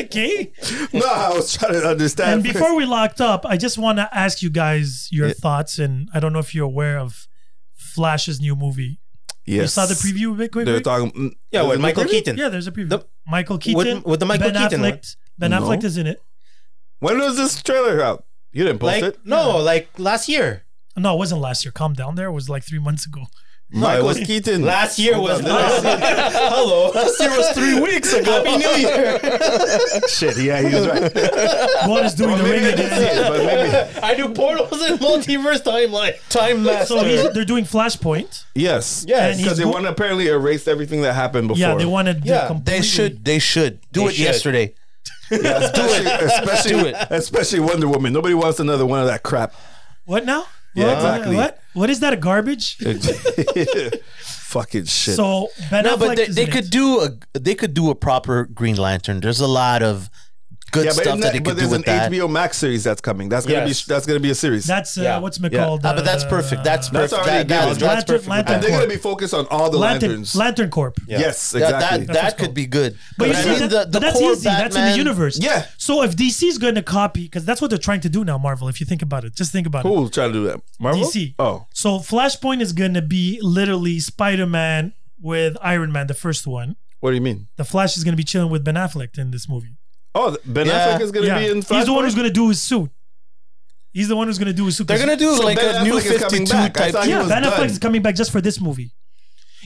Speaker 3: okay.
Speaker 1: no, I was trying to understand.
Speaker 3: And before we locked up, I just want to ask you guys your
Speaker 1: Yeah.
Speaker 3: thoughts. And I don't know if you're aware of Flash's new movie.
Speaker 1: yes.
Speaker 3: You saw the preview a bit quick?
Speaker 1: They're
Speaker 3: quick?
Speaker 1: talking. mm,
Speaker 4: Yeah,
Speaker 1: there's
Speaker 4: with
Speaker 1: a
Speaker 4: Michael
Speaker 1: preview?
Speaker 4: Keaton.
Speaker 3: Yeah, there's a preview.
Speaker 4: The-
Speaker 3: Michael Keaton
Speaker 4: with the Michael
Speaker 3: ben
Speaker 4: Keaton one.
Speaker 3: Affleck, Ben
Speaker 1: No.
Speaker 3: Affleck is in it.
Speaker 1: When was this trailer out? You didn't post
Speaker 4: Like
Speaker 1: it.
Speaker 4: no, like last year.
Speaker 3: No, it wasn't last year. Calm down. There it was like three months ago.
Speaker 1: Michael
Speaker 4: was-
Speaker 1: Keaton.
Speaker 4: Last year
Speaker 3: Oh,
Speaker 1: Hold
Speaker 4: was
Speaker 1: on.
Speaker 4: hello. Last year was three weeks ago. Happy New Year.
Speaker 1: shit. Yeah, he was right.
Speaker 3: One is doing the
Speaker 1: Oh,
Speaker 3: ring
Speaker 1: Maybe I didn't see
Speaker 3: again.
Speaker 1: it, but maybe
Speaker 4: I do portals and multiverse timeline.
Speaker 2: Time Master.
Speaker 3: So he's, they're doing Flashpoint.
Speaker 1: yes,
Speaker 4: Yes.
Speaker 1: because they want to apparently erase everything that happened before.
Speaker 3: Yeah, they wanted to
Speaker 4: Yeah, they
Speaker 2: they
Speaker 3: completely-
Speaker 2: should. They should do
Speaker 4: They
Speaker 2: it
Speaker 4: should.
Speaker 2: yesterday.
Speaker 1: Yeah, especially, especially,
Speaker 2: Do it.
Speaker 1: especially Wonder Woman. Nobody wants another one of that crap.
Speaker 3: What now?
Speaker 1: Yeah,
Speaker 3: what,
Speaker 1: exactly.
Speaker 3: What? What is that? A garbage?
Speaker 1: Fucking shit.
Speaker 3: So Ben
Speaker 2: No,
Speaker 3: Affleck
Speaker 2: but they,
Speaker 3: is
Speaker 2: they
Speaker 3: in it.
Speaker 2: could do a they could do a proper Green Lantern. There's a lot of good
Speaker 1: yeah, but,
Speaker 2: stuff
Speaker 1: isn't
Speaker 2: that
Speaker 1: that,
Speaker 2: they
Speaker 1: but
Speaker 2: could do
Speaker 1: there's an
Speaker 2: with that.
Speaker 1: HBO Max series that's coming. That's gonna
Speaker 4: Yes.
Speaker 1: be that's gonna be a series.
Speaker 3: That's uh,
Speaker 4: Yeah.
Speaker 3: what's it
Speaker 1: Yeah.
Speaker 3: called?
Speaker 2: Ah, but that's
Speaker 3: uh,
Speaker 2: perfect. That's
Speaker 1: That's
Speaker 2: perfect. That,
Speaker 1: already
Speaker 2: that,
Speaker 1: given.
Speaker 2: that's
Speaker 3: Lantern-
Speaker 2: perfect.
Speaker 3: Lantern
Speaker 1: and they're
Speaker 3: Corps.
Speaker 1: gonna be focused on all the
Speaker 3: Lantern,
Speaker 1: lanterns.
Speaker 3: Lantern Corp.
Speaker 1: Yes,
Speaker 2: Yeah,
Speaker 1: exactly.
Speaker 2: that
Speaker 3: what's
Speaker 2: that could
Speaker 3: called.
Speaker 2: be good.
Speaker 3: But, you
Speaker 2: I
Speaker 3: see,
Speaker 2: mean,
Speaker 3: that, but that's
Speaker 2: core
Speaker 3: easy. That's in the
Speaker 2: Batman-
Speaker 3: universe.
Speaker 1: Yeah.
Speaker 3: So if DC's going to copy, because that's what they're trying to do now, Marvel. If you think about it, just think about it.
Speaker 1: Who will try to do that? Marvel.
Speaker 3: DC.
Speaker 1: Oh,
Speaker 3: So Flashpoint is going to be literally Spider-Man with Iron Man, the first one.
Speaker 1: what do you mean?
Speaker 3: The Flash is going to be chilling with Ben Affleck in this movie.
Speaker 1: Oh, Ben
Speaker 2: Yeah.
Speaker 1: Affleck is gonna be in.
Speaker 3: he's the one who's
Speaker 1: Flashpoint?
Speaker 3: going to do his suit. He's the one who's going to do his suit.
Speaker 2: They're gonna do
Speaker 1: So
Speaker 2: like
Speaker 1: Ben
Speaker 2: a new
Speaker 1: Affleck is
Speaker 2: Fifty
Speaker 1: coming
Speaker 2: Two
Speaker 1: back. I
Speaker 2: type.
Speaker 1: thought he
Speaker 3: Yeah,
Speaker 1: was
Speaker 3: Ben
Speaker 1: done.
Speaker 3: Affleck is coming back just for this movie.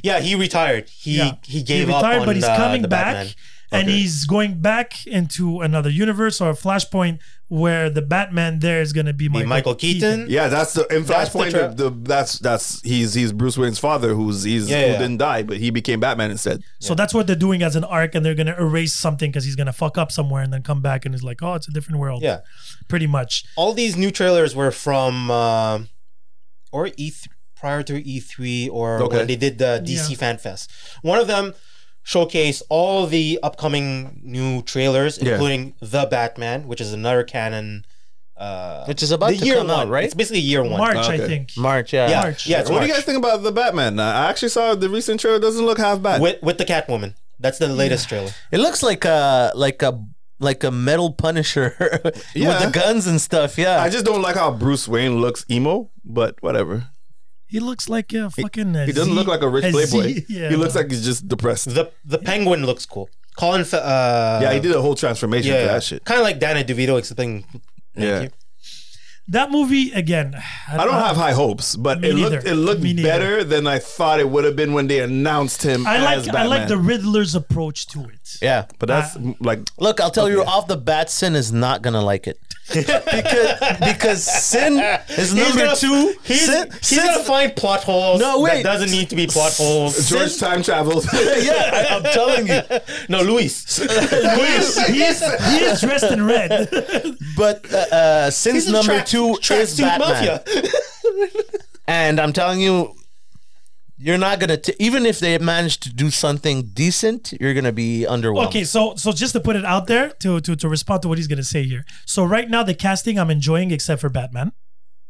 Speaker 4: Yeah, he retired. He
Speaker 3: Yeah.
Speaker 4: he gave
Speaker 3: retired,
Speaker 4: up on
Speaker 3: but he's
Speaker 4: the,
Speaker 3: coming
Speaker 4: the
Speaker 3: back,
Speaker 4: Batman.
Speaker 3: and
Speaker 1: Okay.
Speaker 3: he's going back into another universe or a Flashpoint where the Batman there is going to be Michael,
Speaker 4: Michael Keaton.
Speaker 1: Yeah, that's the in
Speaker 4: That's the
Speaker 1: Flashpoint.
Speaker 4: tra-
Speaker 1: The, the- that's that's he's he's Bruce Wayne's father, who's he's
Speaker 4: Yeah,
Speaker 1: who
Speaker 4: yeah.
Speaker 1: didn't die, but he became Batman instead.
Speaker 3: So that's what they're doing as an arc, and they're going to erase something because he's going to fuck up somewhere and then come back and is like, oh, it's a different world.
Speaker 4: Yeah.
Speaker 3: pretty much.
Speaker 4: all these new trailers were from um or E prior to E3 or
Speaker 1: Okay.
Speaker 4: when they did the DC
Speaker 3: Yeah.
Speaker 4: Fan Fest. One of them showcased all the upcoming new trailers,
Speaker 1: Yeah.
Speaker 4: including The Batman, which is another canon. Uh,
Speaker 2: Which is about
Speaker 4: the
Speaker 2: to
Speaker 4: year
Speaker 2: come
Speaker 4: one,
Speaker 2: out, right?
Speaker 4: It's basically year one.
Speaker 3: March, I
Speaker 1: Okay.
Speaker 3: think.
Speaker 2: March, yeah.
Speaker 4: Yeah,
Speaker 3: March.
Speaker 4: yeah. It's
Speaker 1: what do
Speaker 4: March.
Speaker 1: you guys think about the Batman? Uh, I actually saw the recent trailer; doesn't look half bad.
Speaker 4: with with the Catwoman? That's the latest trailer.
Speaker 2: It looks like a like a like a metal Punisher with
Speaker 1: Yeah.
Speaker 2: the guns and stuff. Yeah,
Speaker 1: I just don't like how Bruce Wayne looks emo, but whatever.
Speaker 3: He looks like a fucking.
Speaker 1: He doesn't look like a rich playboy.
Speaker 3: yeah,
Speaker 1: he looks
Speaker 3: no.
Speaker 1: like he's just depressed.
Speaker 4: The the Penguin looks cool. Colin. Fe- Uh,
Speaker 1: yeah, he did a whole transformation for that shit.
Speaker 4: Kind of like Danny DeVito explaining.
Speaker 1: Yeah.
Speaker 4: you.
Speaker 3: That movie again.
Speaker 1: I don't have high hopes, but
Speaker 3: Me
Speaker 1: it looked
Speaker 3: neither.
Speaker 1: it looked
Speaker 3: Me neither.
Speaker 1: better than I thought it would have been when they announced him.
Speaker 3: I
Speaker 1: as
Speaker 3: like I
Speaker 1: Batman.
Speaker 3: like the Uh, Riddler's approach to it.
Speaker 2: Yeah.
Speaker 1: but that's like
Speaker 2: Look, I'll tell you off the bat, Sin is not gonna like it. because because Sin is number
Speaker 4: gonna-
Speaker 2: two.
Speaker 4: He's,
Speaker 2: Sin,
Speaker 4: he's gonna
Speaker 2: Sin's-
Speaker 4: find plot holes.
Speaker 2: No, wait.
Speaker 4: That doesn't need to be plot holes.
Speaker 1: George time travels.
Speaker 2: yeah, I, I'm telling you.
Speaker 4: No, Luis.
Speaker 3: Yes, he is he is dressed in red.
Speaker 2: But uh, uh, Sin's
Speaker 4: He's a
Speaker 2: number
Speaker 4: track-
Speaker 2: two is
Speaker 4: tracksuit
Speaker 2: Batman,
Speaker 4: mafia.
Speaker 2: and I'm telling you, you're not gonna. T- even if they manage to do something decent, you're gonna be underwhelmed.
Speaker 3: Okay, so so just to put it out there to to to respond to what he's gonna say here. So right now the casting I'm enjoying except for Batman.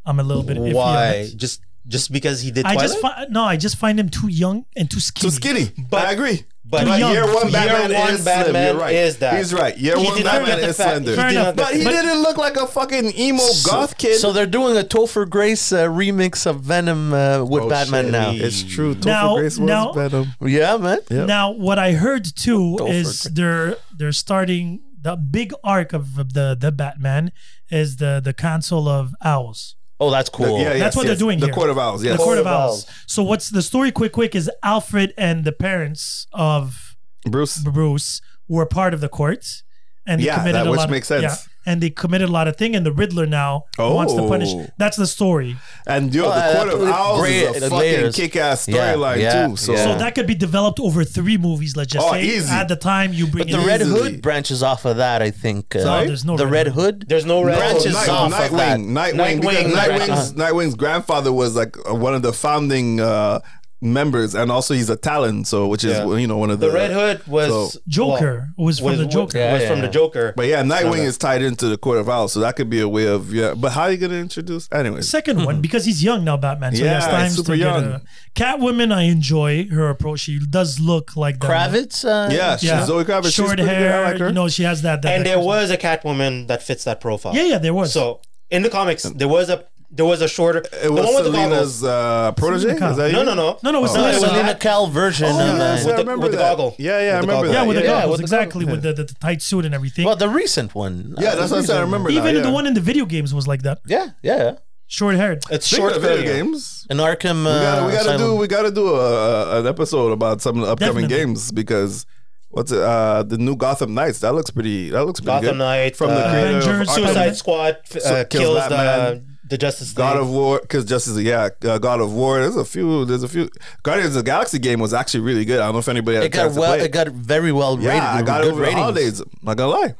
Speaker 3: I'm a little bit iffy on
Speaker 4: Why?
Speaker 3: it.
Speaker 4: Just just because he did
Speaker 3: I
Speaker 4: Twilight?
Speaker 3: just fi- no, I just find him too young and too
Speaker 1: Too
Speaker 3: skinny.
Speaker 1: skinny. I agree.
Speaker 4: but
Speaker 1: But
Speaker 3: young.
Speaker 1: year one Batman,
Speaker 4: Year one
Speaker 1: is,
Speaker 4: Batman
Speaker 1: slim. You're right.
Speaker 4: is that.
Speaker 1: He's right. Year
Speaker 4: He
Speaker 1: one
Speaker 4: did not
Speaker 1: Batman
Speaker 4: get the
Speaker 1: is
Speaker 4: fact-
Speaker 1: slender.
Speaker 4: he
Speaker 3: Fair
Speaker 4: did
Speaker 3: enough,
Speaker 4: not get
Speaker 1: But he
Speaker 4: the-
Speaker 1: didn't look like a fucking emo goth kid.
Speaker 2: So they're doing a Topher Grace uh, remix of Venom uh, with
Speaker 1: Oh,
Speaker 2: Batman
Speaker 1: shit.
Speaker 2: now.
Speaker 1: It's true. Topher
Speaker 3: Now- now-
Speaker 1: Venom.
Speaker 2: Yeah, man.
Speaker 1: Yep.
Speaker 3: Now, what I heard too
Speaker 2: Go for
Speaker 3: is
Speaker 2: it.
Speaker 3: they're they're starting the big arc of the the Batman is the the Council of Owls.
Speaker 2: Oh, that's cool.
Speaker 1: Yeah, yes,
Speaker 3: what they're
Speaker 1: yes.
Speaker 3: doing
Speaker 1: The
Speaker 3: here.
Speaker 1: Court of Owls.
Speaker 3: The
Speaker 1: Yes.
Speaker 3: Court of
Speaker 4: Court of
Speaker 3: Owls. So what's the story? Quick, quick is Alfred and the parents of
Speaker 1: Bruce.
Speaker 3: Bruce were part of the court, and they
Speaker 1: Yeah,
Speaker 3: committed
Speaker 1: that-
Speaker 3: a
Speaker 1: which
Speaker 3: lot.
Speaker 1: makes
Speaker 3: of,
Speaker 1: sense.
Speaker 3: and they committed a lot of thing, and the Riddler now wants to punish.
Speaker 1: Oh.
Speaker 3: That's the story.
Speaker 1: And yo,
Speaker 2: Well,
Speaker 1: the Court
Speaker 2: uh,
Speaker 1: of Owls
Speaker 2: great,
Speaker 1: is
Speaker 2: uh,
Speaker 1: a fucking
Speaker 2: layers.
Speaker 1: kick-ass
Speaker 2: Yeah,
Speaker 1: storyline
Speaker 2: yeah,
Speaker 1: too. So,
Speaker 2: yeah.
Speaker 3: So that could be developed over three movies. Let's just
Speaker 1: Oh,
Speaker 3: say
Speaker 1: easy.
Speaker 3: at the time you bring
Speaker 2: But
Speaker 3: it
Speaker 2: the
Speaker 3: in.
Speaker 2: Red
Speaker 1: Easily.
Speaker 2: Hood branches off of that, I think. Uh,
Speaker 3: No, there's no
Speaker 2: the
Speaker 3: Red
Speaker 2: Red Hood.
Speaker 4: There's no red
Speaker 1: No,
Speaker 2: branches
Speaker 1: Night-
Speaker 2: off of that.
Speaker 1: Nightwing, Nightwing, because
Speaker 4: Nightwing,
Speaker 1: Nightwing's, Nightwing's grandfather was like uh, one of the founding uh, members, and also he's a Talon, so which is
Speaker 4: Yeah.
Speaker 1: you know one of the,
Speaker 4: The Red Hood was
Speaker 1: So-
Speaker 3: Joker was from the Joker.
Speaker 2: Yeah,
Speaker 4: was
Speaker 2: yeah,
Speaker 4: from
Speaker 2: yeah.
Speaker 4: the Joker.
Speaker 1: But yeah, Nightwing is tied into the Court of Owls, so that could be a way of yeah. But how are you gonna introduce? Anyways,
Speaker 3: Second one because he's young now, Batman. So he
Speaker 1: Mm-hmm. Yeah,
Speaker 3: has time
Speaker 1: he's super
Speaker 3: to get
Speaker 1: young.
Speaker 3: a Catwoman. I enjoy her approach. She does look like the
Speaker 2: Kravitz. Uh,
Speaker 1: yeah, she's Zoe Kravitz, she's
Speaker 3: short
Speaker 1: pretty good.
Speaker 3: hair.
Speaker 1: I like her.
Speaker 3: You know, she has that. that
Speaker 4: and
Speaker 3: that
Speaker 4: there
Speaker 3: charisma.
Speaker 4: was a Catwoman that fits that profile.
Speaker 3: yeah, yeah, there was.
Speaker 4: So in the comics, there was a there was a shorter.
Speaker 1: it
Speaker 4: the
Speaker 1: was
Speaker 4: one with
Speaker 1: Selena's uh, protege. Is
Speaker 3: Selena
Speaker 1: that
Speaker 4: the
Speaker 1: you?
Speaker 4: goggles. No, no, no,
Speaker 3: no, no, it's
Speaker 1: Oh.
Speaker 3: not.
Speaker 4: it was
Speaker 2: Selena
Speaker 4: that-
Speaker 2: Cal version.
Speaker 1: Oh,
Speaker 2: of,
Speaker 1: yes,
Speaker 2: uh,
Speaker 1: I
Speaker 4: with the-
Speaker 1: remember
Speaker 4: with the
Speaker 1: that.
Speaker 4: goggle.
Speaker 1: Yeah, yeah, I
Speaker 4: With the
Speaker 1: remember
Speaker 4: goggle.
Speaker 1: that.
Speaker 3: yeah, with the
Speaker 2: yeah,
Speaker 3: goggles,
Speaker 2: with the
Speaker 3: exactly,
Speaker 2: goggles.
Speaker 3: with the, the, the tight suit and everything.
Speaker 2: well, the recent one.
Speaker 1: Yeah, that's what I said. I remember
Speaker 3: Even
Speaker 1: now, yeah.
Speaker 3: the one in the video games was like that,
Speaker 2: Yeah, yeah. yeah.
Speaker 3: short haired.
Speaker 4: It's
Speaker 1: Speaking
Speaker 4: short
Speaker 1: of video
Speaker 4: video.
Speaker 1: games.
Speaker 2: An Arkham. Uh,
Speaker 1: We gotta, we gotta do
Speaker 2: Asylum.
Speaker 1: we gotta do a, a, an episode about some of the upcoming
Speaker 3: Definitely.
Speaker 1: games because what's it, uh the new Gotham Knights that looks pretty that looks pretty good
Speaker 4: Gotham Knight,
Speaker 1: from the
Speaker 4: uh,
Speaker 1: creator of
Speaker 3: Avengers,
Speaker 1: Arkham
Speaker 4: Suicide
Speaker 3: Batman.
Speaker 4: Squad uh,
Speaker 1: So- kills
Speaker 4: kills the
Speaker 1: Batman.
Speaker 4: the Justice League.
Speaker 1: God of War, because Justice, yeah, uh, God of War. There's a few. There's a few. Guardians of the Galaxy game was actually really good. I don't know if anybody had
Speaker 2: It
Speaker 1: a chance
Speaker 2: got
Speaker 1: to
Speaker 2: well.
Speaker 1: play it.
Speaker 2: It got very well rated.
Speaker 1: yeah, I
Speaker 2: with
Speaker 1: got it
Speaker 2: good
Speaker 1: over
Speaker 2: ratings.
Speaker 1: the holidays. Not gonna lie.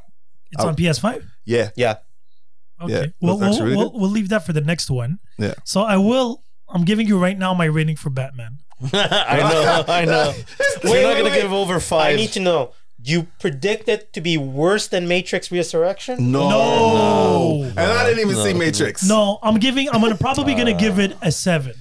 Speaker 3: It's on PS5.
Speaker 1: Yeah,
Speaker 4: yeah,
Speaker 3: Okay,
Speaker 1: Oh. Yeah,
Speaker 3: we'll,
Speaker 1: that's actually
Speaker 3: we'll,
Speaker 1: really
Speaker 3: we'll,
Speaker 1: good.
Speaker 3: we'll leave that for the next one.
Speaker 1: Yeah.
Speaker 3: So I will. I'm giving you right now my rating for Batman.
Speaker 2: I know. I know. We're
Speaker 4: Wait,
Speaker 2: Oh. not
Speaker 4: wait,
Speaker 2: gonna
Speaker 4: wait.
Speaker 2: give over
Speaker 4: I
Speaker 2: five.
Speaker 4: need to know. You predict it to be worse than Matrix Resurrection?
Speaker 1: No.
Speaker 3: No.
Speaker 1: and I didn't even see
Speaker 2: No.
Speaker 1: Matrix.
Speaker 3: No, I'm giving. I'm gonna probably
Speaker 1: Uh.
Speaker 3: gonna give it a seven.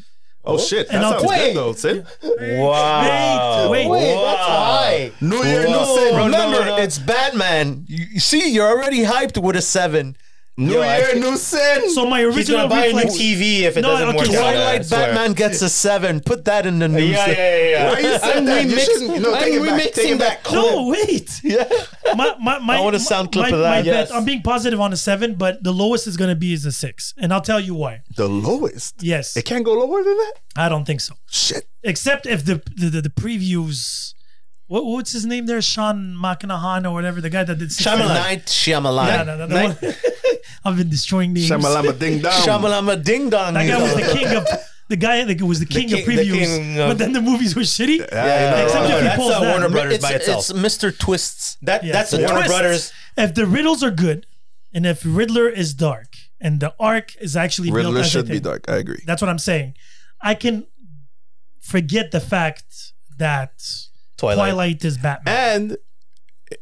Speaker 1: Oh shit, that
Speaker 3: And I'll-
Speaker 1: sounds
Speaker 4: Wait.
Speaker 1: good though, Sid.
Speaker 4: Uh,
Speaker 2: wow.
Speaker 3: Wait,
Speaker 4: Wait, that's high.
Speaker 1: New year, no
Speaker 4: Whoa.
Speaker 1: Sid.
Speaker 4: Bro, no,
Speaker 2: Remember,
Speaker 4: no.
Speaker 2: it's Batman. You, you see, you're already hyped with a seven.
Speaker 1: New
Speaker 4: Yo, I
Speaker 1: year,
Speaker 4: think-
Speaker 1: new Sid.
Speaker 3: So my
Speaker 4: He's
Speaker 3: original
Speaker 4: gonna buy a new
Speaker 3: reflex.
Speaker 4: TV if it
Speaker 3: No,
Speaker 4: doesn't
Speaker 3: okay,
Speaker 4: work out.
Speaker 3: Twilight
Speaker 4: I swear.
Speaker 2: Batman gets a seven. Put that in the news.
Speaker 4: Yeah, yeah, yeah.
Speaker 1: Why you said that? You shouldn't- no, take it back, take it back.
Speaker 3: No, wait.
Speaker 2: yeah.
Speaker 3: My, my, my,
Speaker 2: I want a
Speaker 3: my-
Speaker 2: sound clip
Speaker 3: my,
Speaker 2: of that.
Speaker 3: my
Speaker 2: Yes.
Speaker 3: bet. I'm being positive on a seven, but the lowest is gonna be is a six, and I'll tell you why.
Speaker 1: the lowest.
Speaker 3: Yes,
Speaker 1: It can't go lower than that.
Speaker 3: I don't think so.
Speaker 1: Shit.
Speaker 3: Except if the the, the, the previews. What, what's his name there? Sean McConaughey or whatever the guy that did. Six
Speaker 2: Shyamalan.
Speaker 3: Men.
Speaker 2: Night Shyamalan.
Speaker 3: No, no, no, no. I've been destroying names.
Speaker 1: Shamalama ding dong.
Speaker 2: Shyamalama ding dong.
Speaker 3: That guy was the king of the guy that was the king of
Speaker 4: king- the
Speaker 3: previews,
Speaker 4: king of-
Speaker 3: but then the movies were shitty.
Speaker 1: Yeah,
Speaker 4: Yeah,
Speaker 1: you know,
Speaker 3: Except if
Speaker 4: no,
Speaker 3: he
Speaker 4: Oh, that's
Speaker 3: pulls
Speaker 4: a
Speaker 3: that.
Speaker 4: Warner Brothers
Speaker 2: it's,
Speaker 4: by itself.
Speaker 2: it's Mr. Twists.
Speaker 4: That
Speaker 3: Yeah.
Speaker 4: that's
Speaker 3: The
Speaker 4: Warner
Speaker 3: twists.
Speaker 4: Brothers.
Speaker 3: If the riddles are good, and if Riddler is dark, and the arc is actually built
Speaker 1: Riddler
Speaker 3: as a
Speaker 1: should be
Speaker 3: thing,
Speaker 1: dark. I agree.
Speaker 3: That's what I'm saying. I can forget the fact that
Speaker 4: Twilight.
Speaker 3: Twilight, is Batman.
Speaker 1: And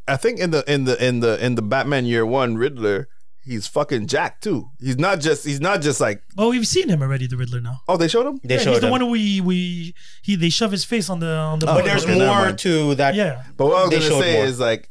Speaker 1: I think in the in the in the in the Batman Year One Riddler, he's fucking Jack too. He's not just he's not just like
Speaker 3: Well, we've seen him already, the Riddler now.
Speaker 1: oh they showed him.
Speaker 4: They
Speaker 3: Yeah,
Speaker 4: showed
Speaker 3: he's the
Speaker 4: him.
Speaker 3: one we we he they shove his face on the on the.
Speaker 1: Oh,
Speaker 4: But
Speaker 3: board.
Speaker 4: there's
Speaker 1: Okay, never
Speaker 4: more
Speaker 1: mind.
Speaker 4: to that.
Speaker 3: yeah.
Speaker 1: But what I was
Speaker 4: They
Speaker 1: gonna
Speaker 4: showed
Speaker 1: say
Speaker 4: more.
Speaker 1: is like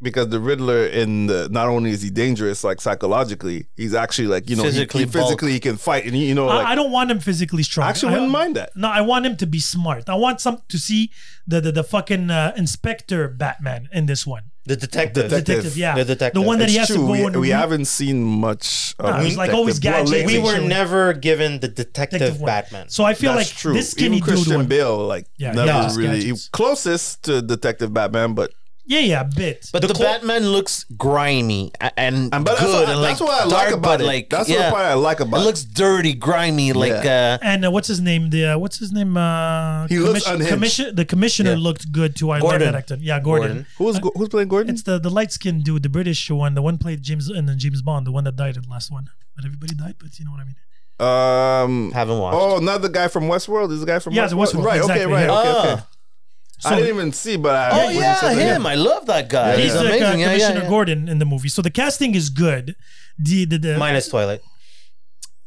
Speaker 1: because the Riddler in the not only is he dangerous like psychologically, he's actually like you know he-
Speaker 2: Physically
Speaker 1: he, physically he can fight and he, you know like
Speaker 3: I, I don't want him physically strong.
Speaker 1: I actually
Speaker 3: I-
Speaker 1: wouldn't mind that.
Speaker 3: No, I want him to be smart. I want some to see the the, the fucking uh, Inspector Batman in this one.
Speaker 4: The detective.
Speaker 1: Detective.
Speaker 3: Detective, yeah,
Speaker 4: The detective.
Speaker 3: one that
Speaker 1: It's
Speaker 3: he has to
Speaker 1: true.
Speaker 3: go
Speaker 1: we,
Speaker 3: and
Speaker 1: we
Speaker 3: re-
Speaker 1: haven't seen much. of
Speaker 3: Nah, it's like always
Speaker 1: Detective- well,
Speaker 3: gadgets.
Speaker 1: lately,
Speaker 4: we were
Speaker 3: Detective.
Speaker 4: never given the detective,
Speaker 3: detective one.
Speaker 4: Batman.
Speaker 3: So I feel
Speaker 1: That's
Speaker 3: like
Speaker 1: true.
Speaker 3: this skinny
Speaker 1: Even Christian
Speaker 3: dude one.
Speaker 1: Bale, like
Speaker 3: Yeah,
Speaker 1: never
Speaker 3: yeah.
Speaker 1: really he-
Speaker 3: Gadgets.
Speaker 1: closest to Detective Batman, but
Speaker 3: Yeah, yeah, a bit.
Speaker 2: But the,
Speaker 4: clo-
Speaker 2: Batman looks grimy a- and,
Speaker 1: and
Speaker 2: good.
Speaker 1: but that's,
Speaker 2: and
Speaker 1: what,
Speaker 2: like
Speaker 1: that's what I
Speaker 2: dark,
Speaker 1: like about
Speaker 2: but
Speaker 1: it.
Speaker 2: Like,
Speaker 1: that's
Speaker 2: yeah,
Speaker 1: what part I like
Speaker 2: it
Speaker 1: about
Speaker 2: looks dirty, grimy. Like uh,
Speaker 3: and uh, what's his name? The uh, what's his name? Uh,
Speaker 1: He looks unhinged.
Speaker 3: commission- the commissioner
Speaker 2: Yeah.
Speaker 3: looked good too. I like
Speaker 2: Gordon.
Speaker 3: that actor. Yeah, Gordon.
Speaker 4: Gordon.
Speaker 1: Who's go- who's playing Gordon?
Speaker 3: It's the the light skinned dude, the British one, the one played James and then James Bond, the one that died in the last one. But everybody died, but you know what I mean.
Speaker 1: Um,
Speaker 2: haven't watched.
Speaker 1: oh, not the guy from Westworld. Is the guy from
Speaker 3: Yeah,
Speaker 1: Westworld?
Speaker 3: the Westworld,
Speaker 1: Right.
Speaker 3: exactly,
Speaker 1: okay. Right.
Speaker 3: yeah.
Speaker 1: Okay.
Speaker 2: Ah.
Speaker 1: Okay. I
Speaker 3: So-
Speaker 1: didn't even see, but I
Speaker 2: Oh
Speaker 1: when you
Speaker 2: yeah,
Speaker 1: said that-
Speaker 2: him! I love that guy.
Speaker 1: Yeah,
Speaker 2: He's
Speaker 3: He's the
Speaker 2: amazing.
Speaker 3: uh,
Speaker 2: Yeah,
Speaker 3: Commissioner
Speaker 2: yeah, yeah.
Speaker 3: Gordon in the movie. So the casting is good. The the, the
Speaker 4: Minus Twilight.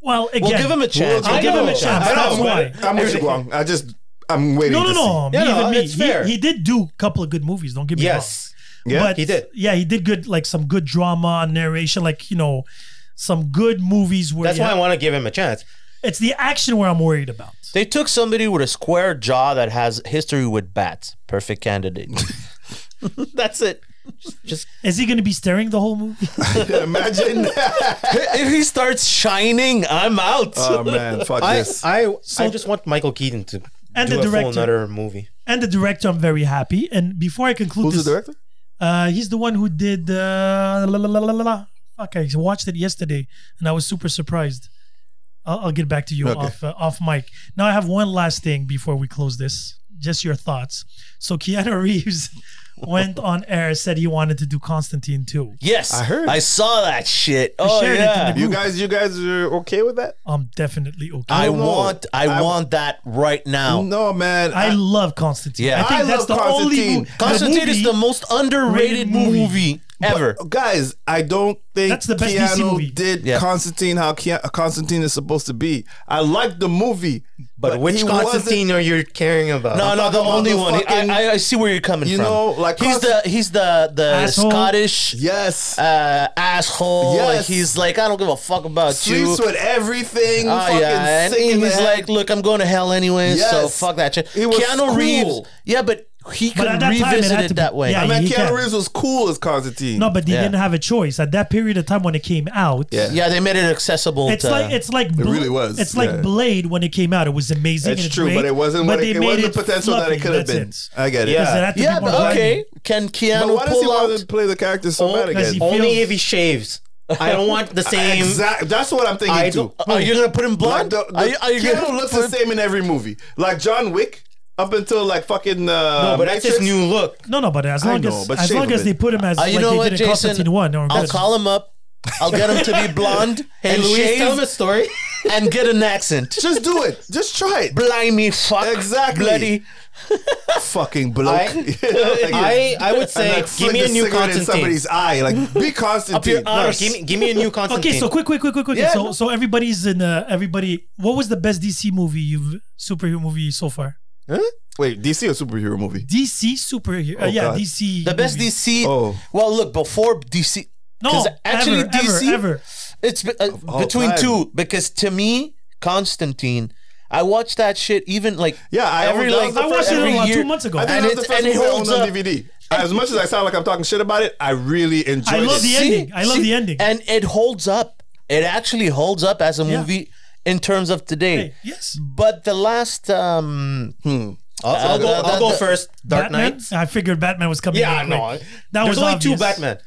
Speaker 3: well again.
Speaker 2: Well, give him a chance.
Speaker 3: I
Speaker 2: We'll
Speaker 3: give him a chance.
Speaker 1: I know,
Speaker 3: That's why.
Speaker 1: I'm with you, Guang. I just I'm waiting.
Speaker 3: no, no,
Speaker 1: to
Speaker 3: no.
Speaker 4: Yeah,
Speaker 3: me,
Speaker 4: no,
Speaker 3: even me.
Speaker 4: it's fair.
Speaker 3: He, he did do a couple of good movies. Don't get me
Speaker 4: Yes.
Speaker 1: See. Yeah.
Speaker 3: but
Speaker 4: He did.
Speaker 3: Yeah, he did good, like some good drama, narration, like you know, some good movies where
Speaker 4: That's
Speaker 3: you
Speaker 4: why I
Speaker 3: have-
Speaker 4: want to give him a chance.
Speaker 3: it's the action where I'm worried about.
Speaker 2: They took somebody with a square jaw that has history with bats. Perfect candidate. That's it.
Speaker 3: Is he going to be staring the whole movie?
Speaker 1: Imagine that.
Speaker 2: If he starts shining, I'm out.
Speaker 1: oh man, fuck
Speaker 4: I
Speaker 1: this.
Speaker 4: I, I
Speaker 3: So-
Speaker 4: just want Michael Keaton to
Speaker 3: And the
Speaker 4: do a full
Speaker 3: director.
Speaker 4: another movie.
Speaker 3: and the director, I'm very happy. And before I conclude,
Speaker 1: Who's
Speaker 3: this,
Speaker 1: the director?
Speaker 3: Uh, he's the one who did uh, la la la la la. la. Fuck, I watched it yesterday, and I was super surprised. I'll, I'll get back to you
Speaker 1: Okay.
Speaker 3: off uh, off mic. Now I have one last thing before we close this. Just your thoughts. So Keanu Reeves went on air said he wanted to do Constantine too.
Speaker 2: yes,
Speaker 1: I heard.
Speaker 2: I saw that shit. Oh
Speaker 3: shared it in
Speaker 2: yeah.
Speaker 3: the
Speaker 1: You
Speaker 3: Ooh.
Speaker 1: guys, you guys are okay with that?
Speaker 3: I'm definitely okay.
Speaker 2: I,
Speaker 3: I,
Speaker 1: don't know.
Speaker 2: want. I,
Speaker 1: I-
Speaker 2: want that right now.
Speaker 1: No, man. I,
Speaker 3: love Constantine.
Speaker 2: Yeah.
Speaker 3: I think
Speaker 1: I
Speaker 3: that's the
Speaker 1: love
Speaker 3: only
Speaker 1: Constantine.
Speaker 3: movie.
Speaker 2: Constantine is the most underrated
Speaker 3: rated movie.
Speaker 2: movie, ever.
Speaker 1: guys, I don't think
Speaker 3: That's the best DC
Speaker 1: Keanu
Speaker 3: movie.
Speaker 1: did
Speaker 2: Yeah.
Speaker 1: Constantine how Kea- Constantine is supposed to be. I liked the movie,
Speaker 4: But,
Speaker 1: he
Speaker 4: which
Speaker 1: wasn't-
Speaker 4: Constantine are you caring about?
Speaker 2: No, no, the
Speaker 1: talking about
Speaker 2: only
Speaker 1: the
Speaker 2: one.
Speaker 1: fucking-
Speaker 2: I, I, I see where you're coming
Speaker 1: You
Speaker 2: from.
Speaker 1: know, like
Speaker 2: he's the he's the the
Speaker 3: Asshole.
Speaker 2: Scottish
Speaker 1: Yes,
Speaker 2: uh, asshole.
Speaker 1: Yes.
Speaker 2: Like, he's like, I don't give a fuck about you.
Speaker 1: sleeps with everything.
Speaker 2: Ah,
Speaker 1: fucking
Speaker 2: yeah, and
Speaker 1: sick in the
Speaker 2: he's
Speaker 1: head.
Speaker 2: like, look, I'm going to hell anyway, so
Speaker 1: Yes.
Speaker 2: fuck that shit.
Speaker 1: He was
Speaker 2: Keanu
Speaker 1: cool.
Speaker 2: Reeves, yeah, but he
Speaker 3: But
Speaker 2: could
Speaker 3: at that time, it
Speaker 2: revisit
Speaker 3: had
Speaker 2: it
Speaker 3: to be-
Speaker 2: that way.
Speaker 3: yeah,
Speaker 1: I mean,
Speaker 3: he
Speaker 1: Keanu
Speaker 3: can.
Speaker 1: Reeves was cool as Constantine.
Speaker 3: No, but he
Speaker 2: Yeah.
Speaker 3: didn't have a choice at that period of time when it came out.
Speaker 1: Yeah.
Speaker 2: yeah, they made it accessible.
Speaker 3: It's
Speaker 2: to,
Speaker 3: like it's like it
Speaker 1: really was,
Speaker 3: It's like
Speaker 1: yeah.
Speaker 3: Blade when it came out. It was amazing.
Speaker 1: It's
Speaker 3: and
Speaker 1: true,
Speaker 3: great,
Speaker 1: but it wasn't what it,
Speaker 3: but they
Speaker 1: it
Speaker 3: made
Speaker 1: wasn't the potential that it
Speaker 3: fluffy,
Speaker 1: could have been.
Speaker 3: that's it.
Speaker 1: I get it.
Speaker 4: Yeah.
Speaker 3: Because it had to
Speaker 2: yeah,
Speaker 3: be more
Speaker 2: but okay.
Speaker 3: grimy.
Speaker 2: Can
Speaker 1: But
Speaker 2: Keanu
Speaker 1: why does he
Speaker 2: pull
Speaker 1: want to
Speaker 2: out?
Speaker 1: play the character
Speaker 4: Oh,
Speaker 1: so bad
Speaker 3: because
Speaker 1: again?
Speaker 3: he
Speaker 4: Only
Speaker 3: feels-
Speaker 4: if he shaves. I don't want the same. uh,
Speaker 1: Exactly. That's what I'm thinking
Speaker 4: I
Speaker 1: too.
Speaker 4: don't-
Speaker 2: uh, Are you gonna put him
Speaker 1: Like
Speaker 2: blonde?
Speaker 1: the, the
Speaker 2: are you, are you
Speaker 1: Keanu
Speaker 2: gonna
Speaker 1: looks
Speaker 2: put
Speaker 1: the same in every movie. Like John Wick, up until like fucking. Uh,
Speaker 4: No, but that's his
Speaker 1: Matrix.
Speaker 4: new look.
Speaker 3: No, no, but as
Speaker 1: I
Speaker 3: long
Speaker 1: know,
Speaker 3: as
Speaker 1: but
Speaker 3: as
Speaker 1: shave
Speaker 3: long
Speaker 1: a
Speaker 3: as they
Speaker 1: bit.
Speaker 3: put him as
Speaker 2: Uh,
Speaker 3: like
Speaker 2: you know
Speaker 3: they
Speaker 2: what,
Speaker 3: did in Constantine
Speaker 2: Jason?
Speaker 3: one, or
Speaker 2: I'll call him up. I'll get him to be blonde
Speaker 4: Hey,
Speaker 2: and
Speaker 4: Louise, tell him a
Speaker 2: shave
Speaker 4: story.
Speaker 2: and get an accent.
Speaker 1: Just do it. Just try it.
Speaker 2: Blimey, fuck.
Speaker 1: Exactly.
Speaker 2: Bloody.
Speaker 1: fucking bloke.
Speaker 4: I- I I would
Speaker 1: And,
Speaker 4: say
Speaker 1: like,
Speaker 4: give
Speaker 1: flick
Speaker 4: me a
Speaker 1: the
Speaker 4: new
Speaker 1: cigarette in
Speaker 4: Constantine.
Speaker 1: somebody's eye. Like be
Speaker 4: Up your
Speaker 1: Constantine.
Speaker 2: eye.
Speaker 4: no, give me give me a new Constantine.
Speaker 3: Okay, so quick, quick, quick, quick, quick.
Speaker 2: Yeah,
Speaker 3: so
Speaker 2: no.
Speaker 3: so everybody's in. Uh, everybody, what was the best DC movie you've superhero movie so far?
Speaker 1: Wait, DC or superhero movie?
Speaker 3: DC superhero. uh,
Speaker 1: Oh,
Speaker 3: yeah,
Speaker 1: God.
Speaker 3: DC.
Speaker 2: The best
Speaker 3: movie.
Speaker 2: DC.
Speaker 1: Oh.
Speaker 2: Well, look before DC.
Speaker 3: No,
Speaker 2: 'cause actually
Speaker 3: ever,
Speaker 2: DC
Speaker 3: ever, ever.
Speaker 2: It's be- uh,
Speaker 1: all
Speaker 2: between
Speaker 1: time.
Speaker 2: two because to me, Constantine. I watched that shit even like
Speaker 1: Yeah, I
Speaker 2: every
Speaker 1: that was
Speaker 2: like
Speaker 1: the
Speaker 3: I watched it
Speaker 2: every
Speaker 3: about
Speaker 2: year.
Speaker 3: two months ago.
Speaker 1: I think
Speaker 2: And
Speaker 1: that was
Speaker 2: it's-
Speaker 1: the first
Speaker 2: and it
Speaker 1: movie I
Speaker 2: holds
Speaker 1: owned on
Speaker 2: up.
Speaker 1: DVD. As much as I sound like I'm talking shit about it, I really enjoyed
Speaker 3: I love
Speaker 1: it.
Speaker 3: the ending. I love the ending.
Speaker 2: and it holds up. It actually holds up as a
Speaker 3: Yeah.
Speaker 2: movie in terms of today.
Speaker 3: Hey, Hmm, yes.
Speaker 2: But the last um,
Speaker 4: I'll, I'll go,
Speaker 2: Uh, the-
Speaker 4: I'll go
Speaker 2: the-
Speaker 4: first. Dark
Speaker 3: Batman.
Speaker 4: Knight.
Speaker 3: I figured Batman was coming.
Speaker 4: Yeah,
Speaker 3: out quick.
Speaker 4: no.
Speaker 3: That
Speaker 4: There's
Speaker 3: was
Speaker 4: only two
Speaker 3: obvious.
Speaker 4: Batman.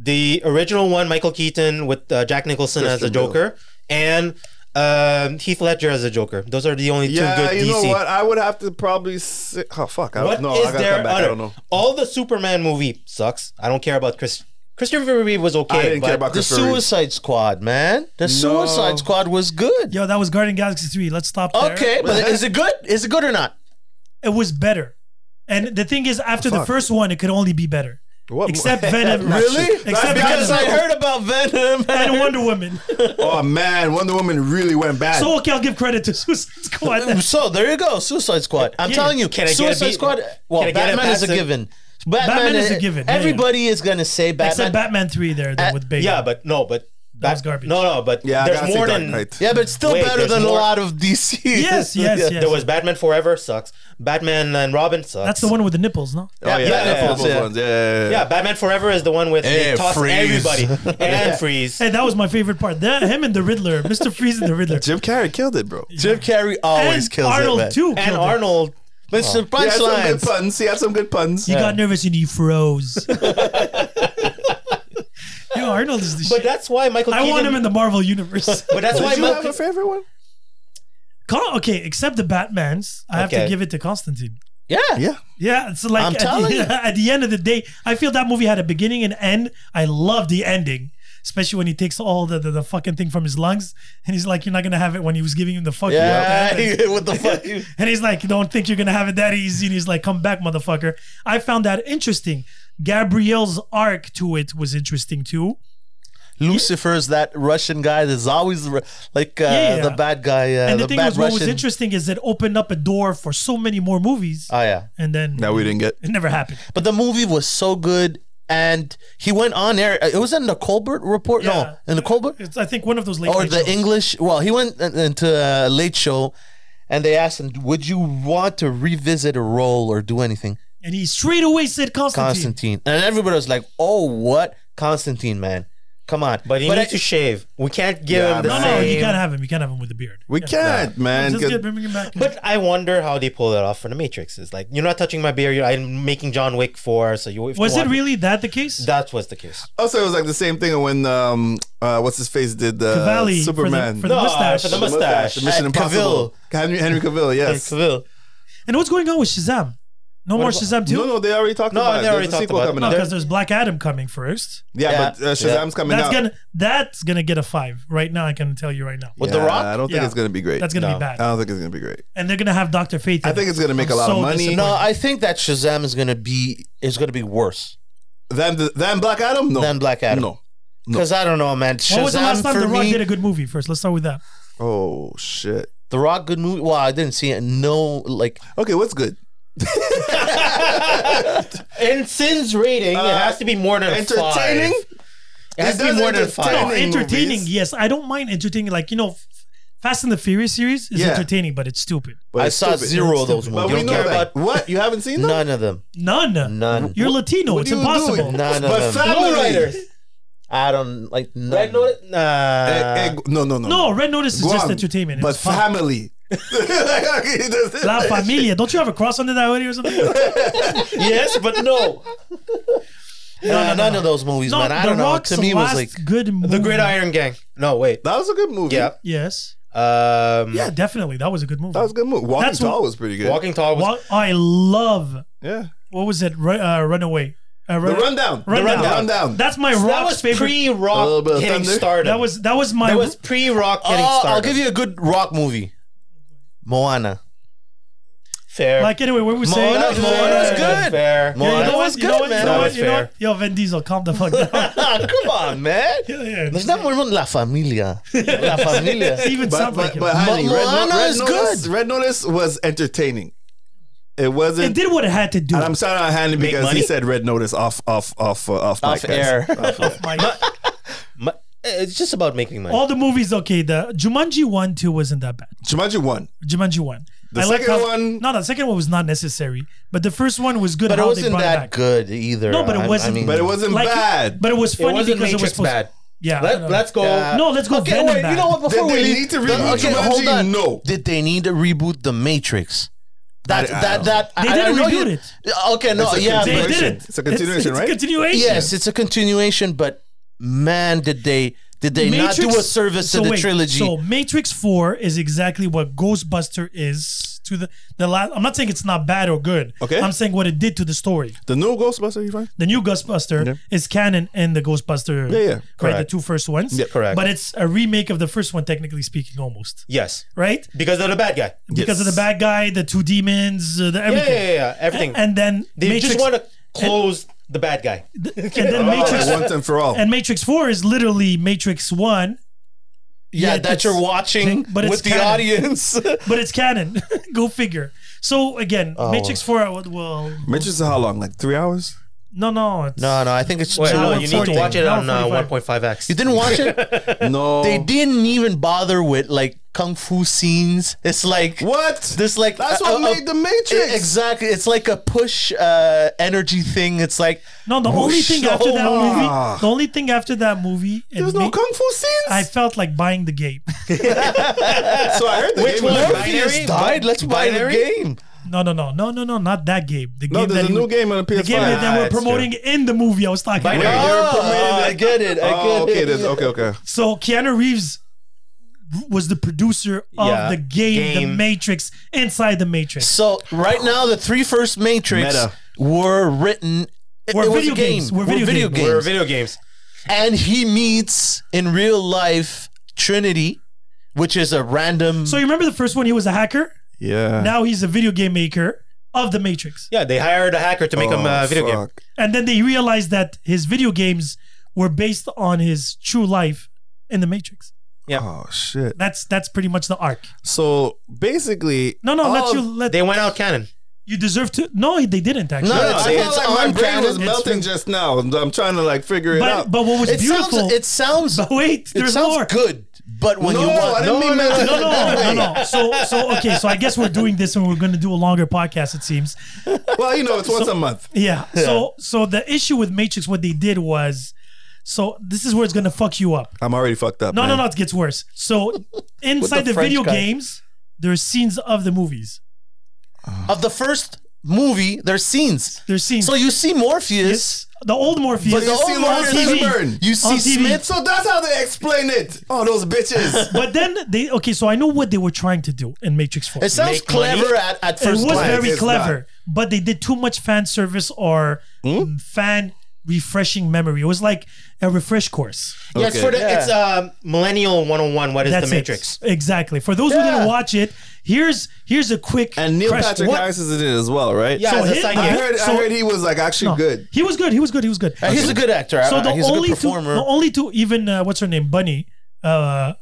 Speaker 4: The original one, Michael Keaton with uh, Jack Nicholson as the
Speaker 1: Christian Bale.
Speaker 4: Joker, and um, Heath Ledger as the Joker. Those are the only two
Speaker 1: Yeah,
Speaker 4: good
Speaker 1: you
Speaker 4: DC.
Speaker 1: know what? I would have to probably. Say, oh fuck! I
Speaker 4: What
Speaker 1: don't know.
Speaker 4: is
Speaker 1: I gotta
Speaker 4: there
Speaker 1: come back. I
Speaker 4: other?
Speaker 1: don't know.
Speaker 4: All the Superman movie sucks. I don't care about Chris. Christopher Reeve was okay.
Speaker 1: I didn't care
Speaker 4: but-
Speaker 1: about
Speaker 2: the
Speaker 1: Christopher Reeve.
Speaker 2: Suicide Squad, man. The Suicide Squad was good.
Speaker 3: Yo, that was Guardian Galaxy three. Let's stop. There.
Speaker 2: Okay, but is it good? Is it good or not?
Speaker 3: it was better. And the thing is, after the
Speaker 1: Fuck.
Speaker 3: first one, it could only be better.
Speaker 1: What?
Speaker 3: Except Venom.
Speaker 2: Really?
Speaker 3: Except
Speaker 2: Because I
Speaker 3: Venom
Speaker 2: heard about Venom.
Speaker 3: and Wonder Woman.
Speaker 1: Oh man, Wonder Woman really went bad.
Speaker 3: So okay, I'll give credit to Suicide Squad.
Speaker 2: So there you go, Suicide Squad. I'm
Speaker 3: Yeah.
Speaker 2: telling you,
Speaker 4: Can I get a
Speaker 2: Suicide
Speaker 4: beat-
Speaker 2: Squad. Well,
Speaker 4: can I get a
Speaker 2: Batman is a
Speaker 4: passive-
Speaker 2: given. Batman,
Speaker 3: Batman
Speaker 2: is,
Speaker 3: is a given, yeah,
Speaker 2: Everybody is gonna say Batman.
Speaker 3: Except Batman three there though
Speaker 2: Uh,
Speaker 3: with Bale.
Speaker 4: Yeah, but no, but
Speaker 3: That was garbage.
Speaker 4: No, no, but
Speaker 1: Yeah, I
Speaker 4: there's
Speaker 1: gotta
Speaker 4: more
Speaker 1: say Dark
Speaker 4: than
Speaker 1: Knight.
Speaker 2: yeah, but it's still
Speaker 4: Wait,
Speaker 2: better
Speaker 4: there's
Speaker 2: than a
Speaker 4: more.
Speaker 2: lot of DC.
Speaker 3: Yes, yes, yes.
Speaker 4: there was Batman Forever sucks. Batman and Robin sucks.
Speaker 3: That's the one with the nipples,
Speaker 1: Oh,
Speaker 3: no?
Speaker 1: yeah,
Speaker 4: yeah,
Speaker 1: yeah,
Speaker 4: yeah,
Speaker 1: nipples
Speaker 2: yeah.
Speaker 1: ones, yeah, yeah, yeah.
Speaker 4: Yeah, Batman Forever is the one with
Speaker 2: Eh,
Speaker 4: they toss
Speaker 2: freeze.
Speaker 4: everybody and freeze.
Speaker 3: Hey, that was my favorite part. That him and the Riddler, Mr. Freeze and the Riddler.
Speaker 1: Jim Carrey killed it, bro.
Speaker 2: Jim Carrey always
Speaker 3: and
Speaker 2: kills
Speaker 3: Arnold
Speaker 2: it. man.
Speaker 3: too. Oh.
Speaker 4: And
Speaker 3: killed it.
Speaker 4: Arnold,
Speaker 2: But it's the
Speaker 1: He had some good
Speaker 2: punchlines.
Speaker 1: puns. He had some good puns.
Speaker 3: He got nervous and he froze. Yo, Arnold is the
Speaker 4: but
Speaker 3: shit.
Speaker 4: that's why Michael.
Speaker 3: I
Speaker 4: Keaton,
Speaker 3: want him in the Marvel universe.
Speaker 4: But that's why
Speaker 1: Did you have
Speaker 4: Michael.
Speaker 1: a favorite one?
Speaker 3: Con- okay, except the Batmans, I have to
Speaker 4: Okay.
Speaker 3: give it to Constantine.
Speaker 2: Yeah.
Speaker 1: Yeah.
Speaker 3: Yeah, it's like
Speaker 2: I'm
Speaker 3: at
Speaker 2: telling you.
Speaker 3: the, at the end of the day, I feel that movie had a beginning and end. I love the ending, especially when he takes all the, the, the fucking thing from his lungs and he's like, "You're not gonna have it." When he was giving him the fuck you
Speaker 2: Yeah.
Speaker 3: up.
Speaker 2: what the fuck? You,
Speaker 3: And he's like, don't think you're gonna have it that easy. And he's like, come back, motherfucker. I found that interesting. Gabrielle's arc to it was interesting too.
Speaker 2: Lucifer's that Russian guy that's always re- like uh,
Speaker 3: Yeah, yeah.
Speaker 2: the bad guy. Uh,
Speaker 3: And the,
Speaker 2: the,
Speaker 3: thing
Speaker 2: bad
Speaker 3: was, what
Speaker 2: Russian.
Speaker 3: was interesting is it opened up a door for so many more movies.
Speaker 2: oh yeah.
Speaker 3: and then
Speaker 1: That we didn't get.
Speaker 3: it never happened.
Speaker 2: But the movie was so good, and he went on air. It was in the Colbert Report.
Speaker 3: Yeah.
Speaker 2: No, in the Colbert.
Speaker 3: It's, I think one of those late
Speaker 2: or
Speaker 3: night
Speaker 2: the
Speaker 3: shows.
Speaker 2: English. Well, he went in- into a late show, and they asked him, "Would you want to revisit a role or do anything?"
Speaker 3: and he straight away said Constantine.
Speaker 2: Constantine, and everybody was like, "Oh, what Constantine, man? Come on!"
Speaker 4: But he
Speaker 2: I-
Speaker 4: needs to shave. We can't give
Speaker 1: Yeah,
Speaker 4: him the
Speaker 3: No, no,
Speaker 4: same.
Speaker 3: you can't have him. You can't have him with the beard.
Speaker 1: We
Speaker 3: Yeah.
Speaker 1: can't, man.
Speaker 3: Just get
Speaker 1: Good-
Speaker 3: bring him back.
Speaker 4: But I wonder how they pull it off for the Matrix. It's like you're not touching my beer. You're, I'm making John Wick four. So you if you
Speaker 3: was it
Speaker 4: want-
Speaker 3: really that the case?
Speaker 4: That was the case.
Speaker 1: Also, it was like the same thing when um, uh, what's his face did uh,
Speaker 3: Cavalli for the-
Speaker 1: Superman.
Speaker 3: for the-
Speaker 4: No,
Speaker 3: mustache.
Speaker 4: for the
Speaker 3: The
Speaker 4: mustache.
Speaker 1: The Mission
Speaker 2: Uh,
Speaker 1: Impossible. Henry, Henry Cavill, yes.
Speaker 4: Cavill.
Speaker 3: and what's going on with Shazam? No more
Speaker 4: about-
Speaker 3: Shazam
Speaker 1: No,
Speaker 3: too.
Speaker 1: no, they already talked
Speaker 4: No,
Speaker 1: about
Speaker 4: they
Speaker 1: it.
Speaker 4: already
Speaker 1: There's a
Speaker 4: talked
Speaker 1: sequel
Speaker 4: about it.
Speaker 1: coming
Speaker 4: No,
Speaker 1: out.
Speaker 3: because there's Black Adam coming first.
Speaker 1: Yeah,
Speaker 2: Yeah.
Speaker 1: but uh, Shazam's coming
Speaker 3: That's
Speaker 1: out.
Speaker 3: gonna that's gonna get a five right now. I can tell you right now.
Speaker 2: With The
Speaker 1: Yeah,
Speaker 2: Rock?
Speaker 1: I don't think
Speaker 3: Yeah.
Speaker 1: it's gonna be great.
Speaker 3: That's gonna
Speaker 4: No.
Speaker 3: be bad.
Speaker 1: I don't think it's gonna be great.
Speaker 3: and they're gonna have Doctor Fate. in
Speaker 1: I think
Speaker 3: it.
Speaker 1: it's gonna make
Speaker 3: I'm
Speaker 1: a lot
Speaker 3: so
Speaker 1: of money.
Speaker 3: disappointed.
Speaker 2: no, Uh, I think that Shazam is gonna be is gonna be worse
Speaker 1: Then, then Black Adam, no.
Speaker 2: than Black Adam.
Speaker 1: no.
Speaker 2: because I don't know, man. Shazam
Speaker 3: When was the last time
Speaker 2: for
Speaker 3: The Rock
Speaker 2: me,
Speaker 3: did a good movie? First, let's start with that.
Speaker 1: Oh shit.
Speaker 2: The Rock good movie. Well, I didn't see it. No, like
Speaker 1: Okay, what's good?
Speaker 4: And sin's rating, it
Speaker 1: Uh,
Speaker 4: has to be more than a
Speaker 1: Entertaining.
Speaker 4: Five. It has to be
Speaker 1: does
Speaker 4: more than
Speaker 1: entertain.
Speaker 4: five.
Speaker 3: No,
Speaker 1: Entertaining
Speaker 3: Oh, entertaining.
Speaker 1: movies.
Speaker 3: Yes, I don't mind entertaining. Like you know, F- Fast and the Furious series is
Speaker 1: Yeah.
Speaker 3: entertaining, but it's stupid.
Speaker 1: But
Speaker 2: I
Speaker 1: it's
Speaker 2: saw
Speaker 1: stupid.
Speaker 2: zero of those
Speaker 3: But
Speaker 1: But
Speaker 2: movies.
Speaker 1: we
Speaker 2: Don't
Speaker 1: know
Speaker 2: care
Speaker 1: that.
Speaker 2: about
Speaker 1: What? You haven't seen them?
Speaker 2: none of them.
Speaker 3: None.
Speaker 2: None.
Speaker 3: You're Latino.
Speaker 1: What
Speaker 3: it's
Speaker 1: are you
Speaker 3: impossible.
Speaker 1: doing?
Speaker 2: None of
Speaker 1: But
Speaker 2: them.
Speaker 1: family-
Speaker 4: Low riders.
Speaker 2: I don't like none.
Speaker 4: Red Notice.
Speaker 2: Uh,
Speaker 4: Nah.
Speaker 1: Eh, eh, no, no, no.
Speaker 3: No, Red Notice is
Speaker 1: Guam,
Speaker 3: just entertainment.
Speaker 1: But
Speaker 3: It's fun.
Speaker 1: family.
Speaker 3: La Familia. Don't you have a cross under that already or something? no,
Speaker 4: yes, but no.
Speaker 2: Nah, none of those movies, man. I
Speaker 3: The
Speaker 2: don't know.
Speaker 3: Rock's
Speaker 2: To me, it was
Speaker 3: last
Speaker 2: like
Speaker 3: good movie.
Speaker 4: The Gridiron Gang. No, wait.
Speaker 1: That was a good movie.
Speaker 4: Yeah.
Speaker 3: Yes.
Speaker 4: Um,
Speaker 3: Yeah, definitely. That was a good movie.
Speaker 1: That was a good movie. Walking
Speaker 3: That's what-
Speaker 1: Tall was pretty good.
Speaker 4: Walking Tall was.
Speaker 3: Wa- I love.
Speaker 1: yeah.
Speaker 3: What was it? Ru- uh, Runaway. Uh,
Speaker 1: The
Speaker 3: Run-
Speaker 1: rundown.
Speaker 3: Rundown.
Speaker 1: The rundown.
Speaker 3: That's my
Speaker 4: that
Speaker 3: Rock's
Speaker 4: was
Speaker 3: favorite.
Speaker 1: A little
Speaker 4: pre-rock
Speaker 1: bit of
Speaker 4: hitting
Speaker 1: thunder.
Speaker 4: stardom.
Speaker 3: that was that was my.
Speaker 4: that was pre-rock hitting
Speaker 2: Oh,
Speaker 4: stardom.
Speaker 2: I'll give you a good rock movie. Moana.
Speaker 4: fair.
Speaker 3: like anyway. What were we saying?
Speaker 2: Moana-
Speaker 3: Yeah,
Speaker 2: Moana's
Speaker 4: Fair,
Speaker 2: good.
Speaker 4: Fair.
Speaker 2: Moana
Speaker 3: you know
Speaker 2: was
Speaker 3: what? You know
Speaker 2: good,
Speaker 3: what?
Speaker 2: man.
Speaker 3: You know
Speaker 4: That
Speaker 3: what?
Speaker 4: was
Speaker 3: You know
Speaker 4: fair.
Speaker 3: what? Yo, Vin Diesel, calm the fuck down.
Speaker 2: Come on, man.
Speaker 3: yeah, yeah.
Speaker 2: There's not one La Familia. La Familia.
Speaker 3: It even
Speaker 1: But,
Speaker 3: sounds like
Speaker 1: but,
Speaker 3: him.
Speaker 1: but honey,
Speaker 2: Mo-
Speaker 1: Red, No-
Speaker 2: Moana
Speaker 1: Red
Speaker 2: is
Speaker 1: Notice,
Speaker 2: good.
Speaker 1: Red Notice was entertaining. It
Speaker 3: it
Speaker 1: wasn't.
Speaker 3: did what it had to do.
Speaker 1: and I'm shouting out Handy because
Speaker 4: money?
Speaker 1: he said Red Notice off off off uh, off,
Speaker 2: Off
Speaker 1: mic, guys.
Speaker 2: air.
Speaker 3: My-
Speaker 4: Ma- It's just about making money.
Speaker 3: all the movies, okay. The Jumanji one, two wasn't that bad.
Speaker 1: Jumanji one.
Speaker 3: Jumanji one.
Speaker 1: The
Speaker 3: like
Speaker 1: second
Speaker 3: how-
Speaker 1: one-
Speaker 3: No, no, the second one was not necessary, but the first one was good.
Speaker 2: But it
Speaker 3: how they
Speaker 2: wasn't
Speaker 3: brought
Speaker 2: that
Speaker 3: it back.
Speaker 2: good either.
Speaker 3: No, but it
Speaker 2: I- I
Speaker 3: wasn't-
Speaker 2: mean-
Speaker 1: But it wasn't
Speaker 3: Like,
Speaker 1: bad.
Speaker 3: But it was funny
Speaker 4: it wasn't
Speaker 3: because
Speaker 4: Matrix
Speaker 3: it was supposed.
Speaker 4: bad.
Speaker 3: Yeah. I
Speaker 4: Let,
Speaker 3: don't know.
Speaker 4: let's go.
Speaker 2: Yeah.
Speaker 3: No, let's go.
Speaker 2: Okay,
Speaker 3: Venom
Speaker 2: wait.
Speaker 3: back.
Speaker 2: You know what? Before we
Speaker 1: Did they
Speaker 2: leave-
Speaker 1: need to reboot
Speaker 2: okay,
Speaker 1: Jumanji?
Speaker 2: hold on.
Speaker 1: No.
Speaker 2: Did they need to reboot the Matrix? That
Speaker 1: I- I
Speaker 2: that
Speaker 1: don't
Speaker 2: that.
Speaker 3: They
Speaker 2: I- I
Speaker 3: didn't
Speaker 2: know you-
Speaker 3: reboot it.
Speaker 2: Okay, no,
Speaker 1: It's a
Speaker 2: yeah,
Speaker 3: They
Speaker 2: but-
Speaker 1: continuation.
Speaker 3: didn't.
Speaker 1: It's a continuation,
Speaker 3: it's,
Speaker 1: right?
Speaker 3: It's a continuation.
Speaker 2: yes, it's a continuation, but man, did they did they not do a service
Speaker 3: so
Speaker 2: to the
Speaker 3: wait,
Speaker 2: trilogy?
Speaker 3: So Matrix Four is exactly what Ghostbuster is to the the last. I'm not saying it's not bad or good.
Speaker 1: Okay.
Speaker 3: I'm saying what it did to the story.
Speaker 1: The new Ghostbuster, you find?
Speaker 3: The new Ghostbuster
Speaker 1: Yeah.
Speaker 3: is canon in the Ghostbuster.
Speaker 1: Yeah, yeah,
Speaker 3: Right, the
Speaker 4: correct.
Speaker 3: two first ones.
Speaker 1: Yeah,
Speaker 4: correct.
Speaker 3: But it's a remake of the first one, technically speaking, almost.
Speaker 4: Yes,
Speaker 3: Right.
Speaker 4: because they're the bad guy.
Speaker 3: Because of the bad guy, the two demons, uh, the
Speaker 4: Yeah,
Speaker 3: everything.
Speaker 4: yeah, yeah. yeah, Everything.
Speaker 3: And then
Speaker 4: they
Speaker 3: Matrix,
Speaker 4: just want to close the bad guy.
Speaker 3: and then Matrix
Speaker 1: Once and for all.
Speaker 3: and Matrix Four is literally Matrix One
Speaker 2: yeah,
Speaker 3: Yeah,
Speaker 2: that
Speaker 3: it's-
Speaker 2: you're watching
Speaker 3: but it's
Speaker 2: with the
Speaker 3: canon.
Speaker 2: audience.
Speaker 3: but it's canon. Go figure. So again, Matrix Four. I would- Well,
Speaker 1: Matrix is how long? Like three hours?
Speaker 3: no, no, it's,
Speaker 2: no, no, I think it's
Speaker 4: Wait,
Speaker 2: too
Speaker 4: no,
Speaker 2: much.
Speaker 3: hour
Speaker 4: you need to
Speaker 3: 14.
Speaker 4: watch it
Speaker 3: Hour
Speaker 4: on uh,
Speaker 3: 45.
Speaker 4: 1.5x.
Speaker 2: You didn't watch it?
Speaker 1: No.
Speaker 2: They didn't even bother with like kung fu scenes. It's like
Speaker 1: What?
Speaker 2: This like
Speaker 1: That's what made The Matrix.
Speaker 2: e- exactly. It's like a push uh, energy thing. It's like
Speaker 3: no. The
Speaker 2: Oh,
Speaker 3: only thing after
Speaker 2: shit.
Speaker 3: that
Speaker 1: Ah.
Speaker 3: movie, the only thing after that movie, it
Speaker 1: There's no
Speaker 3: ma-
Speaker 1: kung fu scenes.
Speaker 3: I felt like buying the game.
Speaker 1: so I heard the
Speaker 4: Which
Speaker 1: game
Speaker 4: one?
Speaker 1: was-
Speaker 2: Morpheus
Speaker 4: Binary?
Speaker 2: died. Let's buy the
Speaker 4: Binary?
Speaker 2: game.
Speaker 3: no, no, no, no, no, no, not that game. The
Speaker 1: No,
Speaker 3: game
Speaker 1: there's
Speaker 3: that
Speaker 1: a
Speaker 3: he-
Speaker 1: new game on the
Speaker 3: The
Speaker 1: PS5.
Speaker 3: game that
Speaker 4: Ah,
Speaker 3: they were
Speaker 4: it's
Speaker 3: promoting in the movie I was talking
Speaker 4: Binary.
Speaker 3: about.
Speaker 2: Oh,
Speaker 1: permitted
Speaker 2: I get it. I
Speaker 1: oh,
Speaker 2: get
Speaker 1: okay,
Speaker 2: it.
Speaker 1: there's, okay, okay.
Speaker 3: So Keanu Reeves was the producer of
Speaker 4: Yeah.
Speaker 3: the game, The
Speaker 4: Game.
Speaker 3: Matrix, inside The Matrix.
Speaker 2: So right now, the three first Matrix
Speaker 1: Meta.
Speaker 2: were written. it-
Speaker 3: Were
Speaker 2: it was a
Speaker 3: video
Speaker 2: game.
Speaker 3: games. Were video games.
Speaker 4: We're video games.
Speaker 2: And he meets in real life Trinity, which is a random.
Speaker 3: So you remember the first one? He was a hacker.
Speaker 1: Yeah.
Speaker 3: Now he's a video game maker of The Matrix.
Speaker 4: Yeah, they hired a hacker to make them
Speaker 3: uh,
Speaker 1: Oh,
Speaker 4: a video game.
Speaker 3: And then they realized that his video games were based on his true life in The Matrix.
Speaker 4: Yeah.
Speaker 1: Oh shit.
Speaker 3: That's that's pretty much the arc.
Speaker 1: So basically,
Speaker 3: No, no,
Speaker 1: all
Speaker 3: let you
Speaker 1: of-
Speaker 3: let
Speaker 4: They went out canon.
Speaker 3: you deserve to. No, they didn't actually.
Speaker 2: No,
Speaker 1: No,
Speaker 2: it's-
Speaker 1: I felt
Speaker 2: it's
Speaker 1: like my
Speaker 2: on
Speaker 1: brain
Speaker 2: brand.
Speaker 1: was
Speaker 2: It's
Speaker 1: melting just now. I'm I'm trying to like figure it
Speaker 3: but
Speaker 1: out.
Speaker 3: but what was
Speaker 2: it
Speaker 3: beautiful?
Speaker 2: sounds. It sounds.
Speaker 3: But wait,
Speaker 2: it
Speaker 3: there's
Speaker 2: sounds
Speaker 3: more.
Speaker 2: good. But when
Speaker 1: no,
Speaker 2: you want,
Speaker 1: I didn't mean that.
Speaker 3: no, no, no, no, no. So, so okay. So I guess we're doing this, and we're going to do a longer podcast. It seems.
Speaker 1: Well, you know, it's once a month.
Speaker 3: Yeah. So, so the issue with Matrix, what they did was, so this is where it's going to fuck you up.
Speaker 1: I'm already fucked up.
Speaker 3: No,
Speaker 1: man.
Speaker 3: no, no. It gets worse. So, inside
Speaker 2: the
Speaker 3: the,
Speaker 2: French
Speaker 3: video
Speaker 2: guy.
Speaker 3: games, there's scenes of the movies.
Speaker 2: of the first movie, there's scenes.
Speaker 3: There's scenes.
Speaker 2: So you see Morpheus.
Speaker 3: the old Morpheus.
Speaker 1: But you
Speaker 2: the
Speaker 1: see
Speaker 2: old
Speaker 1: Lawrence
Speaker 2: Morpheus,
Speaker 1: Fishburne.
Speaker 2: You see
Speaker 3: On TV.
Speaker 2: Smith.
Speaker 1: So that's how they explain it. Oh, those bitches.
Speaker 3: but then they okay. So I know what they were trying to do in Matrix Four.
Speaker 2: It sounds
Speaker 4: Make money.
Speaker 2: clever at, at
Speaker 3: it
Speaker 2: first
Speaker 3: was
Speaker 2: glance.
Speaker 3: very
Speaker 1: It's
Speaker 3: clever, but they did too much fan service or mm, fan refreshing memory. It was like a refresh course.
Speaker 4: Yes,
Speaker 1: Okay.
Speaker 4: for the,
Speaker 2: Yeah.
Speaker 4: it's um, Millennial 101. What is
Speaker 3: That's
Speaker 4: the Matrix?
Speaker 3: It. Exactly. For those who
Speaker 2: Yeah.
Speaker 3: didn't watch it, here's here's a quick
Speaker 1: and Neil
Speaker 3: crash-
Speaker 1: Patrick
Speaker 3: What?
Speaker 1: Harris is in it as well, right?
Speaker 4: Yeah,
Speaker 3: So
Speaker 4: as a
Speaker 3: hit-
Speaker 4: psychic.
Speaker 1: I heard, I
Speaker 3: So-
Speaker 1: heard he was like actually
Speaker 3: No.
Speaker 1: good.
Speaker 3: He was good. He was good. He was good.
Speaker 2: Uh, He's a good actor.
Speaker 3: so the
Speaker 2: he's
Speaker 3: only
Speaker 2: a good
Speaker 3: two,
Speaker 2: performer.
Speaker 3: the only two, even uh, what's her name, Bunny. Uh,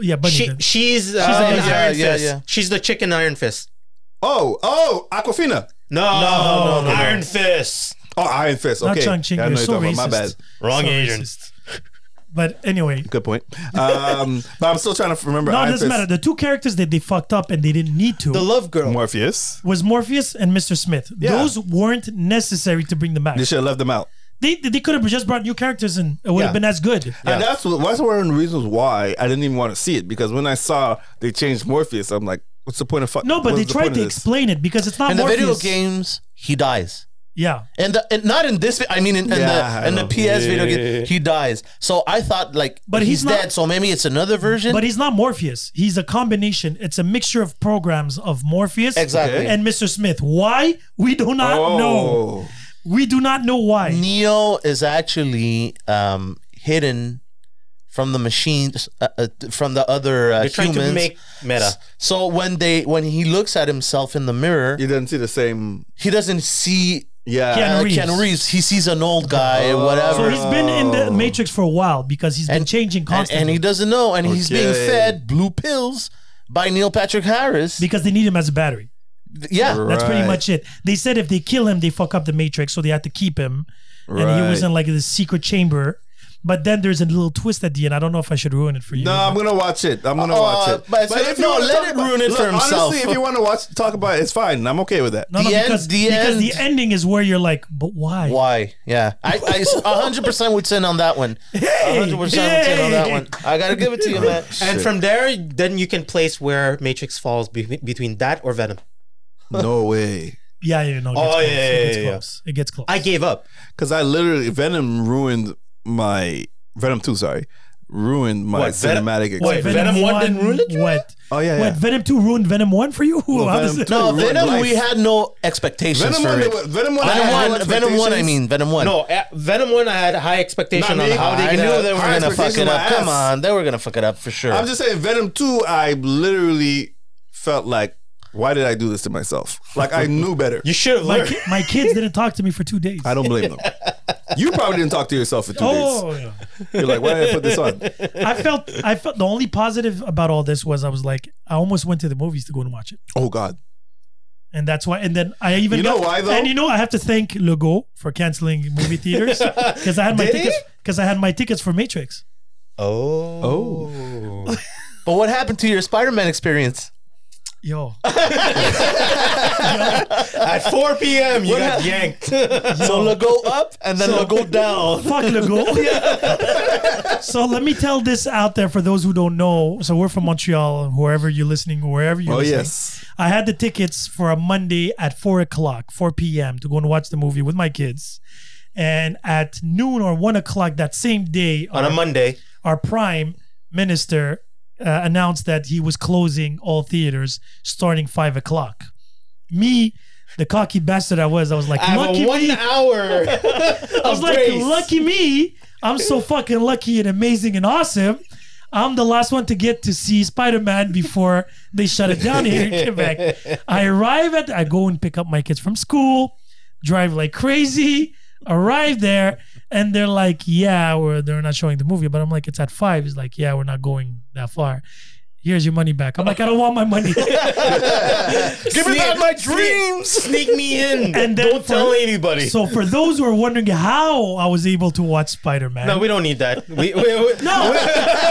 Speaker 3: yeah, Bunny.
Speaker 4: She,
Speaker 3: did.
Speaker 4: she's uh,
Speaker 2: a-
Speaker 4: in
Speaker 2: yeah,
Speaker 4: Iron
Speaker 2: yeah,
Speaker 4: Fist.
Speaker 2: yeah.
Speaker 4: She's the chick in Iron Fist.
Speaker 1: Oh, oh, Aquafina.
Speaker 4: No,
Speaker 2: no, no, no,
Speaker 4: Iron Fist.
Speaker 1: Oh, Iron Fist.
Speaker 3: not
Speaker 1: Okay,
Speaker 3: Chang Ching.
Speaker 1: Yeah, I know
Speaker 3: You're
Speaker 1: you're
Speaker 3: so
Speaker 1: talking
Speaker 3: racist.
Speaker 1: about- My bad.
Speaker 4: Wrong
Speaker 3: So
Speaker 4: Asian.
Speaker 3: racist. But anyway,
Speaker 1: Good point. Um, but I'm still trying to remember.
Speaker 3: no, it
Speaker 1: Iron
Speaker 3: doesn't
Speaker 1: Fist.
Speaker 3: matter. The two characters that they fucked up and they didn't need to
Speaker 2: the Love Girl.
Speaker 1: Morpheus.
Speaker 3: was Morpheus and Mr. Smith.
Speaker 1: Yeah.
Speaker 3: Those weren't necessary to bring them back.
Speaker 1: They should have left them out.
Speaker 3: They, they could have just brought new characters and it would
Speaker 1: Yeah.
Speaker 3: have been as good.
Speaker 1: And that's what, that's one of the reasons why I didn't even want to see it because when I saw they changed Morpheus, I'm like, what's the point of fuck?
Speaker 3: No, but
Speaker 1: what's
Speaker 3: they
Speaker 1: the
Speaker 3: tried
Speaker 1: point
Speaker 3: to
Speaker 1: of this?
Speaker 3: explain it because it's not
Speaker 2: In the
Speaker 3: Morpheus.
Speaker 2: video games, he dies.
Speaker 3: Yeah.
Speaker 2: And, the, and not in this. vi- I mean, in, in
Speaker 1: Yeah, I
Speaker 2: the in the
Speaker 1: know.
Speaker 2: PS video
Speaker 4: Yeah.
Speaker 2: game, he dies. So I thought like,
Speaker 3: But
Speaker 2: he's,
Speaker 3: he's not-
Speaker 2: dead. So maybe it's another version.
Speaker 3: But he's not Morpheus. He's a combination. It's a mixture of programs of Morpheus
Speaker 2: Exactly.
Speaker 3: and Mr. Smith. Why? We do not know.
Speaker 1: Oh,
Speaker 3: We do not know why.
Speaker 2: Neo is actually um, hidden from the machines, uh, uh, from the other uh,
Speaker 4: They're trying
Speaker 2: humans.
Speaker 4: to make meta.
Speaker 2: so when they when he looks at himself in the mirror,
Speaker 1: you didn't see the same.
Speaker 2: he doesn't see
Speaker 1: Yeah.
Speaker 3: Keanu
Speaker 2: uh,
Speaker 3: Reeves.
Speaker 2: Keanu Reeves. He sees an old guy, or whatever.
Speaker 3: So he's been in the Matrix for a while because he's been
Speaker 2: And-
Speaker 3: changing
Speaker 2: and,
Speaker 3: constantly.
Speaker 2: and he doesn't know, and he's being
Speaker 1: Okay.
Speaker 2: fed blue pills by Neil Patrick Harris.
Speaker 3: because they need him as a battery.
Speaker 2: yeah,
Speaker 3: That's
Speaker 1: Right.
Speaker 3: pretty much it. They said if they kill him, they fuck up the Matrix, so they had to keep him. And he was
Speaker 1: Right.
Speaker 3: in like this secret chamber. But then there's a little twist at the end. I don't know if I should ruin it for you.
Speaker 1: No, I'm gonna watch it. I'm gonna
Speaker 2: Uh,
Speaker 1: watch it.
Speaker 2: but it's- no,
Speaker 1: wanna
Speaker 2: let
Speaker 1: talk
Speaker 2: it
Speaker 1: about-
Speaker 2: ruin it for
Speaker 1: look,
Speaker 2: himself.
Speaker 1: Honestly, if you want to watch, talk about it, it's fine. I'm okay with that.
Speaker 3: no, no,
Speaker 2: the end-
Speaker 3: because,
Speaker 2: the
Speaker 3: because the
Speaker 2: end.
Speaker 3: ending is where you're like, but why?
Speaker 2: why? Yeah, I, I 100% would sin on that one. 100% would sin on that
Speaker 3: Hey!
Speaker 2: one. I gotta give it to you, man.
Speaker 4: And
Speaker 1: Shit.
Speaker 4: from there, then you can place where Matrix falls be- between that or Venom.
Speaker 1: no way.
Speaker 3: Yeah, yeah, no. It gets
Speaker 4: Oh,
Speaker 3: close.
Speaker 4: yeah,
Speaker 3: it gets
Speaker 4: yeah, yeah.
Speaker 3: close. It gets close.
Speaker 4: I gave up.
Speaker 1: Because I literally Venom ruined my Venom Two. Sorry, ruined my
Speaker 4: What, Venom-
Speaker 1: cinematic.
Speaker 4: Wait,
Speaker 1: experience.
Speaker 4: Venom 1 didn't ruin it, you
Speaker 3: What?
Speaker 1: Oh, yeah,
Speaker 3: What?
Speaker 1: yeah.
Speaker 3: Venom two ruined Venom one for you? How
Speaker 1: Venom
Speaker 3: does it-
Speaker 1: two-
Speaker 2: No,
Speaker 1: Ruined
Speaker 2: Venom,
Speaker 1: life.
Speaker 2: we had no expectations
Speaker 1: Venom
Speaker 2: for
Speaker 1: one,
Speaker 2: it.
Speaker 1: they were- Venom one, I
Speaker 2: Venom
Speaker 1: had no
Speaker 2: one, Venom one. I
Speaker 1: expectations.
Speaker 2: mean, Venom one.
Speaker 4: No, uh, Venom 1, I had high expectation
Speaker 1: Not
Speaker 4: on
Speaker 1: me.
Speaker 4: how
Speaker 2: I
Speaker 4: they
Speaker 2: knew
Speaker 4: gonna-
Speaker 2: they were
Speaker 1: high
Speaker 2: gonna fuck it
Speaker 1: expectations
Speaker 2: up.
Speaker 1: on
Speaker 2: Come
Speaker 1: ass.
Speaker 2: on, they were gonna fuck it up for sure.
Speaker 1: I'm just saying, Venom 2, I literally felt like, why did I do this to myself? Like, I knew better.
Speaker 4: You should have
Speaker 3: My,
Speaker 4: learned.
Speaker 3: ki- my kids didn't talk to me for two days.
Speaker 1: I don't blame them. You probably didn't talk to yourself for two
Speaker 3: Oh, yeah.
Speaker 1: days. You're like, why did I put this on?
Speaker 3: I felt I felt the only positive about all this was I was like I almost went to the movies to go and watch it,
Speaker 1: Oh God.
Speaker 3: and that's why. And then I even
Speaker 1: You know
Speaker 3: got-
Speaker 1: why, though?
Speaker 3: And you know I have to thank Lego for canceling movie theaters because I had my
Speaker 4: Did
Speaker 3: tickets
Speaker 4: he?
Speaker 3: because I had my tickets for Matrix.
Speaker 4: Oh. Oh.
Speaker 2: But what happened to your Spider-Man experience?
Speaker 3: Yo,
Speaker 4: At 4 p.m., you
Speaker 2: What
Speaker 4: got
Speaker 2: hap-
Speaker 4: yanked.
Speaker 2: So Lego up and then Lego down.
Speaker 3: fuck Lego. So let me tell this out there for those who don't know. So we're from Montreal. Wherever you're listening, wherever you're
Speaker 1: Oh
Speaker 3: listening,
Speaker 1: yes.
Speaker 3: I had the tickets for a Monday at four o'clock, four p.m. to go and watch the movie with my kids. And at noon or one o'clock that same day
Speaker 4: On a Monday.
Speaker 3: our prime minister uh, announced that he was closing all theaters starting five o'clock. Me, the cocky bastard I was, I was like,
Speaker 4: I have
Speaker 3: lucky
Speaker 4: a one
Speaker 3: me.
Speaker 4: hour
Speaker 3: I was like,
Speaker 4: brace.
Speaker 3: lucky me. I'm so fucking lucky and amazing and awesome. I'm the last one to get to see Spider Man before they shut it down here in Quebec. I arrive at, I go and pick up my kids from school, drive like crazy, arrive there, and they're like, yeah, we're, they're not showing the movie. But I'm like, it's at five. He's like, yeah, we're not going that far. Here's your money back. I'm like, I don't want my money.
Speaker 2: Give me back my dreams.
Speaker 4: Sneak me in.
Speaker 3: And then
Speaker 4: Don't tell
Speaker 3: for-
Speaker 4: anybody.
Speaker 3: so, for those who are wondering how I was able to watch Spider Man,
Speaker 4: no, we don't need that. We, we, we,
Speaker 3: No,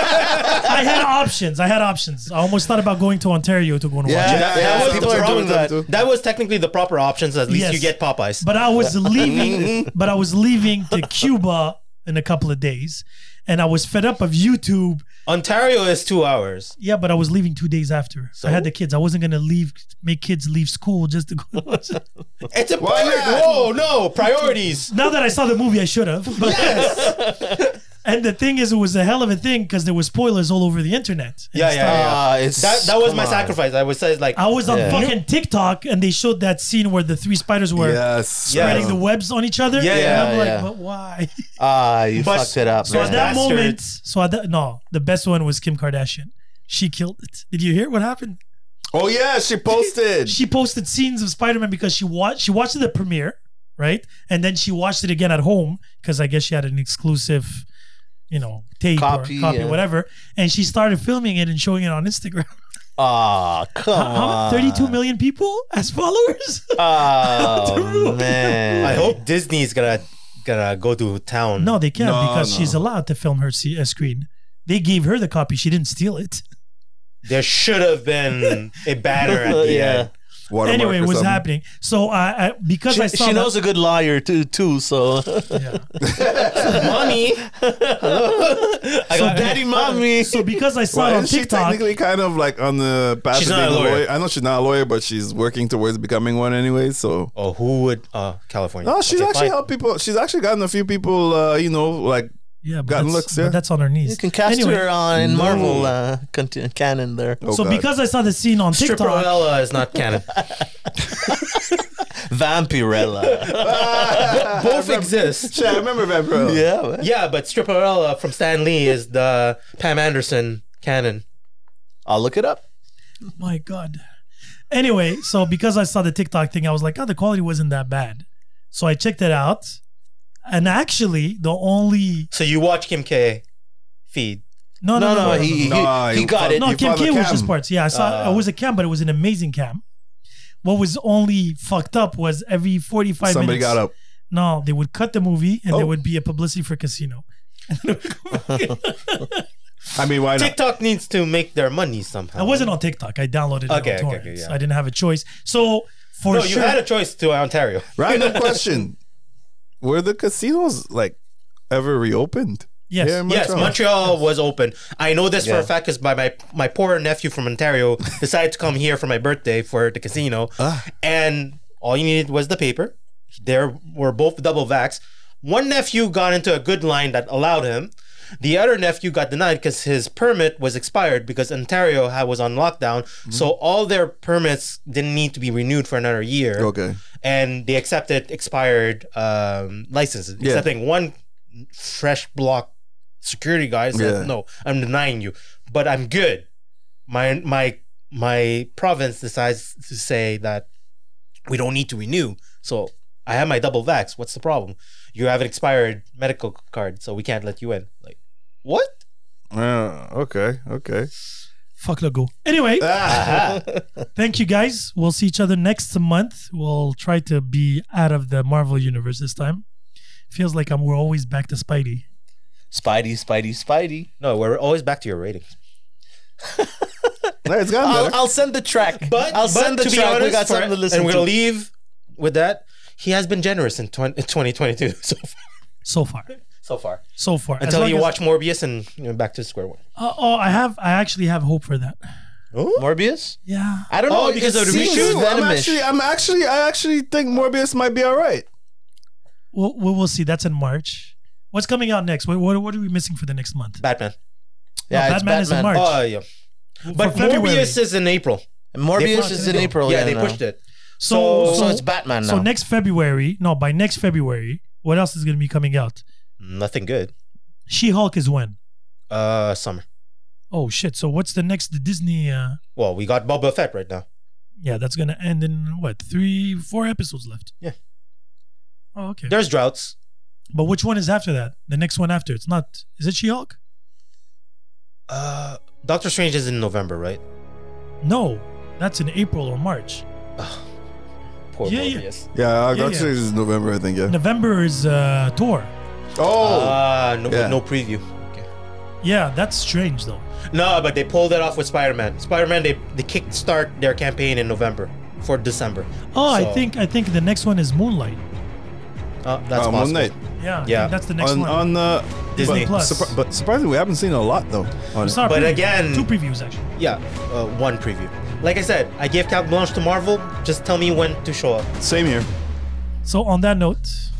Speaker 3: I had options. I had options. I almost thought about going to Ontario to go and watch it,
Speaker 4: that- that was
Speaker 1: People
Speaker 4: the
Speaker 1: are
Speaker 4: wrong
Speaker 1: doing
Speaker 4: that.
Speaker 1: too.
Speaker 4: That was technically the proper options. At least
Speaker 3: Yes.
Speaker 4: you get Popeyes.
Speaker 3: but I was leaving. but I was leaving to Cuba in a couple of days, and I was fed up of YouTube.
Speaker 4: Ontario is two hours.
Speaker 3: Yeah, but I was leaving two days after. I had the kids. I wasn't gonna leave, make kids leave school just to go. watch it.
Speaker 4: It's a
Speaker 1: Why not?
Speaker 4: Whoa, no priorities.
Speaker 3: now that I saw the movie, I should have. But and the thing is, it was a hell of a thing because there were spoilers all over the internet.
Speaker 4: Yeah, yeah, yeah.
Speaker 2: Ah, it's
Speaker 4: That that was
Speaker 2: come
Speaker 4: my
Speaker 2: on.
Speaker 4: sacrifice. I would say like
Speaker 3: I was on
Speaker 2: Yeah.
Speaker 3: fucking TikTok and they showed that scene where the three spiders were
Speaker 1: Yes.
Speaker 4: Yeah.
Speaker 3: spreading the webs on each other.
Speaker 4: Yeah,
Speaker 3: and
Speaker 4: yeah,
Speaker 3: I'm like,
Speaker 2: yeah.
Speaker 3: but why?
Speaker 2: Ah, you
Speaker 4: But-
Speaker 2: fucked it up.
Speaker 4: so
Speaker 3: So at
Speaker 2: man.
Speaker 3: that
Speaker 4: Bastard.
Speaker 3: moment, so at that, no, the best one was Kim Kardashian. She killed it. Did you hear what happened?
Speaker 1: Oh yeah, she posted.
Speaker 3: She posted scenes of Spider Man because she watched she watched the premiere, right? And then she watched it again at home because I guess she had an exclusive, you know, tape
Speaker 2: Copy,
Speaker 3: or copy,
Speaker 2: yeah.
Speaker 3: whatever. And she started filming it and showing it on Instagram.
Speaker 2: Ah, come
Speaker 3: How- how-
Speaker 2: on.
Speaker 3: 32 million people as followers.
Speaker 2: Oh man.
Speaker 4: I hope Disney's gonna gonna go to town.
Speaker 3: no, they can't
Speaker 1: No,
Speaker 3: because
Speaker 1: no.
Speaker 3: she's allowed to film her se- uh, screen. They gave her the copy. She didn't steal it.
Speaker 4: there should have been a banner at the
Speaker 2: Uh, Yeah.
Speaker 4: end.
Speaker 1: Watermark
Speaker 3: anyway,
Speaker 1: or
Speaker 3: it was
Speaker 1: something.
Speaker 3: happening. So I, I because I
Speaker 2: She,
Speaker 3: saw
Speaker 2: she
Speaker 3: that-
Speaker 2: knows a good lawyer too, too. So,
Speaker 3: Yeah.
Speaker 4: Money. I
Speaker 2: so
Speaker 4: got
Speaker 2: daddy, mommy.
Speaker 3: So because I saw
Speaker 1: Well,
Speaker 3: it on
Speaker 1: isn't she
Speaker 3: TikTok,
Speaker 1: technically kind of like on the path
Speaker 4: She's
Speaker 1: of
Speaker 4: not
Speaker 1: being
Speaker 4: a lawyer.
Speaker 1: I know she's not a lawyer, but she's working towards becoming one anyway. So
Speaker 4: Oh, who would? Uh, California.
Speaker 1: no, she's
Speaker 4: Okay,
Speaker 1: actually
Speaker 4: fine.
Speaker 1: helped people. She's actually gotten a few people. Uh, you know, like
Speaker 3: yeah, but
Speaker 1: Gotten
Speaker 3: that's,
Speaker 1: looks,
Speaker 3: but
Speaker 1: yeah.
Speaker 3: that's on her knees.
Speaker 2: You can cast
Speaker 3: Anyway,
Speaker 2: her on in Marvel uh, conti- canon there.
Speaker 1: oh
Speaker 3: so
Speaker 1: God.
Speaker 3: because I saw the scene on TikTok,
Speaker 4: Stripperella is not canon.
Speaker 2: Vampirella.
Speaker 4: Both exist.
Speaker 1: Shit, I remember Vampiro.
Speaker 2: yeah, man.
Speaker 4: Yeah, but Stripperella from Stan Lee is the Pam Anderson canon.
Speaker 2: I'll look it up.
Speaker 3: my god. Anyway, so because I saw the TikTok thing, I was like, oh, the quality wasn't that bad. So I checked it out, and actually, the only
Speaker 4: So you watch Kim K feed.
Speaker 3: no
Speaker 2: No, no, he, he,
Speaker 1: No,
Speaker 2: he
Speaker 1: you
Speaker 2: got it.
Speaker 1: fuck-
Speaker 3: no
Speaker 1: you
Speaker 3: Kim
Speaker 1: found
Speaker 3: K
Speaker 1: the
Speaker 3: was just
Speaker 1: cam.
Speaker 3: parts. Yeah, I saw
Speaker 2: Uh.
Speaker 3: it was a cam, but it was an amazing cam. What was only fucked up was every forty five
Speaker 1: Somebody
Speaker 3: minutes.
Speaker 1: got up.
Speaker 3: No, they would cut the movie, and there
Speaker 1: Oh.
Speaker 3: would be a publicity for Casino.
Speaker 1: I mean, why not?
Speaker 4: TikTok needs to make their money somehow.
Speaker 3: I wasn't on TikTok. I downloaded it
Speaker 4: Okay,
Speaker 3: on
Speaker 4: okay,
Speaker 3: torrents.
Speaker 4: okay, yeah.
Speaker 3: I didn't have a choice. So for
Speaker 4: No,
Speaker 3: sure,
Speaker 4: you had a choice to Ontario.
Speaker 1: Random question: Were the casinos like ever reopened?
Speaker 3: yes,
Speaker 1: Yeah, man.
Speaker 4: Yes,
Speaker 1: Montreal.
Speaker 4: Montreal was open. I know this for
Speaker 2: Yeah.
Speaker 4: a fact because my, my my poor nephew from Ontario decided to come here for my birthday for the casino, and all you needed was the paper. There were both double vax. One nephew got into a good line that allowed him. The other nephew got denied because his permit was expired because Ontario had, was on lockdown. So all their permits didn't need to be renewed for another year
Speaker 1: Okay.
Speaker 4: and they accepted expired um, licenses.
Speaker 1: Yeah.
Speaker 4: Accepting one fresh block security guy said,
Speaker 1: Yeah.
Speaker 4: "No, I'm denying you, but I'm good." My my my province decides to say that we don't need to renew, so I have my double vax. What's the problem? You have an expired medical card, so we can't let you in. Like, what?
Speaker 1: Yeah, okay, okay.
Speaker 3: Fuck Lego. Anyway,
Speaker 1: Ah,
Speaker 3: thank you guys. We'll see each other next month. We'll try to be out of the Marvel universe this time. Feels like I'm, we're always back to Spidey.
Speaker 2: Spidey, Spidey, Spidey.
Speaker 4: No, we're always back to your ratings.
Speaker 1: no, it's gotten
Speaker 2: I'll,
Speaker 1: better.
Speaker 2: I'll send the track.
Speaker 4: But
Speaker 2: I'll send
Speaker 4: but
Speaker 2: the
Speaker 4: to be
Speaker 2: track. we
Speaker 4: honest,
Speaker 2: got
Speaker 4: for-
Speaker 2: something to listen
Speaker 4: and we're
Speaker 2: to.
Speaker 4: gonna leave with that. He has been generous in 20, 2022 so far.
Speaker 3: So far,
Speaker 4: So far,
Speaker 3: so far. As
Speaker 4: until
Speaker 3: long
Speaker 4: you
Speaker 3: as-
Speaker 4: watch Morbius and you know, back to square one.
Speaker 3: Uh, oh, I have. I actually have hope for that.
Speaker 2: Morbius.
Speaker 3: Yeah.
Speaker 2: I don't
Speaker 4: Oh,
Speaker 2: know
Speaker 4: because
Speaker 2: it
Speaker 4: of the
Speaker 2: seems
Speaker 4: reshoot?
Speaker 1: Shoot, I'm
Speaker 2: venomish.
Speaker 1: actually, I'm actually, I actually think Morbius might be all right.
Speaker 3: We'll, we'll we'll see. That's in March. What's coming out next? What, what, what are we missing for the next month?
Speaker 4: Batman.
Speaker 2: yeah,
Speaker 3: No,
Speaker 2: it's
Speaker 3: Batman is in March.
Speaker 4: Oh yeah, but
Speaker 3: For February.
Speaker 4: Morbius is in April. They
Speaker 2: Morbius
Speaker 4: pushed
Speaker 2: is
Speaker 4: it
Speaker 2: in
Speaker 4: though.
Speaker 2: April.
Speaker 4: Yeah, they
Speaker 2: now.
Speaker 4: pushed it.
Speaker 3: So
Speaker 2: So,
Speaker 3: so,
Speaker 2: it's Batman now.
Speaker 3: so next February. No, by next February, what else is going to be coming out?
Speaker 4: Mm, Nothing good.
Speaker 3: She Hulk is when.
Speaker 4: Uh, summer.
Speaker 3: Oh shit! So what's the next Disney? Uh,
Speaker 4: Well, we got Boba Fett right now.
Speaker 3: yeah, that's gonna end in what three, four episodes left.
Speaker 4: Yeah.
Speaker 3: Oh okay.
Speaker 4: There's droughts.
Speaker 3: But which one is after that? The next one after? It's not. Is it She Hulk?
Speaker 4: Uh, Doctor Strange is in November, right?
Speaker 3: No, that's in April or March.
Speaker 4: Poor
Speaker 3: Yeah, yeah.
Speaker 4: Morbius.
Speaker 1: Yeah, I'll
Speaker 3: Yeah,
Speaker 1: actually,
Speaker 3: yeah.
Speaker 1: this is November, I think. Yeah.
Speaker 3: November is uh, Thor.
Speaker 1: Oh,
Speaker 4: Ah, no,
Speaker 1: Yeah.
Speaker 4: no preview. Okay.
Speaker 3: Yeah, that's strange though.
Speaker 4: No, but they pulled it off with Spider-Man. Spider-Man, they they kickstart their campaign in November for December.
Speaker 3: Oh, I
Speaker 4: So-
Speaker 3: think I think the next one is Moonlight.
Speaker 4: Uh,
Speaker 1: uh,
Speaker 3: Oh,
Speaker 4: that's possible.
Speaker 1: Moon Knight
Speaker 3: Yeah, I think
Speaker 4: Yeah.
Speaker 3: that's the next
Speaker 1: on
Speaker 3: one.
Speaker 1: on uh,
Speaker 4: Disney
Speaker 1: but,
Speaker 3: Plus.
Speaker 1: surpri- but surprisingly, we haven't seen a lot though. on it.
Speaker 3: It's not a
Speaker 4: But
Speaker 3: preview.
Speaker 4: again-
Speaker 3: two previews actually.
Speaker 4: Yeah, uh, one preview. Like I said, I gave carte blanche to Marvel. Just tell me when to show up.
Speaker 1: Same here.
Speaker 3: So on that note,